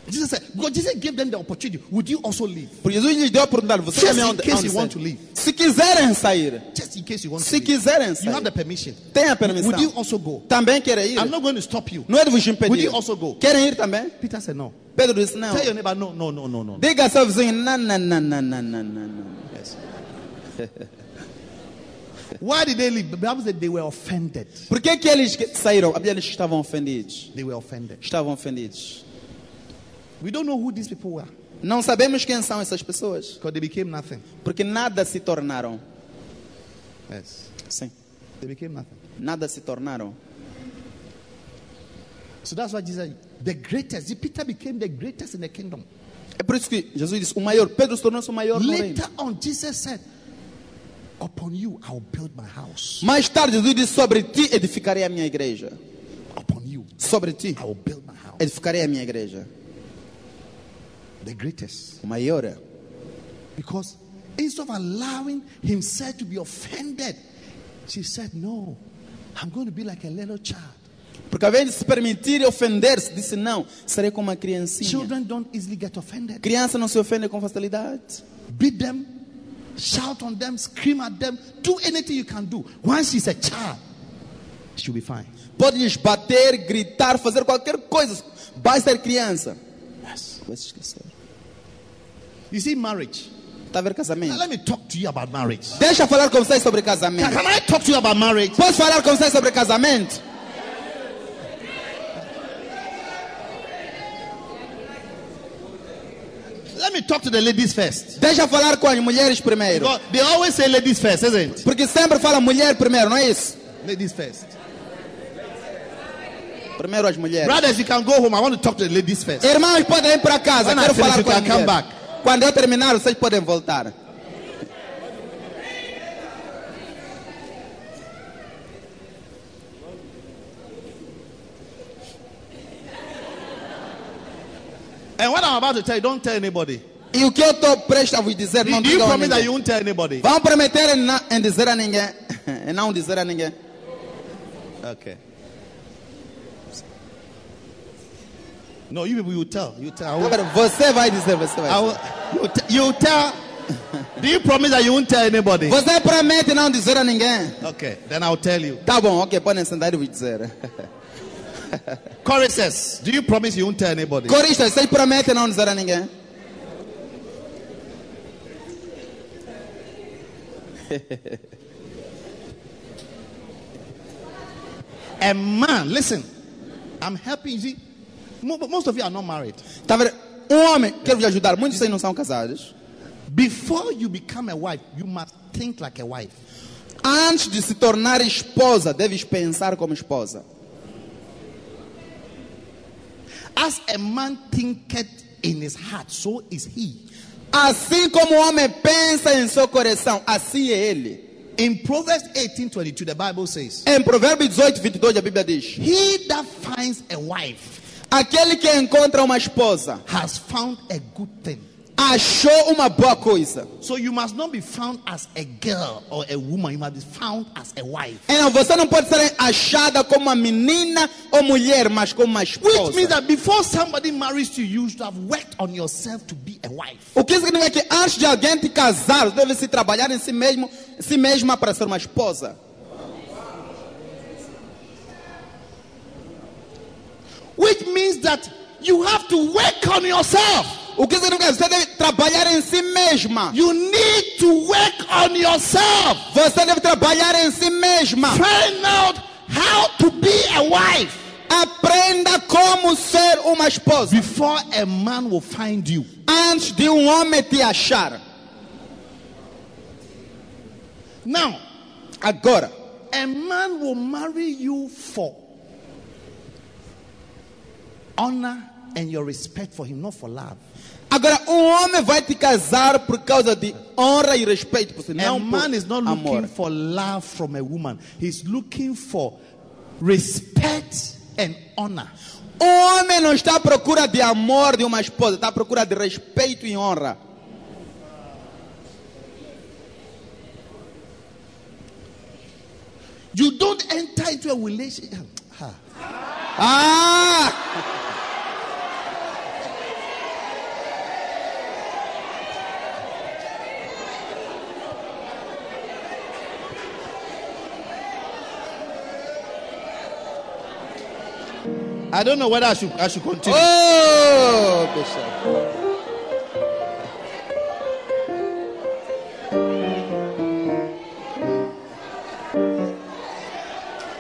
Jesus said, because Jesus gave them the opportunity. Would you also leave? Porque Jesus lhes deu a oportunidade. Você Just também é um in onde, case onde you sair? want to leave. Se quiserem sair, Just in case you want se to leave. quiserem You have the sair, permission. tem a permissão. Would you also go? Também querem ir. I'm not going to stop you. Não é de vos Would impedir. you also go? Querem ir também? Peter said, No. Pedro disse não. Tell your neighbor, no, no, no, no, no. Diga ao seu vizinho, não, não, não, não, não, não, não, não. Yes. Why did they leave? The Bible said they were offended. Por que que eles que- saíram? A Bíblia diz que estavam ofendidos. They were offended. Estavam ofendidos. We don't know who these people were Não sabemos quem são essas pessoas, because they became nothing. porque nada se tornaram. Yes. Sim, They became nothing. nada se tornaram. So that's why Jesus, the greatest, Peter became the greatest in the kingdom. É por isso que Jesus disse, o maior, Pedro se tornou-se o maior no reino. Later on, Jesus said, Upon you I will build my house. Mais tarde Jesus disse, sobre ti edificarei a minha igreja. Upon you Sobre ti I will build my house. edificarei a minha igreja. The greatest. O maior. é. Because instead of allowing himself to be offended, she said, No, I'm going to be like a little child. Porque ao invés de se permitir ofender-se, disse não, serei como uma criancinha. Children don't easily get offended. Criança não se ofende com facilidade. Beat them, shout on them, scream at them, do anything you can do. Once she's a child, she'll be fine. Pode lhes bater, gritar, fazer qualquer coisa. Basta ser criança. Yes. Vai se esquecer. You see, marriage. Está a ver Now, casamento? let me talk to you about marriage. Deixa eu falar com vocês sobre Can, casamento. can I talk to you about marriage? Posso falar com vocês sobre casamento? Let me talk to the ladies first. Deixa eu falar com as mulheres primeiro. Because they always say ladies first, isn't it? Porque sempre fala mulher primeiro, não é isso? Ladies first. Primeiro as mulheres. Brothers, you can go home. I want to talk to the ladies first. Irmãos, podem ir para casa. When I Quero finish, falar you com as can come mulheres. Quando eu terminar, vocês podem voltar. And what I'm about to tell you, don't tell anybody. E o que eu estou prestes a vos dizer, Do não do you digam a promise that you ninguém. won't tell anybody? Vão prometer em, na- em dizer a ninguém. Em não dizer a ninguém. Okay. No, you people, you tell. You tell. I will- Agora, você vai dizer, você vai I dizer. will- you, t- you tell. Do you promise that you won't tell anybody? Você promete não dizer a ninguém. Okay, then I'll tell you. Tá bom, ok, podem sentar e vos dizer. Choruses, do you promise you won't tell anybody? Coristas, vocês prometem não dizer a ninguém? A man, listen, I'm helping you. See, mo- most of you are not married. Tá vendo? Um homem, quero vos ajudar. Muitos de vocês não são casados. Before you become a wife, you must think like a wife. Antes de se tornar esposa, deves pensar como esposa. As a man thinketh in his heart, so is he. Assim como o homem pensa em seu coração, assim é ele. In Proverbs 18 22, the Bible says, Em Provérbio 18, 22, a Bíblia diz: He that finds a wife Aquele que encontra uma esposa has found a good thing. achou uma boa coisa. So you must not be found as a girl or a woman, you must be found as a wife. Então você não pode ser achada como uma menina ou mulher, mas como uma Which esposa. means that before somebody marries you, you should have worked on yourself to be a wife. O que significa que antes de alguém te casar, deve se trabalhar em si mesmo, em si mesma para ser uma esposa. Which means that you have to work on yourself. O que significa que você deve trabalhar em si mesma. You need to work on yourself. Você deve trabalhar em si mesma. Find out how to be a wife Aprenda como ser uma esposa before a man will find you. antes de um homem te achar. Now, Agora, a man will marry you for honor and your respect for him, not for love. agora um homem vai te casar por causa de honra e respeito por si, a não por man is not looking amor. for love from a woman, he's looking for respect and honor. O homem não está à procura de amor de uma esposa, está à procura de respeito e honra. You don't enter into a relationship. Ah. Ah! I don't know whether I should I should continue. Oh, bicho.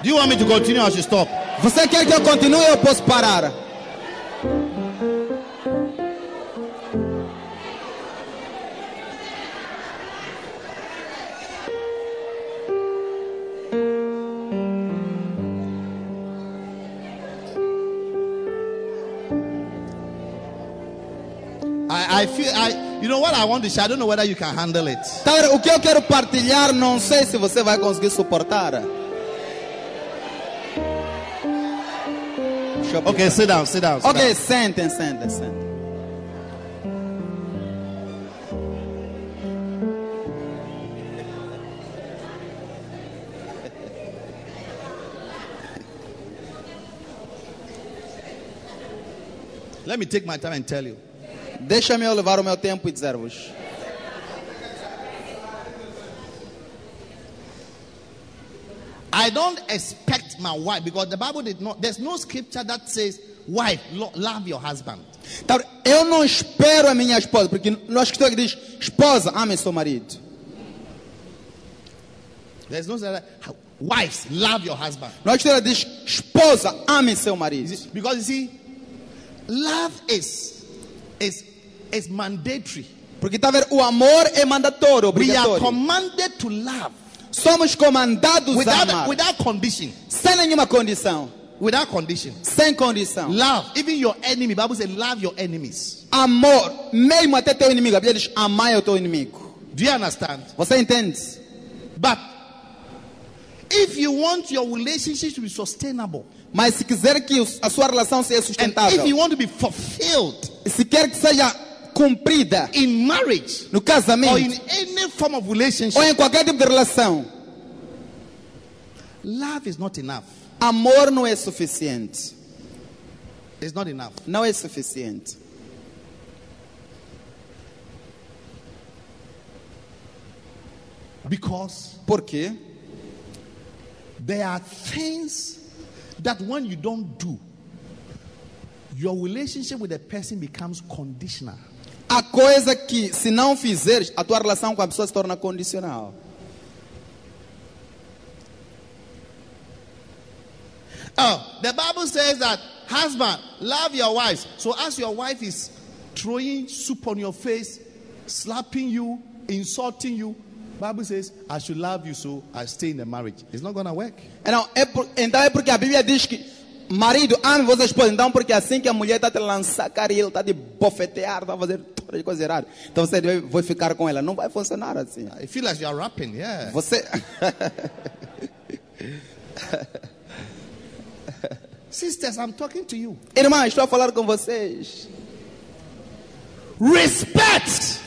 Do you want me to continue or I should stop? Você quer que eu continue ou eu posso parar? I, I feel I you know what I want to say. I don't know whether you can handle it. Tá, o que eu quero partilhar, não sei se você vai conseguir suportar. Deixa eu Okay, sit down, sit down. Sit Ok, sentem, sentem, sentem. down. Let me take my time and tell you. Deixa-me eu levar o meu tempo e dizer-vos. I don't expect my wife because the Bible did not, there's no scripture that says, wife, lo- love your husband. Então, eu não espero a minha esposa, porque nós que que diz, esposa, ame seu marido. There's no such that. Wives, love your husband. Nós que diz, esposa, ame seu marido. Because you see, love is, is, is mandatory. Porque está a ver, o amor é mandatório, We are obrigatório. commanded to love Somos comandados a without, amar, without condition. sem nenhuma condição, Without condition. sem condição. Love, even your enemy. Bible says, love your enemies. Amor, mesmo até teu inimigo. A Bíblia diz, amai o teu inimigo. Do you understand? Você entende? But if you want your relationship to be sustainable, Mas se quiser que o- a sua relação seja and if you sustentável, want to be fulfilled se quer que seja cumprida in marriage no or in casamento, any form of ou relationship, em qualquer tipo de relação, love is not enough. Amor não é suficiente. It's not enough. Não é suficiente. Because Por quê? there are things that when you don't do, your relationship with a person becomes conditional. Há coisa que, se não fizeres, a tua relação com a pessoa se torna condicional. Oh, the Bible says that husband, love your wives. So as your wife is throwing soup on your face, slapping you, insulting you, Bible says, I should love you so I stay in the marriage. It's not gonna work. É, Não, é por- então é porque a Bíblia diz que marido ame vossa esposa. Então, porque assim que a mulher está a te lançar caril, está a te bofetear, tá está a fazer todas as coisas erradas. Então você deve- vai ficar com ela. Não vai funcionar assim. I feel as you are rapping, yeah. Você. Sisters, I'm talking to you. Irmã, estou a falar com vocês. Respect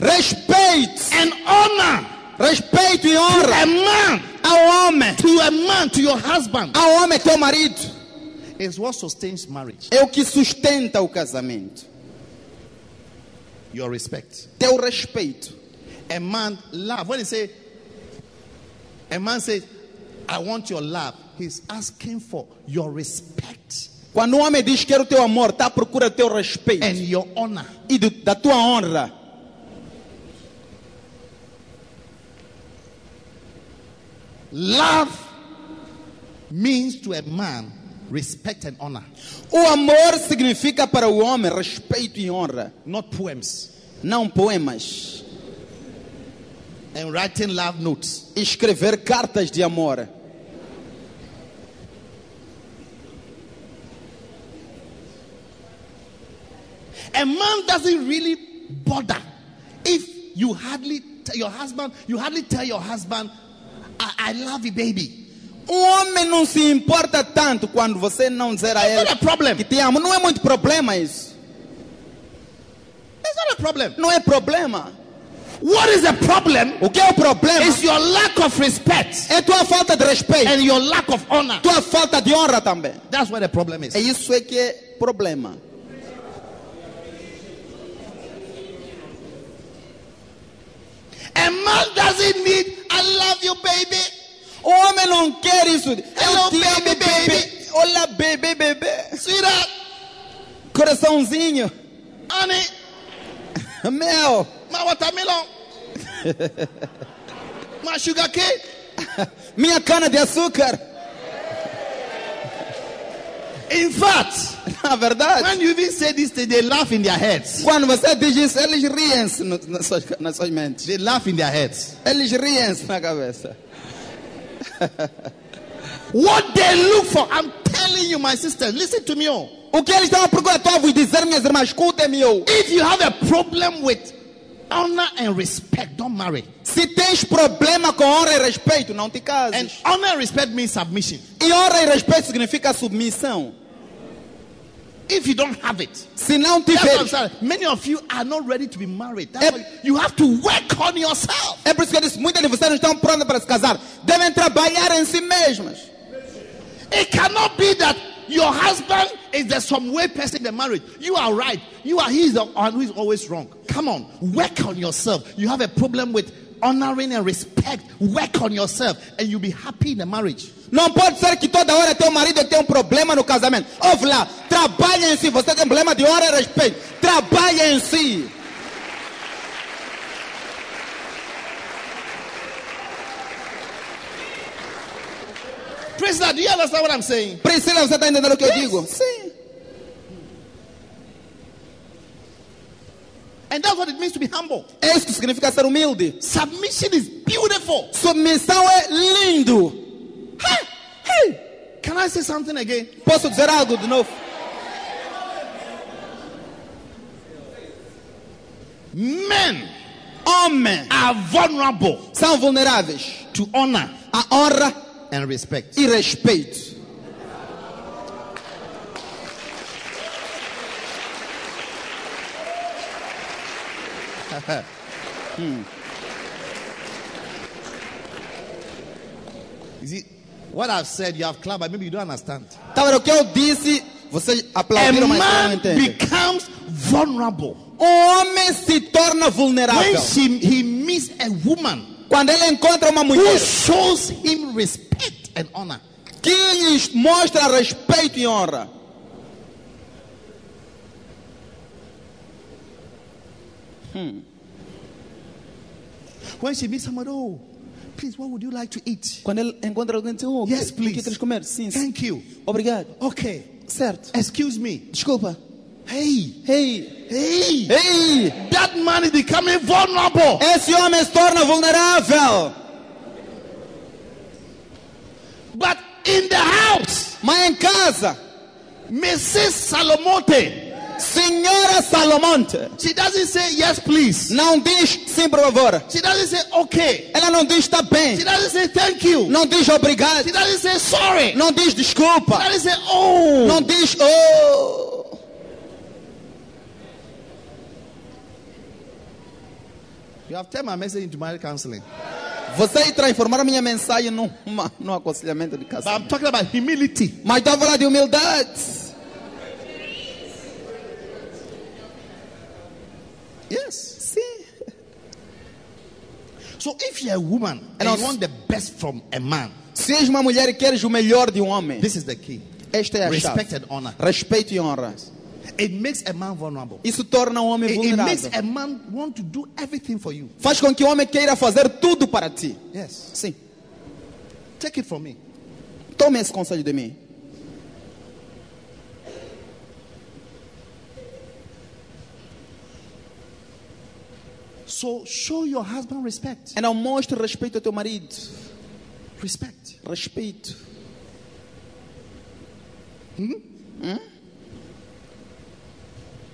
Respeito! and honor Respeito e to a honra man, ao homem. to a man, to your husband Ao homem, teu marido. is what sustains marriage. é o que sustenta o casamento. Your respect. Teu respeito. A man love. When he say, a man says, I want your love. He's asking for your respect Quando um homem diz quero o teu amor, está à procura do teu respeito and your honor. e do- da tua honra. Love means to a man respect and honor, O amor significa para o homem respeito e honra, not poems não poemas. and writing love notes. Escrever cartas de amor. A man doesn't really bother if you hardly tell your husband, you hardly tell your husband, I, I love you, baby. Um homem não se importa tanto quando você não dizer a It's ele not a problem. que te amo. Não é muito problema isso. It's not a problem. Não é problema. What is the problem? O que é o problema It's your lack of respect. é tua falta de respeito, and your lack of honor. tua falta de honra também. That's where the problem É is. isso é que é problema. A man doesn't need, I love you, baby. O homem não quer isso. Eu Hello, te amo, baby, bebê. Olá, bebê, bebê. Sweetheart, Coraçãozinho. honey, Mel. my watermelon, my sugar cane. Minha cana de açúcar. In fact, Na verdade, when you even say this, they, they laugh in their heads. quando você diz isso, eles riem-se no- nas suas, nas suas mentes. They laugh in their heads. Eles riem-se na cabeça. What they look for, I'm telling you, my sister, listen to me. Oh. O que eles estavam procurando? Estou a vos dizer, minhas irmãs, escutem-me. eu. If you have a problem with honor and respect, don't marry. Se tens problema com honra e respeito, não te And cases. honor and respect means submission. E honra e respeito significa submissão. If you don't have it, Se não That's what I'm tiveres. saying. Many of you are not ready to be married. That's Eh. why you have to work on yourself. É por isso que eu disse, muitas de vocês não estão prontas para se casar. Devem trabalhar em si mesmas. It cannot be that your husband is the some way person in the marriage. You are right. You are he's the one who is always wrong. Come on, work on yourself. You have a problem with honoring and respect, work on yourself, and you'll be happy in the marriage. Não pode ser que toda hora teu marido tenha um problema no casamento. Ouve lá, trabalha em si. Você tem problema de hora e respeito. Trabalha em si. Priscilla, do you understand what I'm saying? Priscila, você está entendendo o que eu digo? Sim. And that's what it means to be humble. É isso que significa ser humilde. Submission is beautiful. Submissão é lindo. Hey, hey. Can I say something again? Posso dizer algo de novo? Men Homens are vulnerable são vulneráveis to honor à honra and respect. e respeito. Hmm. You see, what I've said, you have clapped, but maybe you don't understand. Tá vendo o que eu disse? Vocês A aplaudiram, mas vocês não man entendem. becomes vulnerable Um homem se torna when vulnerável she, he meets a woman quando ele encontra uma who mulher shows him respect and honor. que lhes mostra respeito e honra. When she meets someone, oh, please, what would you like to eat? Quando ele encontra alguém, diz: oh, Yes, o please. que queres comer? Sim, sim. Thank you. Obrigado. Okay. Certo. Excuse me. Desculpa. Hey, Ei, hey. ei, That man is becoming vulnerable. esse homem se torna vulnerável. But in the house, Mas em casa, Mrs. Salomote, Senhora Salomonte she doesn't say yes, please. não diz sim, por favor. She doesn't say okay. Ela não diz está bem. She doesn't say thank you. Não diz obrigado. She doesn't say sorry. Não diz desculpa. She doesn't say oh. Não diz oh. You have turned my message into marriage counseling. Vocês transformaram minha mensagem num, num aconselhamento de But I'm casamento. talking about humility. Mas estou a falar de humildade. Yes. Sim. So if you're a woman and And you also- want the best from a man, Se és uma mulher e queres o melhor de um homem, this is the key. esta é a Respect chave. and honor. Respeito e honra. It makes a man vulnerable. Isso torna o homem It, it makes vulnerável. a man want to do everything for you. Faz com que o homem queira fazer tudo para ti. Yes. Sim. Take it from me. Tome esse conselho de mim. So show your husband respect. Então mostre respeito ao teu marido. Respect. Respeito.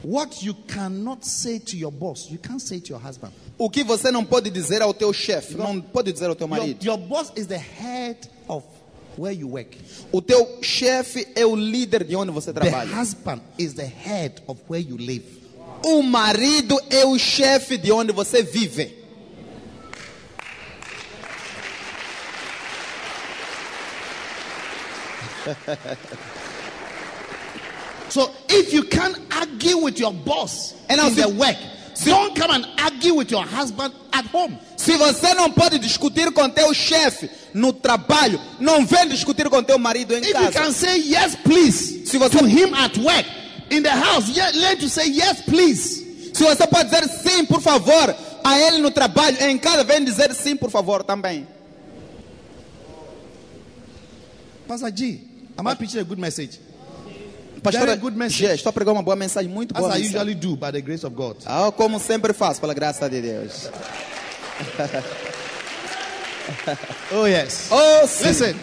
What you cannot say to your boss, you can't say to your husband. O que você não pode dizer ao teu chefe, não pode dizer ao teu Your, marido. your boss is the head of where you work. O teu chefe é o líder de onde você The trabalha. husband is the head of where you live. O marido é o chefe de onde você vive. So if you can't argue with your boss And I'll in say- the work, don't come and argue with your husband at home. Se você não pode discutir com teu chefe no trabalho, não vem discutir com teu marido em If you casa. can say yes, please Se você, to him at work, in the house, yeah, learn to say yes, please. se você pode dizer sim, por favor, a ele no trabalho, em casa, vem dizer sim, por favor, também. Pastor G, am I preaching a good message? Pastor, Very good message. Gê, estou a pregar uma boa mensagem, muito As boa I mensagem. usually do by the grace of God. Ah, como sempre faço, pela graça de Deus. Oh yes. Oh, sim. Listen,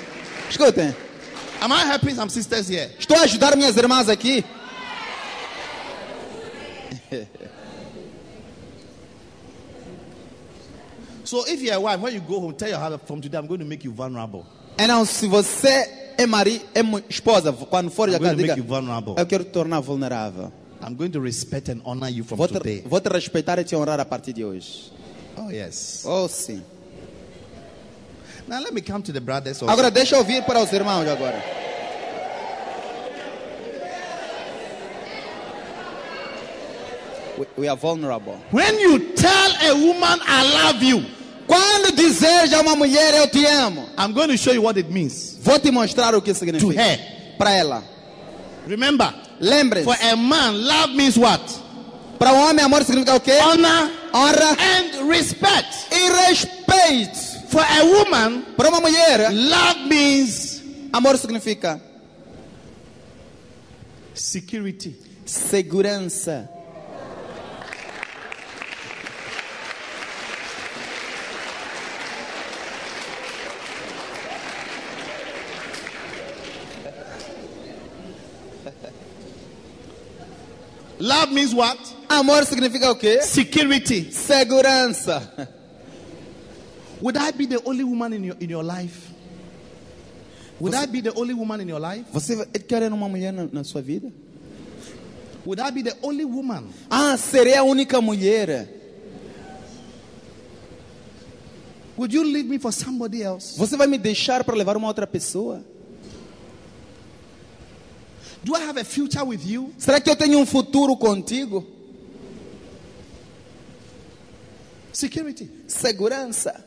Escutem, am I helping some sisters here? estou a ajudar minhas irmãs aqui. So if you're a wife, when you go home, tell your husband from today I'm going to make you vulnerable. Então, se você é marido, é mu- esposa, quando for de I'm casa, going to diga, make you vulnerable. eu quero te tornar vulnerável. I'm going to respect and honor you from Vou te, today. vou te respeitar e te honrar a partir de hoje. Oh yes. Oh, sim. Now let me come to the brothers. Also. Agora, deixa eu vir para os irmãos agora. We, we are vulnerable. When you tell a woman I love you, Quando dizeres a uma mulher eu te amo, I'm going to show you what it means vou te mostrar o que to significa her. para ela. Remember, Lembrem-se, for a man, love means what? para um homem amor significa o quê? Honor Honra and respect. e respeito. For a woman, Para uma mulher, love means amor significa security. segurança. Love means what? Amor significa o quê? Security. Segurança. Would I be the only woman in your, in your life? Would I be the only woman in your life? Você quer uma mulher na, na sua vida? Would I be the only woman? Ah, serei a única mulher. Would you leave me for somebody else? Você vai me deixar para levar uma outra pessoa? Do I have a future with you? Será que eu tenho um futuro contigo? Security. Segurança.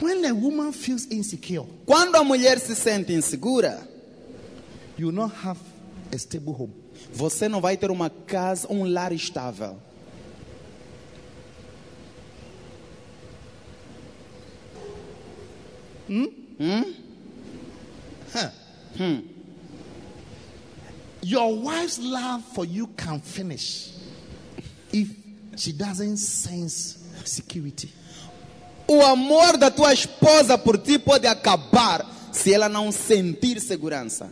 When a woman feels insecure, Quando a mulher se sente insegura, you will not have a stable home. você não vai ter uma casa, um lar estável. Huh. Your wife's love for you can finish if she doesn't sense security. O amor da tua esposa por ti pode acabar se ela não sentir segurança.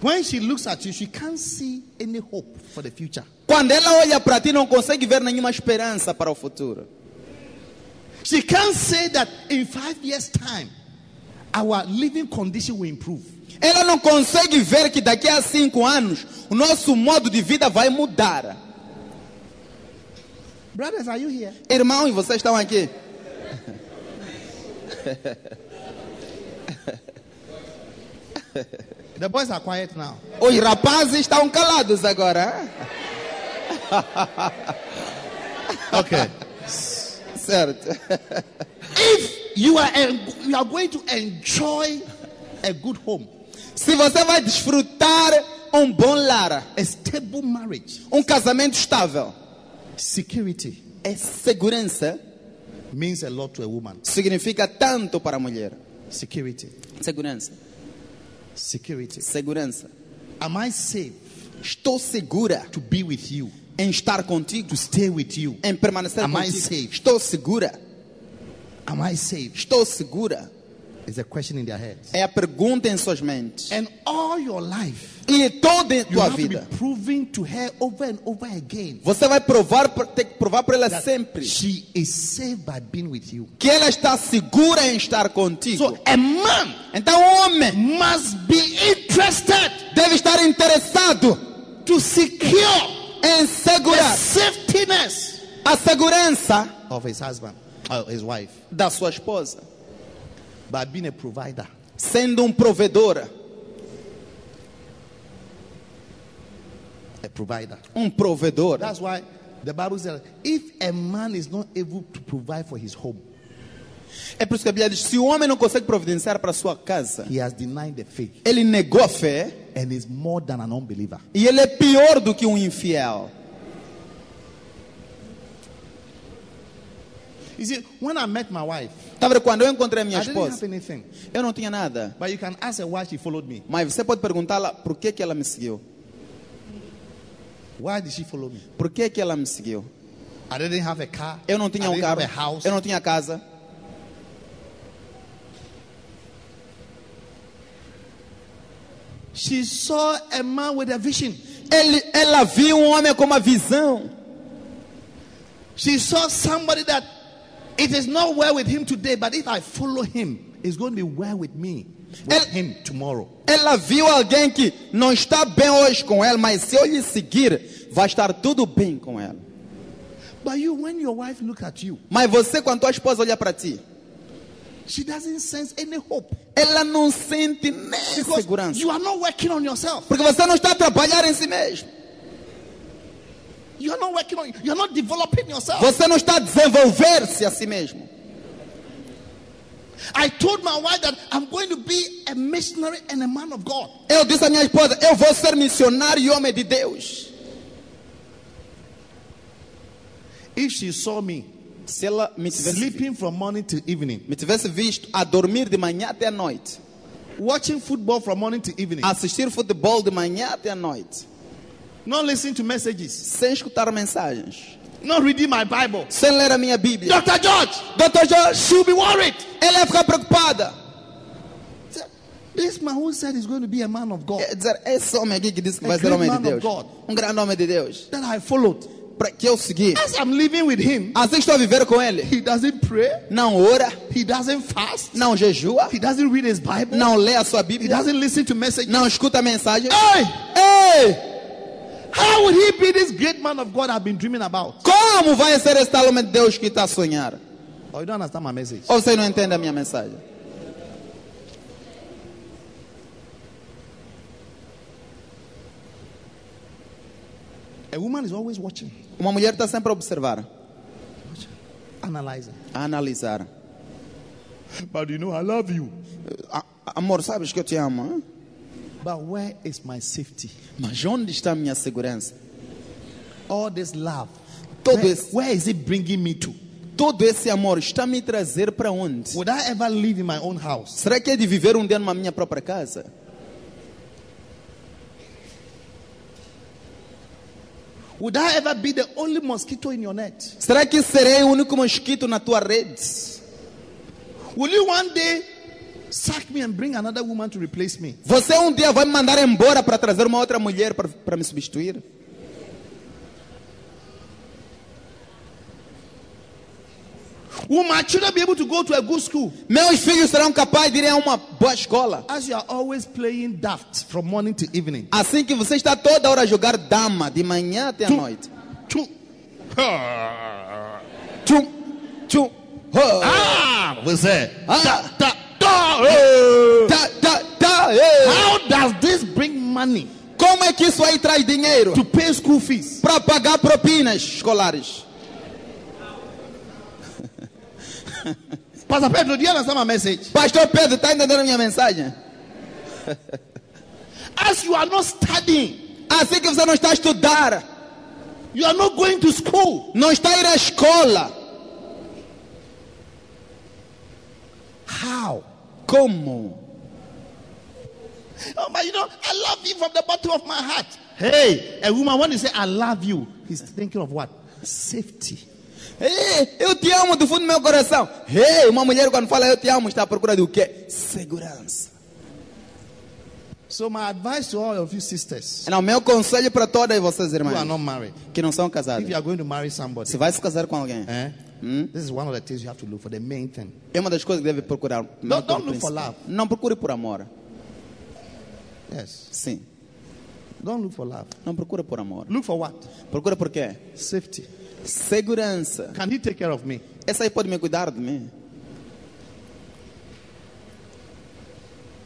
When she looks at you, she can't see any hope for the future. Quando ela olha para ti, não consegue ver nenhuma esperança para o futuro. She can't say that in five years' time, our living condition will improve. Ela não consegue ver que daqui a cinco anos o nosso modo de vida vai mudar. Brothers, are you here? Irmão, e vocês estão aqui? The boys are quiet now. Os rapazes estão calados agora. hein? Okay. Certo. if you are, en- you are going to enjoy a good home, Se você vai desfrutar um bom lar, a stable marriage, um casamento estável, security é segurança means a lot to a woman. significa tanto para a mulher. Security. Segurança, Security. segurança. Am I safe Estou segura to be with you, em estar contigo, to stay with you? em permanecer Am I contigo. safe? Estou segura, Am I safe? estou segura. Is a question in their heads. É a pergunta em suas mentes. And all your life, E toda a you tua have to be vida. proving to her over and over again Você vai provar, pra- ter que provar para ela that sempre she is saved by being with you. que ela está segura em estar contigo. So a man Então o homem must be interested deve estar interessado to secure em the segurar safetiness a segurança of his husband or his wife da sua esposa, by being a provider. sendo um provedor, A provider. um provedor. That's why the Bible says if a man is not able to provide for his home, É por isso que a Bíblia diz: se o homem não consegue providenciar para a sua casa, he has denied the faith ele negou a fé and is more than an unbeliever. e ele é pior do que um infiel. You see, when I met my wife, Tá vendo? Quando eu encontrei a minha I didn't have esposa, anything. eu não tinha nada. But you can ask her why she followed me. Mas você pode perguntá-la por que, que ela me seguiu. Why did she follow me? Por que, que ela me seguiu? I didn't have a car. Eu não I tinha um didn't carro, have a é house. eu não tinha casa. She saw a man with a vision. Ele, ela viu um homem com uma visão. She saw somebody that it is not well with him today, but if I follow him, it's going to be well with me, with El- him tomorrow. Ela viu alguém que não está bem hoje com ela, mas se eu lhe seguir, vai estar tudo bem com ela. But you, when your wife look at you, Mas você, quando tua esposa olha para ti, she doesn't sense any hope ela não sente nem because segurança. you are not working on yourself. Porque você não está a trabalhar em si mesmo. You're not working on You're not developing yourself. Você não está a desenvolver-se a si mesmo. I told my wife that I'm going to be a missionary and a man of God. Eu disse à minha esposa: Eu vou ser missionário e homem de Deus. If she saw me Se ela me tivesse, sleeping from morning to evening, me tivesse visto a dormir de manhã até a noite, watching football from morning to evening, assistir futebol de manhã até a noite, not listening to messages, sem escutar mensagens, not reading my Bible, sem ler a minha Bíblia, Dr. George, Dr. Jorge, she'll be worried. ela ia ficar preocupada. This man who said he's going to be a man of God É dizer, esse homem aqui que disse que A vai ser great homem de man of Deus, God. um grande homem de Deus, that I followed. para que eu seguir. As I'm living with him, Assim estou a viver com ele. he doesn't pray, Não ora, he doesn't fast, não jejua, he doesn't read his Bible, não lê a sua he Bíblia, doesn't Ah! listen to messages. não escuta a mensagem. Hey, Ei, how would he be this great man of God I've been dreaming about? como vai ser esse tal homem de Deus que está a sonhar? Oh, you don't understand my message. Ou você não entende a minha mensagem? A woman is always watching, Uma mulher está sempre a observar, analyzing. a analisar. But you know, I love you. A- a- amor, sabes que eu te amo, hein? But where is my safety? mas onde está a minha segurança? All this love. Todo where- esse- where is it bringing me to? Todo esse amor está a me trazer para onde? Would I ever live in my own house? Será que é de viver um dia numa minha própria casa? Would I ever be the only mosquito in your net? Será que serei o único mosquito na tua rede? Will you one day sack me and bring another woman to replace me? Você um dia vai me mandar embora para trazer uma outra mulher para- para me substituir? Will my children be able to go to a good school? Meus filhos serão capazes de ir a uma boa escola. As you are always playing daft from morning to evening. Assim que você está toda hora a jogar dama, de manhã até à Tum. noite. Choo. Tchum, tchum, ho, Ah, what's that? Ah. Da, da, da, eh. tá, tá, tá, ei. How does this bring money Como é que isso aí traz dinheiro? to pay school fees? Para pagar propinas escolares. Pastor Pedro, do you understand my message? Pastor Pedro, está entendendo a minha mensagem? As you are not studying, Assim que você não está a estudar, you are not going to school. não está a ir à escola. How? Como? Oh, but you know, I love you from the bottom of my heart. Hey, a woman, when you say I love you, he's thinking of what? Safety. Ei, eu te amo do fundo do meu coração. Ei, uma mulher quando fala eu te amo está à procura do quê? Segurança. So my advice to all of you sisters Não, É meu conselho para todas vocês, who are irmãs, not married, que não são if casadas. you are going to marry somebody, Se vai se casar com alguém, hum? eh, this is one of the things you have to look for. The main thing. é uma das coisas que deve procurar. Não, don't look for love. não procure por amor. Yes. Sim, Don't look for love. não procure por amor. Look for what? Procura por quê? Safety. Segurança. Can he take care of me? Essa aí pode me cuidar de mim.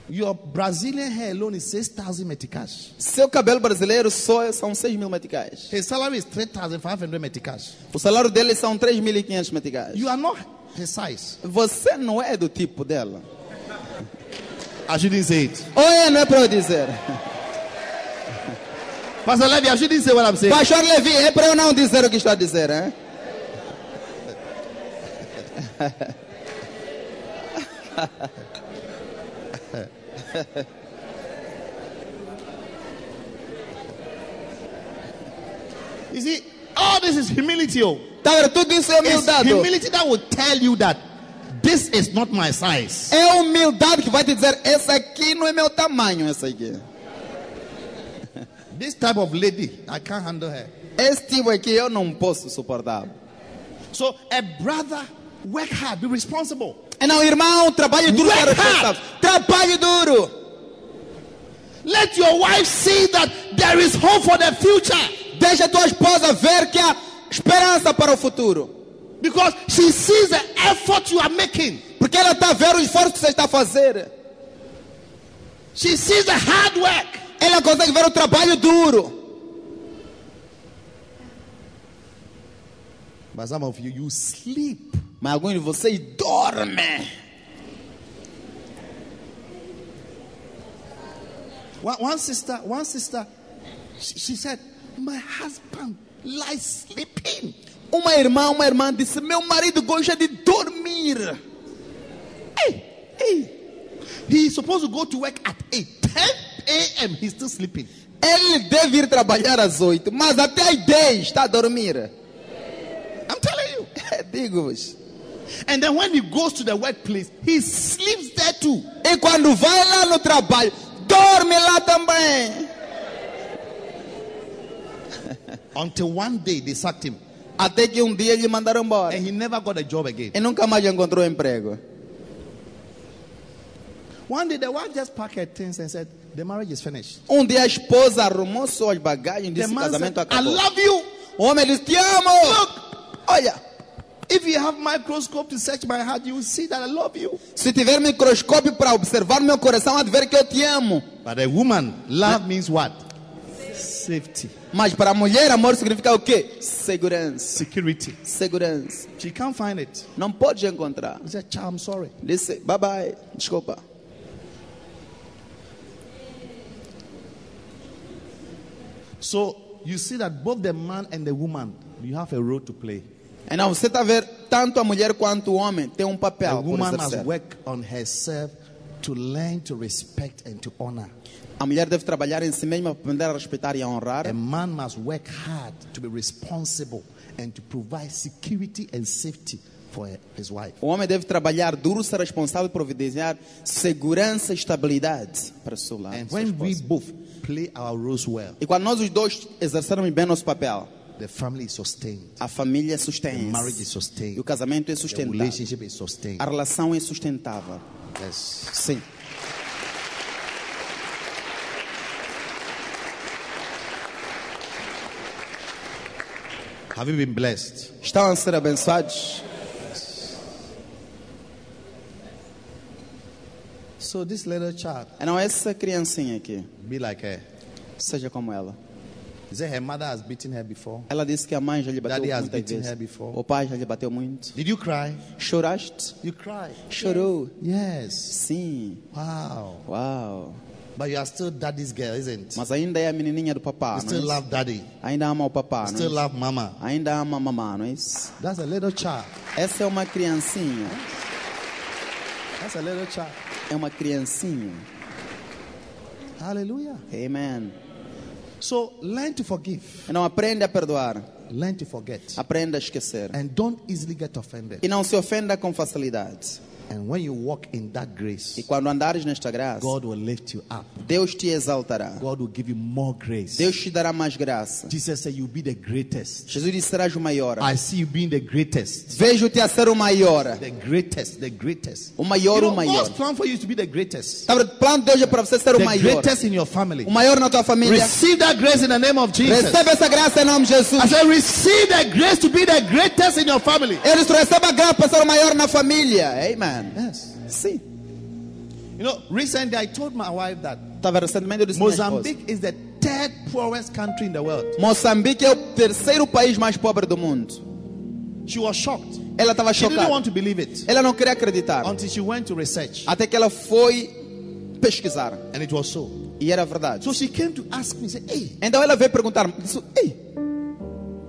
Your Brazilian hair alone is 6,000 meticas. Seu cabelo brasileiro só são 6 mil meticais. His salary is 3,500 meticas. O salário dele são 3.500 meticais. You are not his size. Você não é do tipo dela. I shouldn't say it. Ou é, não é para eu dizer. Pastor Levy, I shouldn't say what I'm saying. Pastor Levi, é para eu não dizer o que está a dizer, hein? You see, all this is humility. Oh. Tá vendo? Tudo isso é It's humildade. humility that will tell you that this is not my size. É humildade que vai te dizer, essa aqui não é meu tamanho, essa aqui. This type of lady, I can't handle her. Esse tipo aqui eu não posso suportar. So, a brother, work hard, be responsible. É Não, irmão, trabalhe duro para Work hard. responsável. Trabalhe duro. Let your wife see that there is hope for the future Deixa tua esposa ver que há esperança para o futuro. because she sees the effort you are making. Porque ela está a ver o esforço que você está a fazer. She sees the hard work. Ela consegue ver o trabalho duro. But some of you, you sleep. Mas alguns de vocês dormem. One, one sister, one sister, she, she said, My husband lies sleeping. Uma irmã, uma irmã disse: Meu marido gosta de dormir. Hey, hey. He's supposed to go to work at 8, 10 a.m. He's still sleeping. Ele deve ir trabalhar às 8, mas até às 10 está a dormir. I'm telling you. Digo-vos. And then when he goes to the workplace, he sleeps there too. E quando vai lá no trabalho, dorme lá também. Until one day they sacked him. Até que um dia lhe mandaram embora. And he never got a job again. E nunca mais encontrou emprego. One day the wife just packed her things and said, The marriage is finished. Um dia a esposa arrumou suas bagagens e The disse: man said, casamento I acabou. love you. O homem disse: Te amo. Olha, If you have microscope to search my heart, you will see that I love you. se tiver microscópio para observar meu coração, há de ver que eu te amo. But a woman, love means what? Safety, Mas para a mulher, amor significa o quê? Segurança. security. Segurança. She can't find it. Não pode encontrar. He said, Child, I'm sorry. Disse: Bye bye. Desculpa. So you see that both the man and the woman, you have a role to play. Então você está a ver, tanto a mulher quanto o homem tem um papel. The por woman exercer. must work on herself to learn to respect and to honor. A mulher deve trabalhar em si mesma para aprender a respeitar e a honrar. A man must work hard to be responsible and to provide security and safety for his wife. O homem deve trabalhar duro, ser responsável e providenciar segurança e estabilidade para o seu lado. And sua when we esposa. both play our roles well, E quando nós os dois exercermos bem nosso papel, the family is sustained, a família the sustém marriage is E o sustained, casamento é the sustentável. relationship is sustained. A relação é sustentável. Yes. Sim. Have you been blessed? Estão a ser abençoados? So this little child, É, Não, essa criancinha aqui, be like her. seja como ela. He said her mother has beaten her before. Ela disse que a mãe já lhe bateu Daddy has muitas beaten her vezes. before. O pai já lhe bateu muito. Did you cry? Choraste? You cried. Chorou. Yes. Sim. Wow. Uau. But you are still daddy's girl, isn't it? You Mas ainda é a menininha do papá, não é? still isso? love daddy. Ainda ama o papá, não You é? still isso? love mama. Ainda ama a mamá, não é isso? That's a little child. Essa é uma criancinha. That's a little child. É uma criancinha. Hallelujah. Amen. So learn to forgive. Não aprende a perdoar. Learn to forget. Aprenda a esquecer. And don't easily get offended. E não se ofenda com facilidade. And when you walk in that E grace, quando andares nesta graça, God will lift you up. Deus te exaltará. God will give you more grace. Deus te dará mais graça. Jesus said, You'll be the greatest. Jesus disse: serás o maior. I see you being the greatest. Vejo-te a ser o maior. The greatest. The greatest. O maior, o maior. God's plan for you is to be the greatest. Tá, o plano de Deus é para você ser o The maior. greatest in your family. O maior na tua família. Receive that grace in the name of Jesus. Receba essa graça em nome de Jesus. I said, receive the grace to be the greatest in your family. Eles recebem a graça para ser o maior na família. Amen. Yes. Sim. You know, recently I told my wife that Estava recentemente eu disse à minha esposa, Mozambique is the third poorest country in the world. Moçambique é o terceiro país mais pobre do mundo. She was shocked. Ela estava She didn't chocada. want to believe it Ela não queria acreditar. until she went to research, Até que ela foi pesquisar. and it was so. E era verdade. So she came to ask me, say, "Hey, Então ela veio perguntar-me. disse, Ei,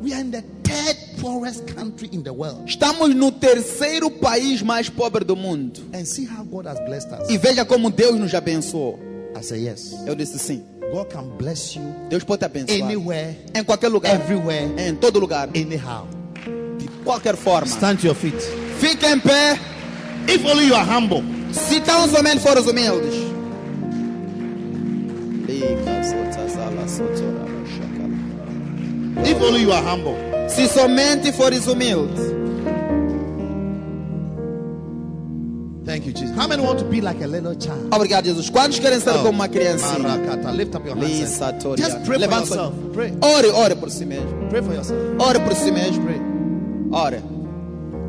we are in the third poorest country in the world, estamos no terceiro país mais pobre do mundo. and see how God has blessed us." E veja como Deus nos abençoou. I said, "Yes, Eu disse sim. God can bless you Deus pode te abençoar. anywhere, Em qualquer lugar. everywhere, Em todo lugar. De anyhow." qualquer forma. Stand to your feet. Fique em pé. If only you are humble. Se tá um tão somente fores humildes. Liga, sota, zala, sotora, shakala. If only you are humble. Se somente fores humilde. Thank you, Jesus. How many want to be like a little child? Obrigado, Jesus. Quantos querem ser como uma criancinha? Marakata. Lift up your hands. Lisa, and- Toria. Just pray for Levanta- yourself. Pray. Ore, ore por si mesmo. Pray for yourself. Ore por si mesmo. Pray. Ore.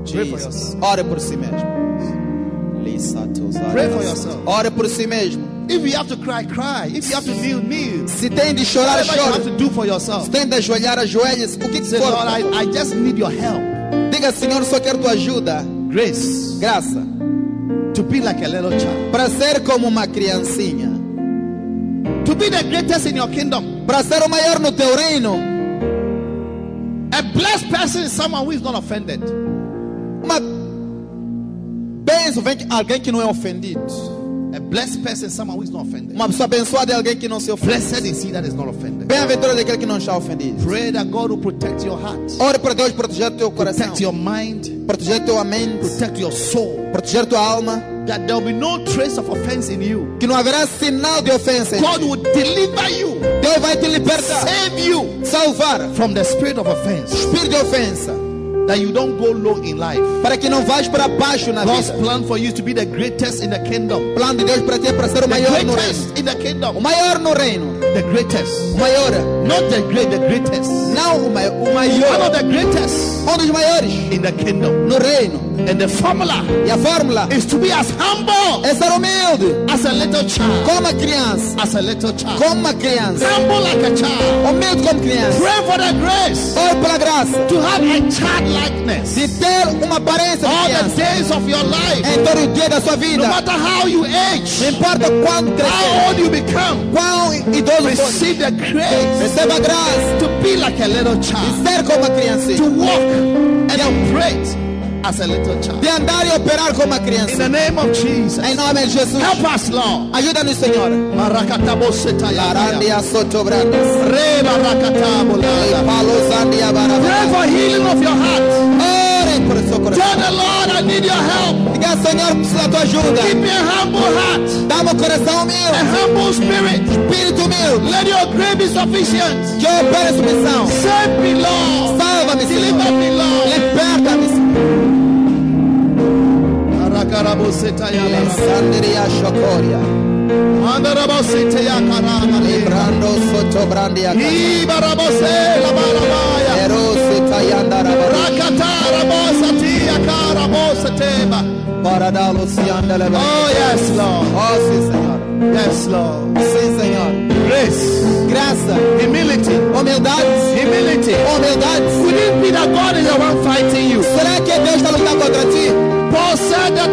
Pray for Jesus. yourself. Ore por si mesmo. Lisa, tosara, Pray for yourself. Ore por si mesmo. If you have to cry, cry. If you have to kneel, kneel. Se tem de chorar, Whatever you chore. have to do for yourself. Se tem de ajoelhar, ajoelhe-se. O que que Say, Lord, for? I, I just need your help. Diga, Senhor, só quero tua ajuda, Grace graça, to be like a little child. para ser como uma criancinha, To be the greatest in your kingdom. para ser o maior no teu reino. A blessed person is someone who is not offended. Uma bênção vem de alguém que não é ofendido. A blessed person is someone who is not offended. Uma pessoa abençoada é alguém que não se ofende. Blessed is he that is not offended. Bem-aventurado é aquele que não está ofendido. Pray that God will protect your heart, Ore para Deus proteger teu coração, protect your mind, proteger tua mente, protect your soul. proteger tua alma. That there will be no trace of offense in you. Que não haverá sinal de ofensa. em ti. God will deliver you, Deus vai te libertar, save you salvar, from the spirit of offense. espírito de ofensa, That you don't go low in life. para que não vás para baixo na God's vida. plan for you is to be the greatest in the kingdom. O plano de Deus para ti é para ser o The maior no reino. greatest in the O kingdom. maior no reino. The O greatest. maior. Not the great, the greatest. Não o maior. O One maior. of the greatest Um dos maiores in the kingdom. no reino. And the formula E a fórmula is to be as humble é ser humilde. as a little child. Como a criança. As a little child. Como uma criança. Humble like a child. Humilde como criança. Pray for the grace Ore pela graça to have a childlikeness de ter uma aparência de all the criança days of your life. em todo o dia da sua vida. No matter how you Não age, importa quanto crescer, how old you become, quão idoso for. receive the grace Receba a graça to be like a little de child. ser como uma criança. to walk and operate as a little De child. andar e operar como uma In criança. the name of Jesus, Em nome de Jesus. help us, Lord. Ajuda-nos, Senhor. Marakatabo setayaraya. Arandia sotobrandas. Re barakatabo laya. Palosandia Pray barabá. for healing of your heart. Orem por seu coração. Tell the Lord, I need your help. Diga, Senhor, preciso da tua ajuda. Keep me a humble heart, Dá-me um coração a humilde, humble spirit. espírito humilde. Let your grace be sufficient. Que eu opere a submissão. Save me, Lord. Salva-me, Deliver Senhor. me, Lord. Liberta-me, Senhor. Marakarabo setayaraya. Alexandria Chocoria. Andarabo setayakaraya. Librando sotobrandia. Ibarabose labarabaya. Erose tayandarabá. Rakatara bosatia kara bosateba. Paradá Lucianda Lebá. Oh yes, Lord. Oh, sim, Senhor. Yes, Lord. Sim, Senhor. Grace, Graça. humility, Humildade. humility. Humildade. Could it be that God is the one fighting you? Será que Deus está lutando contra ti? Paul said that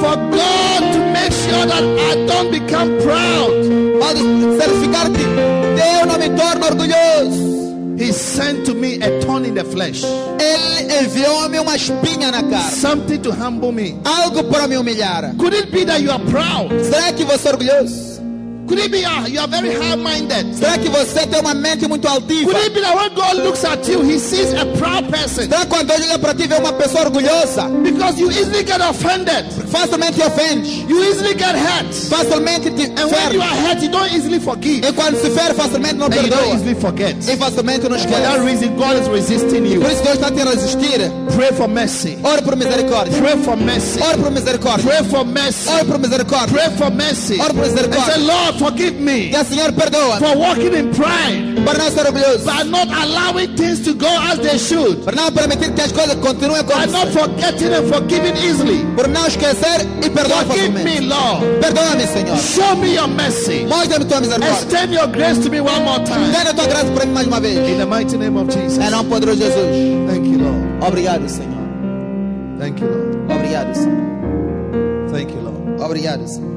for God to make sure that I don't become proud, Pode certificar que Deus não me torna orgulhoso. He sent to me a thorn in the flesh, Ele enviou-me uma espinha na cara. something to humble me. Algo para me humilhar. Could it be that you are proud? Será que você é orgulhoso? Could it be you are, you are very high-minded? Será que você tem uma mente muito altiva? Could it be that when God looks at you, He sees a proud person? Será que quando Deus olha para ti vê uma pessoa orgulhosa? Because you easily get offended. Facilmente te ofende. You easily get hurt. Facilmente te And when you fere. are hurt, you don't easily forgive. E quando se fere, facilmente não And you don't perdoa. easily forget. E facilmente não For that esquece. reason, God is resisting Por you. isso Deus está te resistir. Pray for mercy. Ore por misericórdia. Pray for mercy. Ore por misericórdia. Pray for mercy. Ore por misericórdia. Pray for mercy. Ore por And say, misericórdia. Lord, forgive me Diga, Senhor, perdoa for walking in pride, para não ser orgulhoso. by not allowing things to go as they should, Por não permitir que as coisas continuem by acontecendo. not forgetting and forgiving easily. Por não esquecer e perdoar Forgive me, facilmente. Lord. Perdoa-me, Senhor. Show me your mercy. Mostra-me tua misericórdia. Extend your grace to me one more time. Dê a tua graça para mim mais uma vez. In the mighty name of Jesus. Em nome poderoso de Jesus. Thank you, Lord. Obrigado, Senhor. Thank you, Lord. Obrigado, Senhor. Thank you, Lord. Obrigado, Senhor.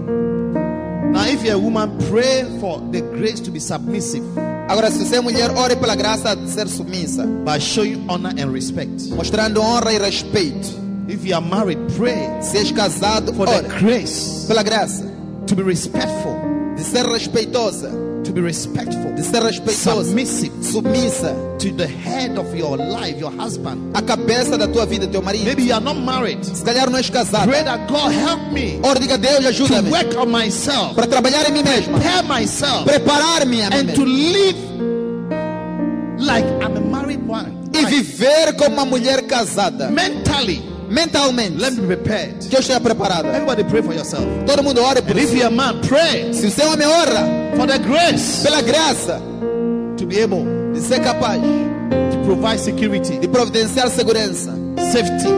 Now, if you're a woman, pray for the grace to be submissive Agora, se você é mulher, ore pela graça de ser submissa, by showing honor and respect. mostrando honra e respeito. If you are married, pray Se és casado, for the ore grace pela graça to be respectful, de ser respeitosa, to be respectful, de ser respeitosa, submissive submissa to the head of your life, your husband. à cabeça da tua vida, teu marido. Maybe you are not married. Se calhar não és casado. Pray that God help me Ora, diga Deus, to ajuda-me work on myself, para trabalhar em mim mesma, prepare myself, preparar-me a mim and to mesma live like I'm a married one. e viver como uma mulher casada, mentally mentalmente. let me be prepared Que eu esteja preparada. everybody pray for yourself Todo mundo ore por and if isso. you're a man pray Se o Senhor me honra for the grace pela graça to be able de ser capaz to provide security de providenciar segurança, safety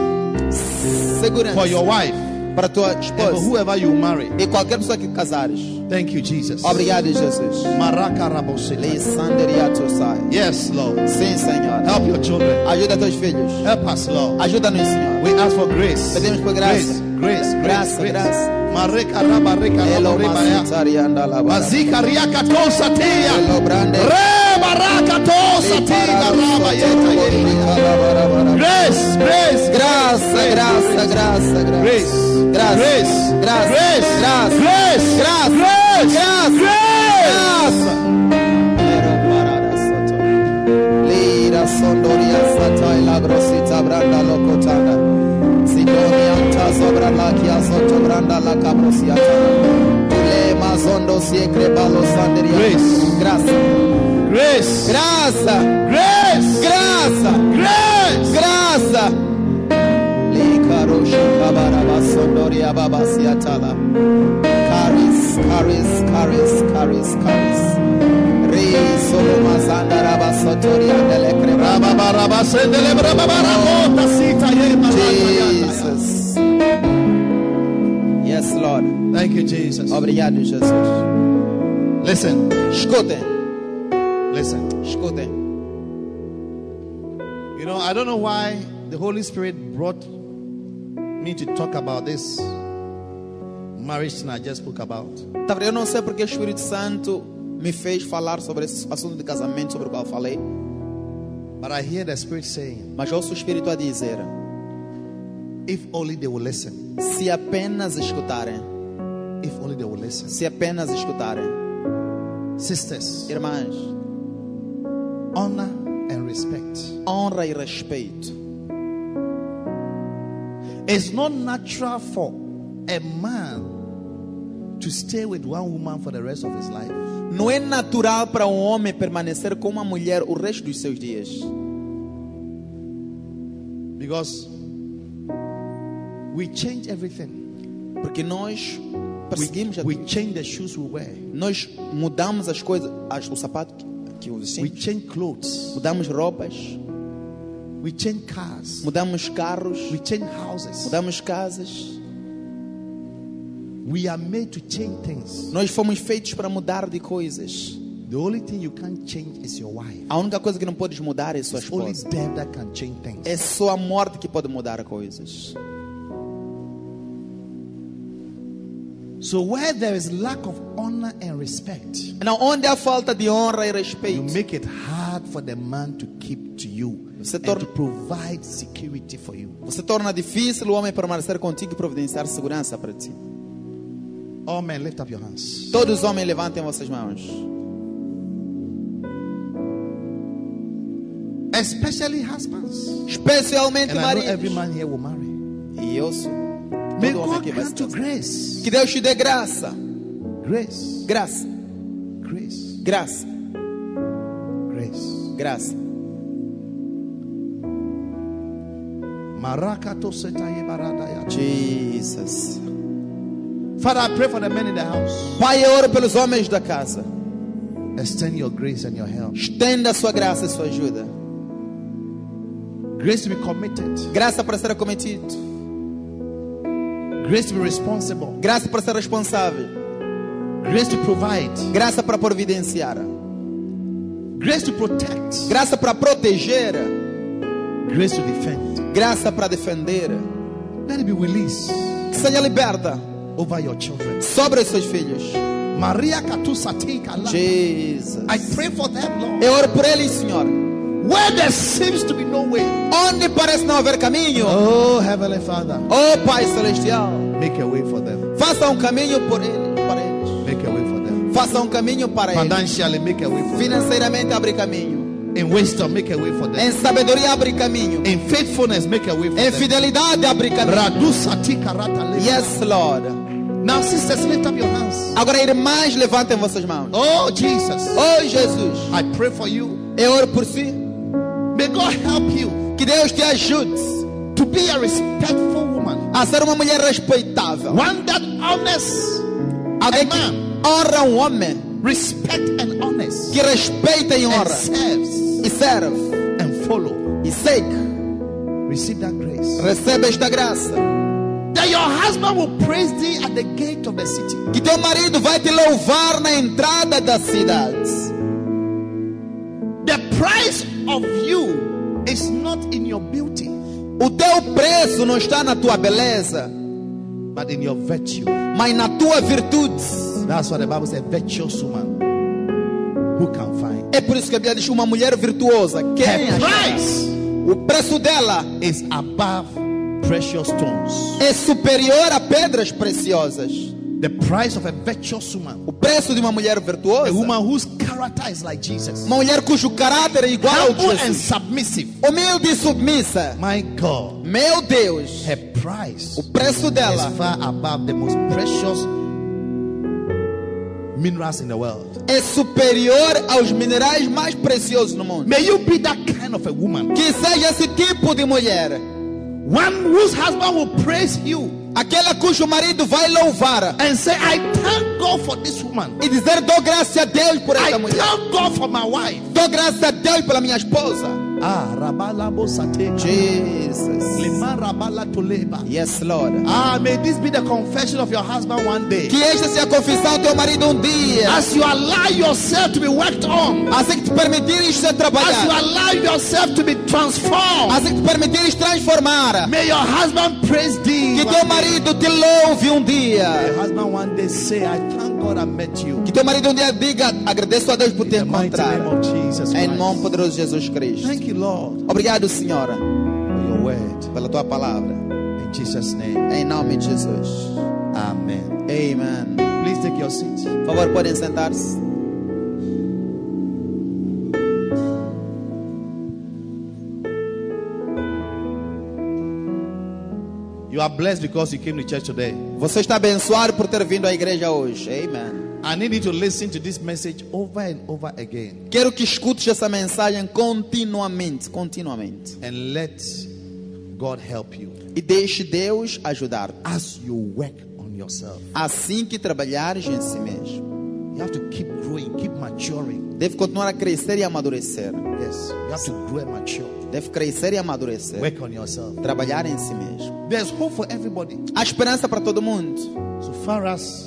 for segurança your wife para tua and for esposa whoever you marry e qualquer pessoa que casares. Thank you, Jesus. Obrigado, Jesus. Maraca rabosele. Lissanderia Tosai. Yes, Lord. Sim, Senhor. Help your children. Ajuda teus filhos. Help us, Lord. Ajuda-nos, Senhor. We ask for grace. Pedimos por graça. Grace, grace, Graça, grace. graça. Mareka rabareka Elo rabarebaya. masitari andalabara. Bazika riaka tosatia. Elo brande. Rebaraka tosatia rabayeta yeria. Grace, grace, Graça, graça, graça, graça. Grace, Graça. grace, Graça. grace, Graça. grace, Graça. grace, Graça. grace. Graça. Lero parara soto. Lira sondoria satai labrosita branda locotana. Sidonia tazo branda kia soto branda la cabrosiata. Tule mazondo siecre balo sanderia. Grace. Graça. Grace, Graça. grace, Graça. grace. Graça. Likaroshi kabaraba sondoria babasiatala. Caris, caris, caris, caris, caris. Rei solomazanda rabasotoria delecreba. Rababarabasedele brababarabota sita ye maraka yata. Jesus. Yes, Lord. Thank you, Jesus. Obrigado, Jesus. Listen, Escutem, listen. escutem. You know, I don't know why the Holy Spirit brought me to talk about this marriage thing I just spoke about. Tá vendo? Eu não sei porque o Espírito Santo me fez falar sobre esse assunto de casamento sobre o qual eu falei, But I hear the Spirit saying, mas eu ouço o Espírito a dizer: if only they will listen, se apenas escutarem, if only they will listen. se apenas escutarem, Sisters, irmãs, honor and respect. honra e respeito. It's not natural for a man to stay with one woman for the rest of his life. Não é natural para um homem permanecer com uma mulher o resto dos seus dias, Because we change everything. porque nós We, perseguimos a we change the shoes we wear. Nós mudamos as coisas, as, o sapato que, que We vestimos, change clothes. mudamos roupas, We change cars. mudamos carros, We change houses. mudamos casas. We are made to change things. Nós fomos feitos para mudar de coisas. The only thing you can't change is your wife. A única coisa que não podes mudar é a sua It's only esposa. them that can change things. É só a morte que pode mudar coisas. So where there is lack of honor and respect, Não, onde há falta de honra e you respeito, make it hard for the man to keep to you Você and torna- to provide security for you. você torna difícil o homem permanecer contigo e providenciar segurança para ti. All men, lift up your hands. Todos os homens levantem vossas mãos. Especially husbands. Especialmente And I know every maridos. man here will marry. E eu sou May todo homem God que vai se grant to casar. grace. Que Deus te dê graça. Grace. Graça, Grace. graça, Grace. graça. Maraka to setaye baradaya. Jesus. Father, I pray for the men in the house. Pai, eu oro pelos homens da casa. Extend your grace and your help. Estenda a sua graça e sua ajuda. Grace to be committed. Graça para ser acometido. Grace to be responsible. Graça para ser responsável. Grace to provide. Graça para providenciar. Grace to protect. Graça para proteger. Grace to defend. Graça para defender. Let it be released Que seja liberta over your children. sobre os seus filhos. Maria Katusatika. la- Jesus. I pray for them, Lord. Eu oro por eles, Senhor. Where there seems to be no way. Onde parece não haver caminho, Oh, Heavenly Father, oh Pai Celestial, make a way for them. faça um caminho por eles, para eles. Make a way for them. Faça um caminho para eles. Financially, make a way for them. Financeiramente abre caminho. In wisdom, make a way for them. Em sabedoria abre caminho. In faithfulness, make a way for Em them. fidelidade abre caminho. Radusatika rata le- Yes, Lord. Now, sisters, lift up your hands. Agora, irmãs, levantem vossas mãos. Oh, Jesus. Oh, Jesus, I pray for you. eu oro por si. May God help you Que Deus te ajude to be a respectful woman, a ser uma mulher respeitável. one that honors a Alguém que man, honra um homem, respect and honors, que respeita e and honra, serves e serve, and follow. e segue. Receive that grace. Recebe esta graça. Then your husband will praise thee at the gate of the city. que teu marido vai te louvar na entrada da cidade. The price of you is not in your beauty, O teu preço não está na tua beleza, but in your virtue. mas na tua virtude. That's what the Bible says virtuous woman. Who can find? É por isso que a Bíblia diz: uma mulher virtuosa, quem Her achará? price O preço dela is above precious stones. é superior a pedras preciosas. The price of a virtuous woman. O preço de uma mulher virtuosa, A woman whose character is like Jesus. uma mulher cujo caráter é igual ao de Humble and Jesus, submissive. humilde e submissa. My God. Meu Deus, Her price o preço dela is far above the most precious minerals in the world. é superior aos minerais mais preciosos no mundo. May you be that kind of a woman. Que seja esse tipo de mulher, One whose husband will praise you aquela cujo marido vai louvar and say, I thank God for this woman. e dizer: Dou graças a Deus por I esta mulher, thank God for my wife. dou graças a Deus pela minha esposa. Ah, Rabalabo Sate. Jesus, Lima Rabala Toleba. yes, Lord. Ah, may this be the confession of your husband one day. Que esta seja a confissão do teu marido um dia. As you allow yourself to be worked on, Assim que te permitires ser as you trabalhado, allow yourself to be transformed, assim que te permitires transformar, may your husband praise thee. que one teu day. marido te louve um dia. Your husband one day say, I thank God I met you. Que teu marido um dia diga: Agradeço a Deus por te In the mighty name encontrar. of Jesus Em nome Christ. poderoso de Jesus Cristo. Thank you, Lord, Obrigado, Senhora, for your word. pela tua palavra. In Jesus' name. Em nome de Jesus. Amen. Amém. Please take your seats. Por favor, podem sentar-se. You are blessed because you came to church today. Você está abençoado por ter vindo à igreja hoje. Amém. I need you to listen to this message over and over again Quero que escutes essa mensagem continuamente, continuamente. and let God help you E deixe Deus ajudar. as you work on yourself. Assim que trabalhares em si mesmo, You have to keep growing, keep maturing. deve continuar a crescer e amadurecer. Yes, you have to grow and mature. Deve crescer e amadurecer. Work on yourself. Trabalhar em si mesmo. There's hope for everybody. Há esperança para todo mundo. So far as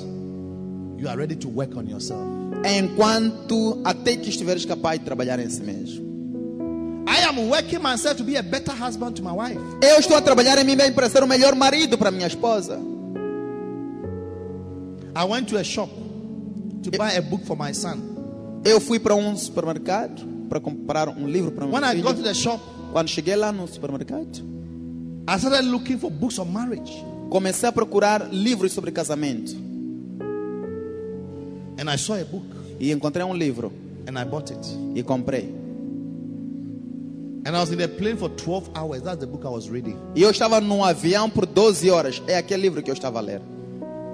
you are ready to work on yourself. Enquanto até que estiveres capaz de trabalhar em si mesmo. I am working myself to be a better husband to my wife. Eu estou a trabalhar em mim mesmo para ser o melhor marido para minha esposa. I went to a shop to buy a book for my son. Eu fui para um supermercado para comprar um livro para meu When I got to filho. the shop, Quando cheguei lá no supermercado, I started looking for books on marriage. comecei a procurar livros sobre casamento And I saw a book e encontrei um livro and I bought it. e comprei. And I was in the plane for 12 hours. That's the book I was reading. E eu estava num avião por 12 horas. É aquele livro que eu estava a ler.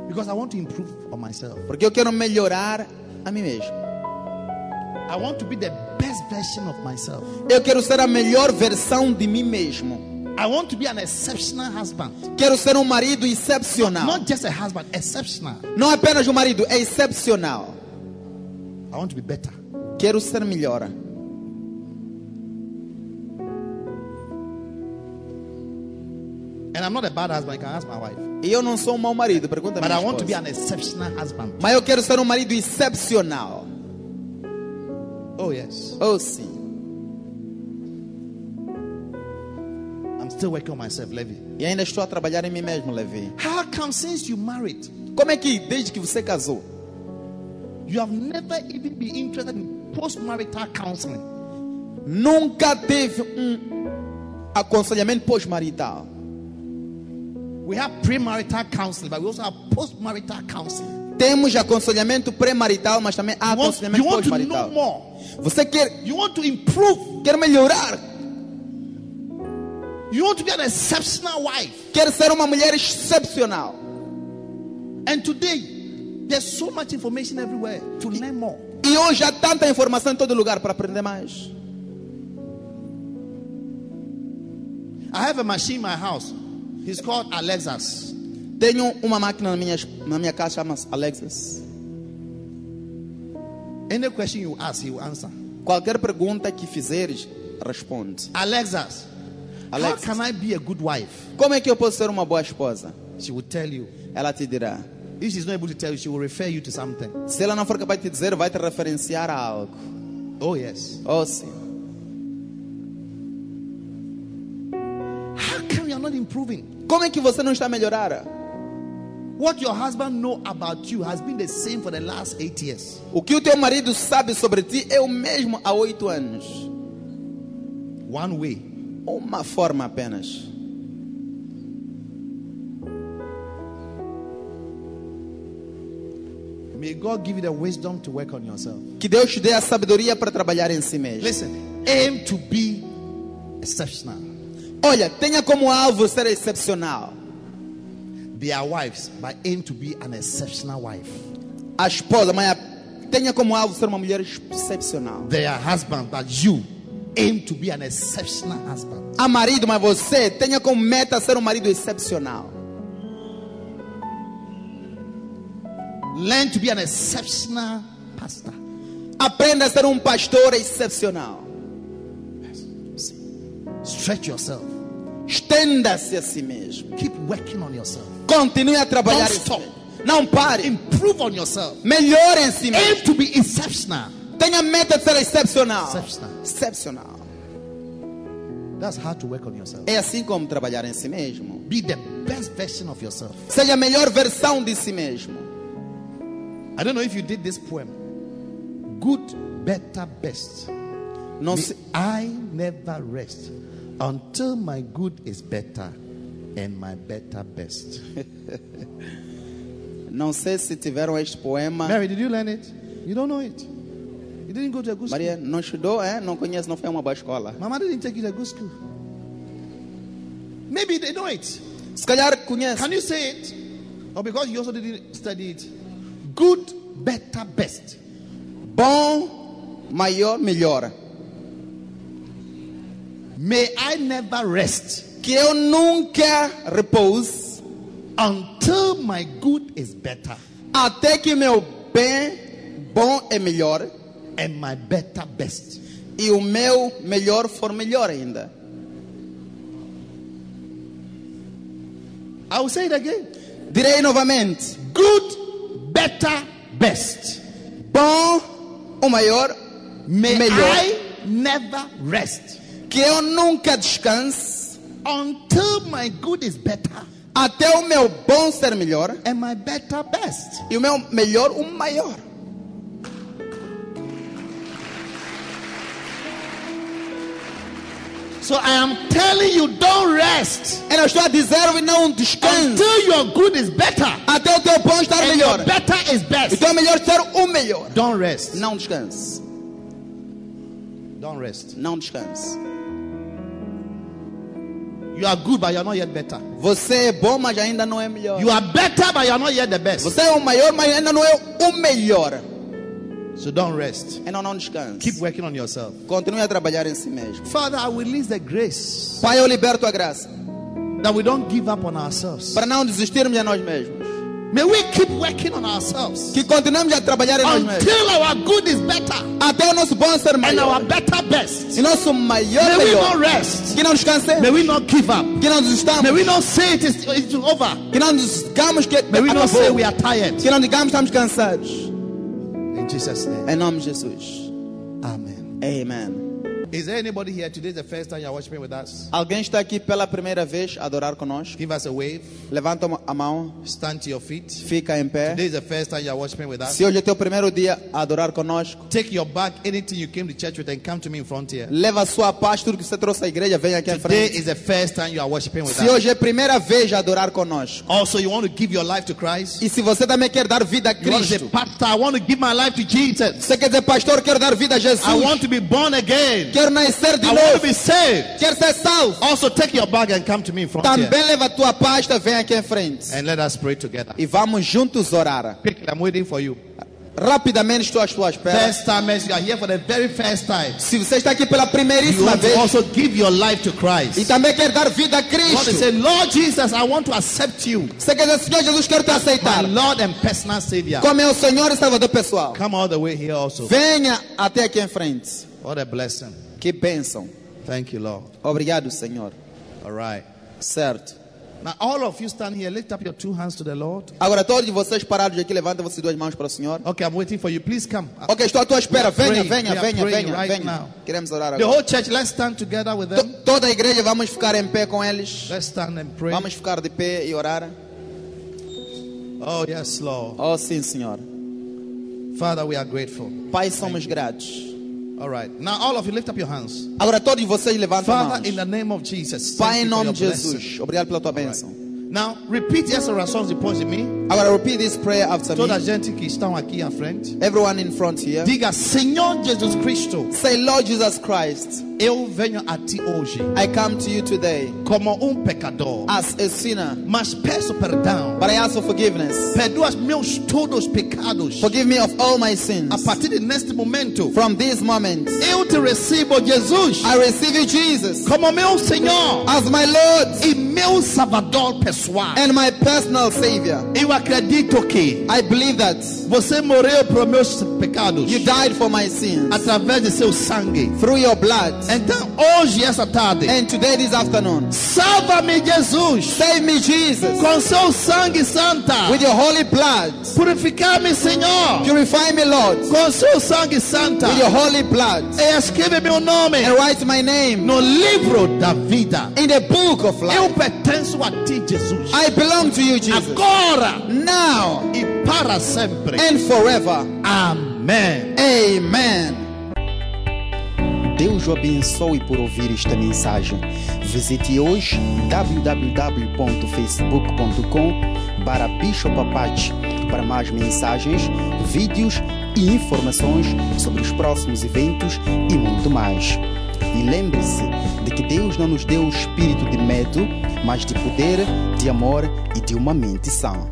Because I want to improve on myself. Porque eu quero melhorar a mim mesmo. I want to be the best version of myself. Eu quero ser a melhor versão de mim mesmo. I want to be an exceptional husband. Quero ser um marido excepcional. Not just a husband, exceptional. Não apenas um marido, é excepcional. I want to be better. Quero ser melhor. And I'm not a bad husband. You can ask my wife. E eu não sou um mau marido, pergunta But I want to be minha an exceptional husband. Mas eu quero ser um marido excepcional. Oh, yes. Oh sim. I'm still working on myself, Levy. E ainda estou a trabalhar em mim mesmo, Levi. How come since you married, Como é que desde que você casou, you have never even been interested in post-marital counseling? nunca teve um aconselhamento pós-marital? We have pre-marital counseling, but we also have post-marital counseling. Temos aconselhamento pré-marital, mas também há You want, you aconselhamento want to know pós-marital. more. Você quer, You want to improve. quer melhorar, You want to be an exceptional wife. quer ser uma mulher excepcional. And today, there's so much information everywhere to learn more. E hoje há tanta informação em todo lugar para aprender mais. I have a machine in my house. It's called Alexa's. Tenho uma máquina na minha, na minha casa, chama-se Alexis. Any question you ask, he will answer. Qualquer pergunta que fizeres, responde. Alexa's. Alexis. How can I be a good wife? Como é que eu posso ser uma boa esposa? She will tell you. Ela te dirá. If she's not able to tell you, she will refer you to something. Se ela não for capaz de te dizer, vai te referenciar a algo. Oh, yes. Oh, sim. How come you're not improving? Como é que você não está a melhorar? What your husband know about you has been the same for the last eight years. O que o teu marido sabe sobre ti é o mesmo há oito anos. One way. Uma forma apenas. May God give you the wisdom to work on yourself. Que Deus te dê a sabedoria para trabalhar em si mesmo. Listen, aim to be exceptional. Olha, tenha como alvo ser excepcional. They are wives, but aim to be an exceptional wife. A esposa, mas a- tenha como alvo ser uma mulher excepcional. They are husbands, but you aim to be an exceptional husband. A marido, mas você tenha como meta ser um marido excepcional. Learn to be an exceptional pastor. Aprenda a ser um pastor excepcional. Stretch yourself. Estenda-se a si mesmo. Keep working on yourself. Continue a trabalhar. Don't em si stop. mesmo. Não pare. Improve on yourself. Melhore em si mesmo. Aim to be exceptional. Tenha meta de ser excepcional. Exceptional. Excepcional. That's how to work on yourself. É assim como trabalhar em si mesmo. Be the best version of yourself. Seja a melhor versão de si mesmo. I don't know if you did this poem. Good, better, best. Não se... I never rest until my good is better and my better best. Não sei se tiveram este poema. Mary, did you learn it? You don't know it. You didn't go to a good school. Maria, não estudou, é? Não conhece, não foi a uma boa escola. Mama didn't take you to a good school. Maybe they know it. Se calhar conhece. Can you say it? Or because you also didn't study it. Good, better, best. Bom, maior, melhor. May I never rest Que eu nunca repouse until my good is better até que meu bem bom é melhor and my better best. e o meu melhor for melhor ainda. I will say it again. Direi novamente. Good, better, best. Bom, o maior, May melhor. I never rest Que eu nunca descanse until my good is better até o meu bom ser melhor and my better best. e o meu melhor, o maior. So I am telling you, don't rest Eu não estou a dizer não descanse until your good is better até o teu bom estar and melhor. your better is best. Então é melhor ser o melhor. Don't rest. Não descanse. Don't rest. Não descanse. You are good, but you are not yet better. Você é bom, mas ainda não é melhor. You are better, but you are not yet the best. Você é o maior, mas ainda não é o melhor. So don't rest. Então não descanse. Keep working on yourself. Continue a trabalhar em si mesmo. Father, I release the grace Pai, eu liberto a graça that we don't give up on ourselves. para não desistirmos de nós mesmos. May we keep working on ourselves. Que continuemos a trabalhar em nós mesmos. until our good is better Até o nosso bom ser and our maior. better best. E nosso maior May we not melhor. rest. Que não descansemos. May we not give up. Que não desistamos. May we not say it is it's over. Que não digamos que May we not say acabou. we are tired. Que não digamos que estamos cansados. In Jesus' name. Em nome de Jesus. Amen. Amen. Is there anybody here? Today is the first time you are worshiping with us. Alguém está aqui pela primeira vez a adorar conosco? Give us a wave. Levanta a mão. Stand to your feet. Fica em pé. Today is the first time you are worshiping with us. Se hoje é teu primeiro dia a adorar conosco, Take your bag, anything you came to church with, and come to me in front here. leva a sua paz, tudo que você trouxe à igreja, venha aqui à Today frente. is the first time you are worshiping with Se us. hoje é a primeira vez a adorar conosco, Also, you want to give your life to Christ. e se você também quer dar vida a You want to Cristo, say, Pastor, I want to give my life to Jesus. você quer dizer, pastor, quero dar vida a I Jesus, want to be born again. quero nascer de I want to novo, be saved. quero ser salvo, Also, take your bag and come to me in front here. também leva a tua pasta, vem aqui em frente. And let us pray together. E vamos juntos orar. Quickly, I'm waiting for you. Rapidamente estou às tuas pernas. First timers, you are here for the very first time. Se você está aqui pela You primeiríssima want to vez also give your life to e Christ. também quer dar vida a You want to Cristo, say, Lord Jesus, I want to accept you. você quer dizer, Senhor Jesus, quero te My aceitar Lord and personal Savior. como meu Senhor e Salvador pessoal. Come all the way here also. Venha até aqui em frente. What a blessing. Que bênção. Thank you, Lord. Obrigado, Senhor. All right. Certo. Now, all of you stand here, lift up your two hands to the Lord. Agora, todos vocês parados aqui, levantem vossas duas mãos para o Senhor. Okay, I'm waiting for you. Please come. Ok, estou à tua espera. We are Venha, praying. venha, We are venha, praying venha, right venha. now. Queremos orar The agora. whole church, let's stand together with them. To- Toda a igreja, vamos ficar em pé com eles. Let's stand and pray. Vamos ficar de pé e orar. Oh, yes, Lord. Oh, sim, Senhor. Father, we are grateful. Pai, somos gratos. All right. Now, all of you, lift up your hands. Agora, todos vocês levantam as Father, in mãos. the name of Jesus. thank Pai, you em for nome your de blessing. Jesus. Obrigado pela tua bênção. Now, repeat yes or songs depois de mim. Agora, repeat this prayer after Toda a me. gente que estão aqui à frente. Everyone in front here. Diga, Senhor Jesus Cristo, Say, Lord Jesus Christ, eu venho a ti hoje I come to you today como um pecador. as a sinner, Mas peço perdão. but I ask for forgiveness. Perdoa meus todos os pecados. Forgive me of all my A sins. partir de neste momento, From this moment, eu te recebo, Jesus, I receive you, Jesus, como meu Senhor as my Lord e meu Salvador pessoal. and my personal Savior. Eu acredito que I believe that você morreu para meus pecados you died for my sins através de seu sangue. through your blood. Então, hoje, essa tarde, And today, this afternoon, salva-me, Jesus, save me, Jesus, com seu sangue santa. with your holy blood. Purifica-me, Senhor, Purify me, Lord, with com seu sangue santa. your holy blood. E escreve meu nome And write my name no livro da vida. in the book of Eu life. pertenço a ti, Jesus. I belong to you, Jesus, Agora now e para sempre. and forever. Amém. Amen. Deus o abençoe por ouvir esta mensagem. Visite hoje www.facebook.com para Bishop Apache para mais mensagens, vídeos e informações sobre os próximos eventos e muito mais. E lembre-se de que Deus não nos deu o espírito de medo, mas de poder, de amor e de uma mente sã.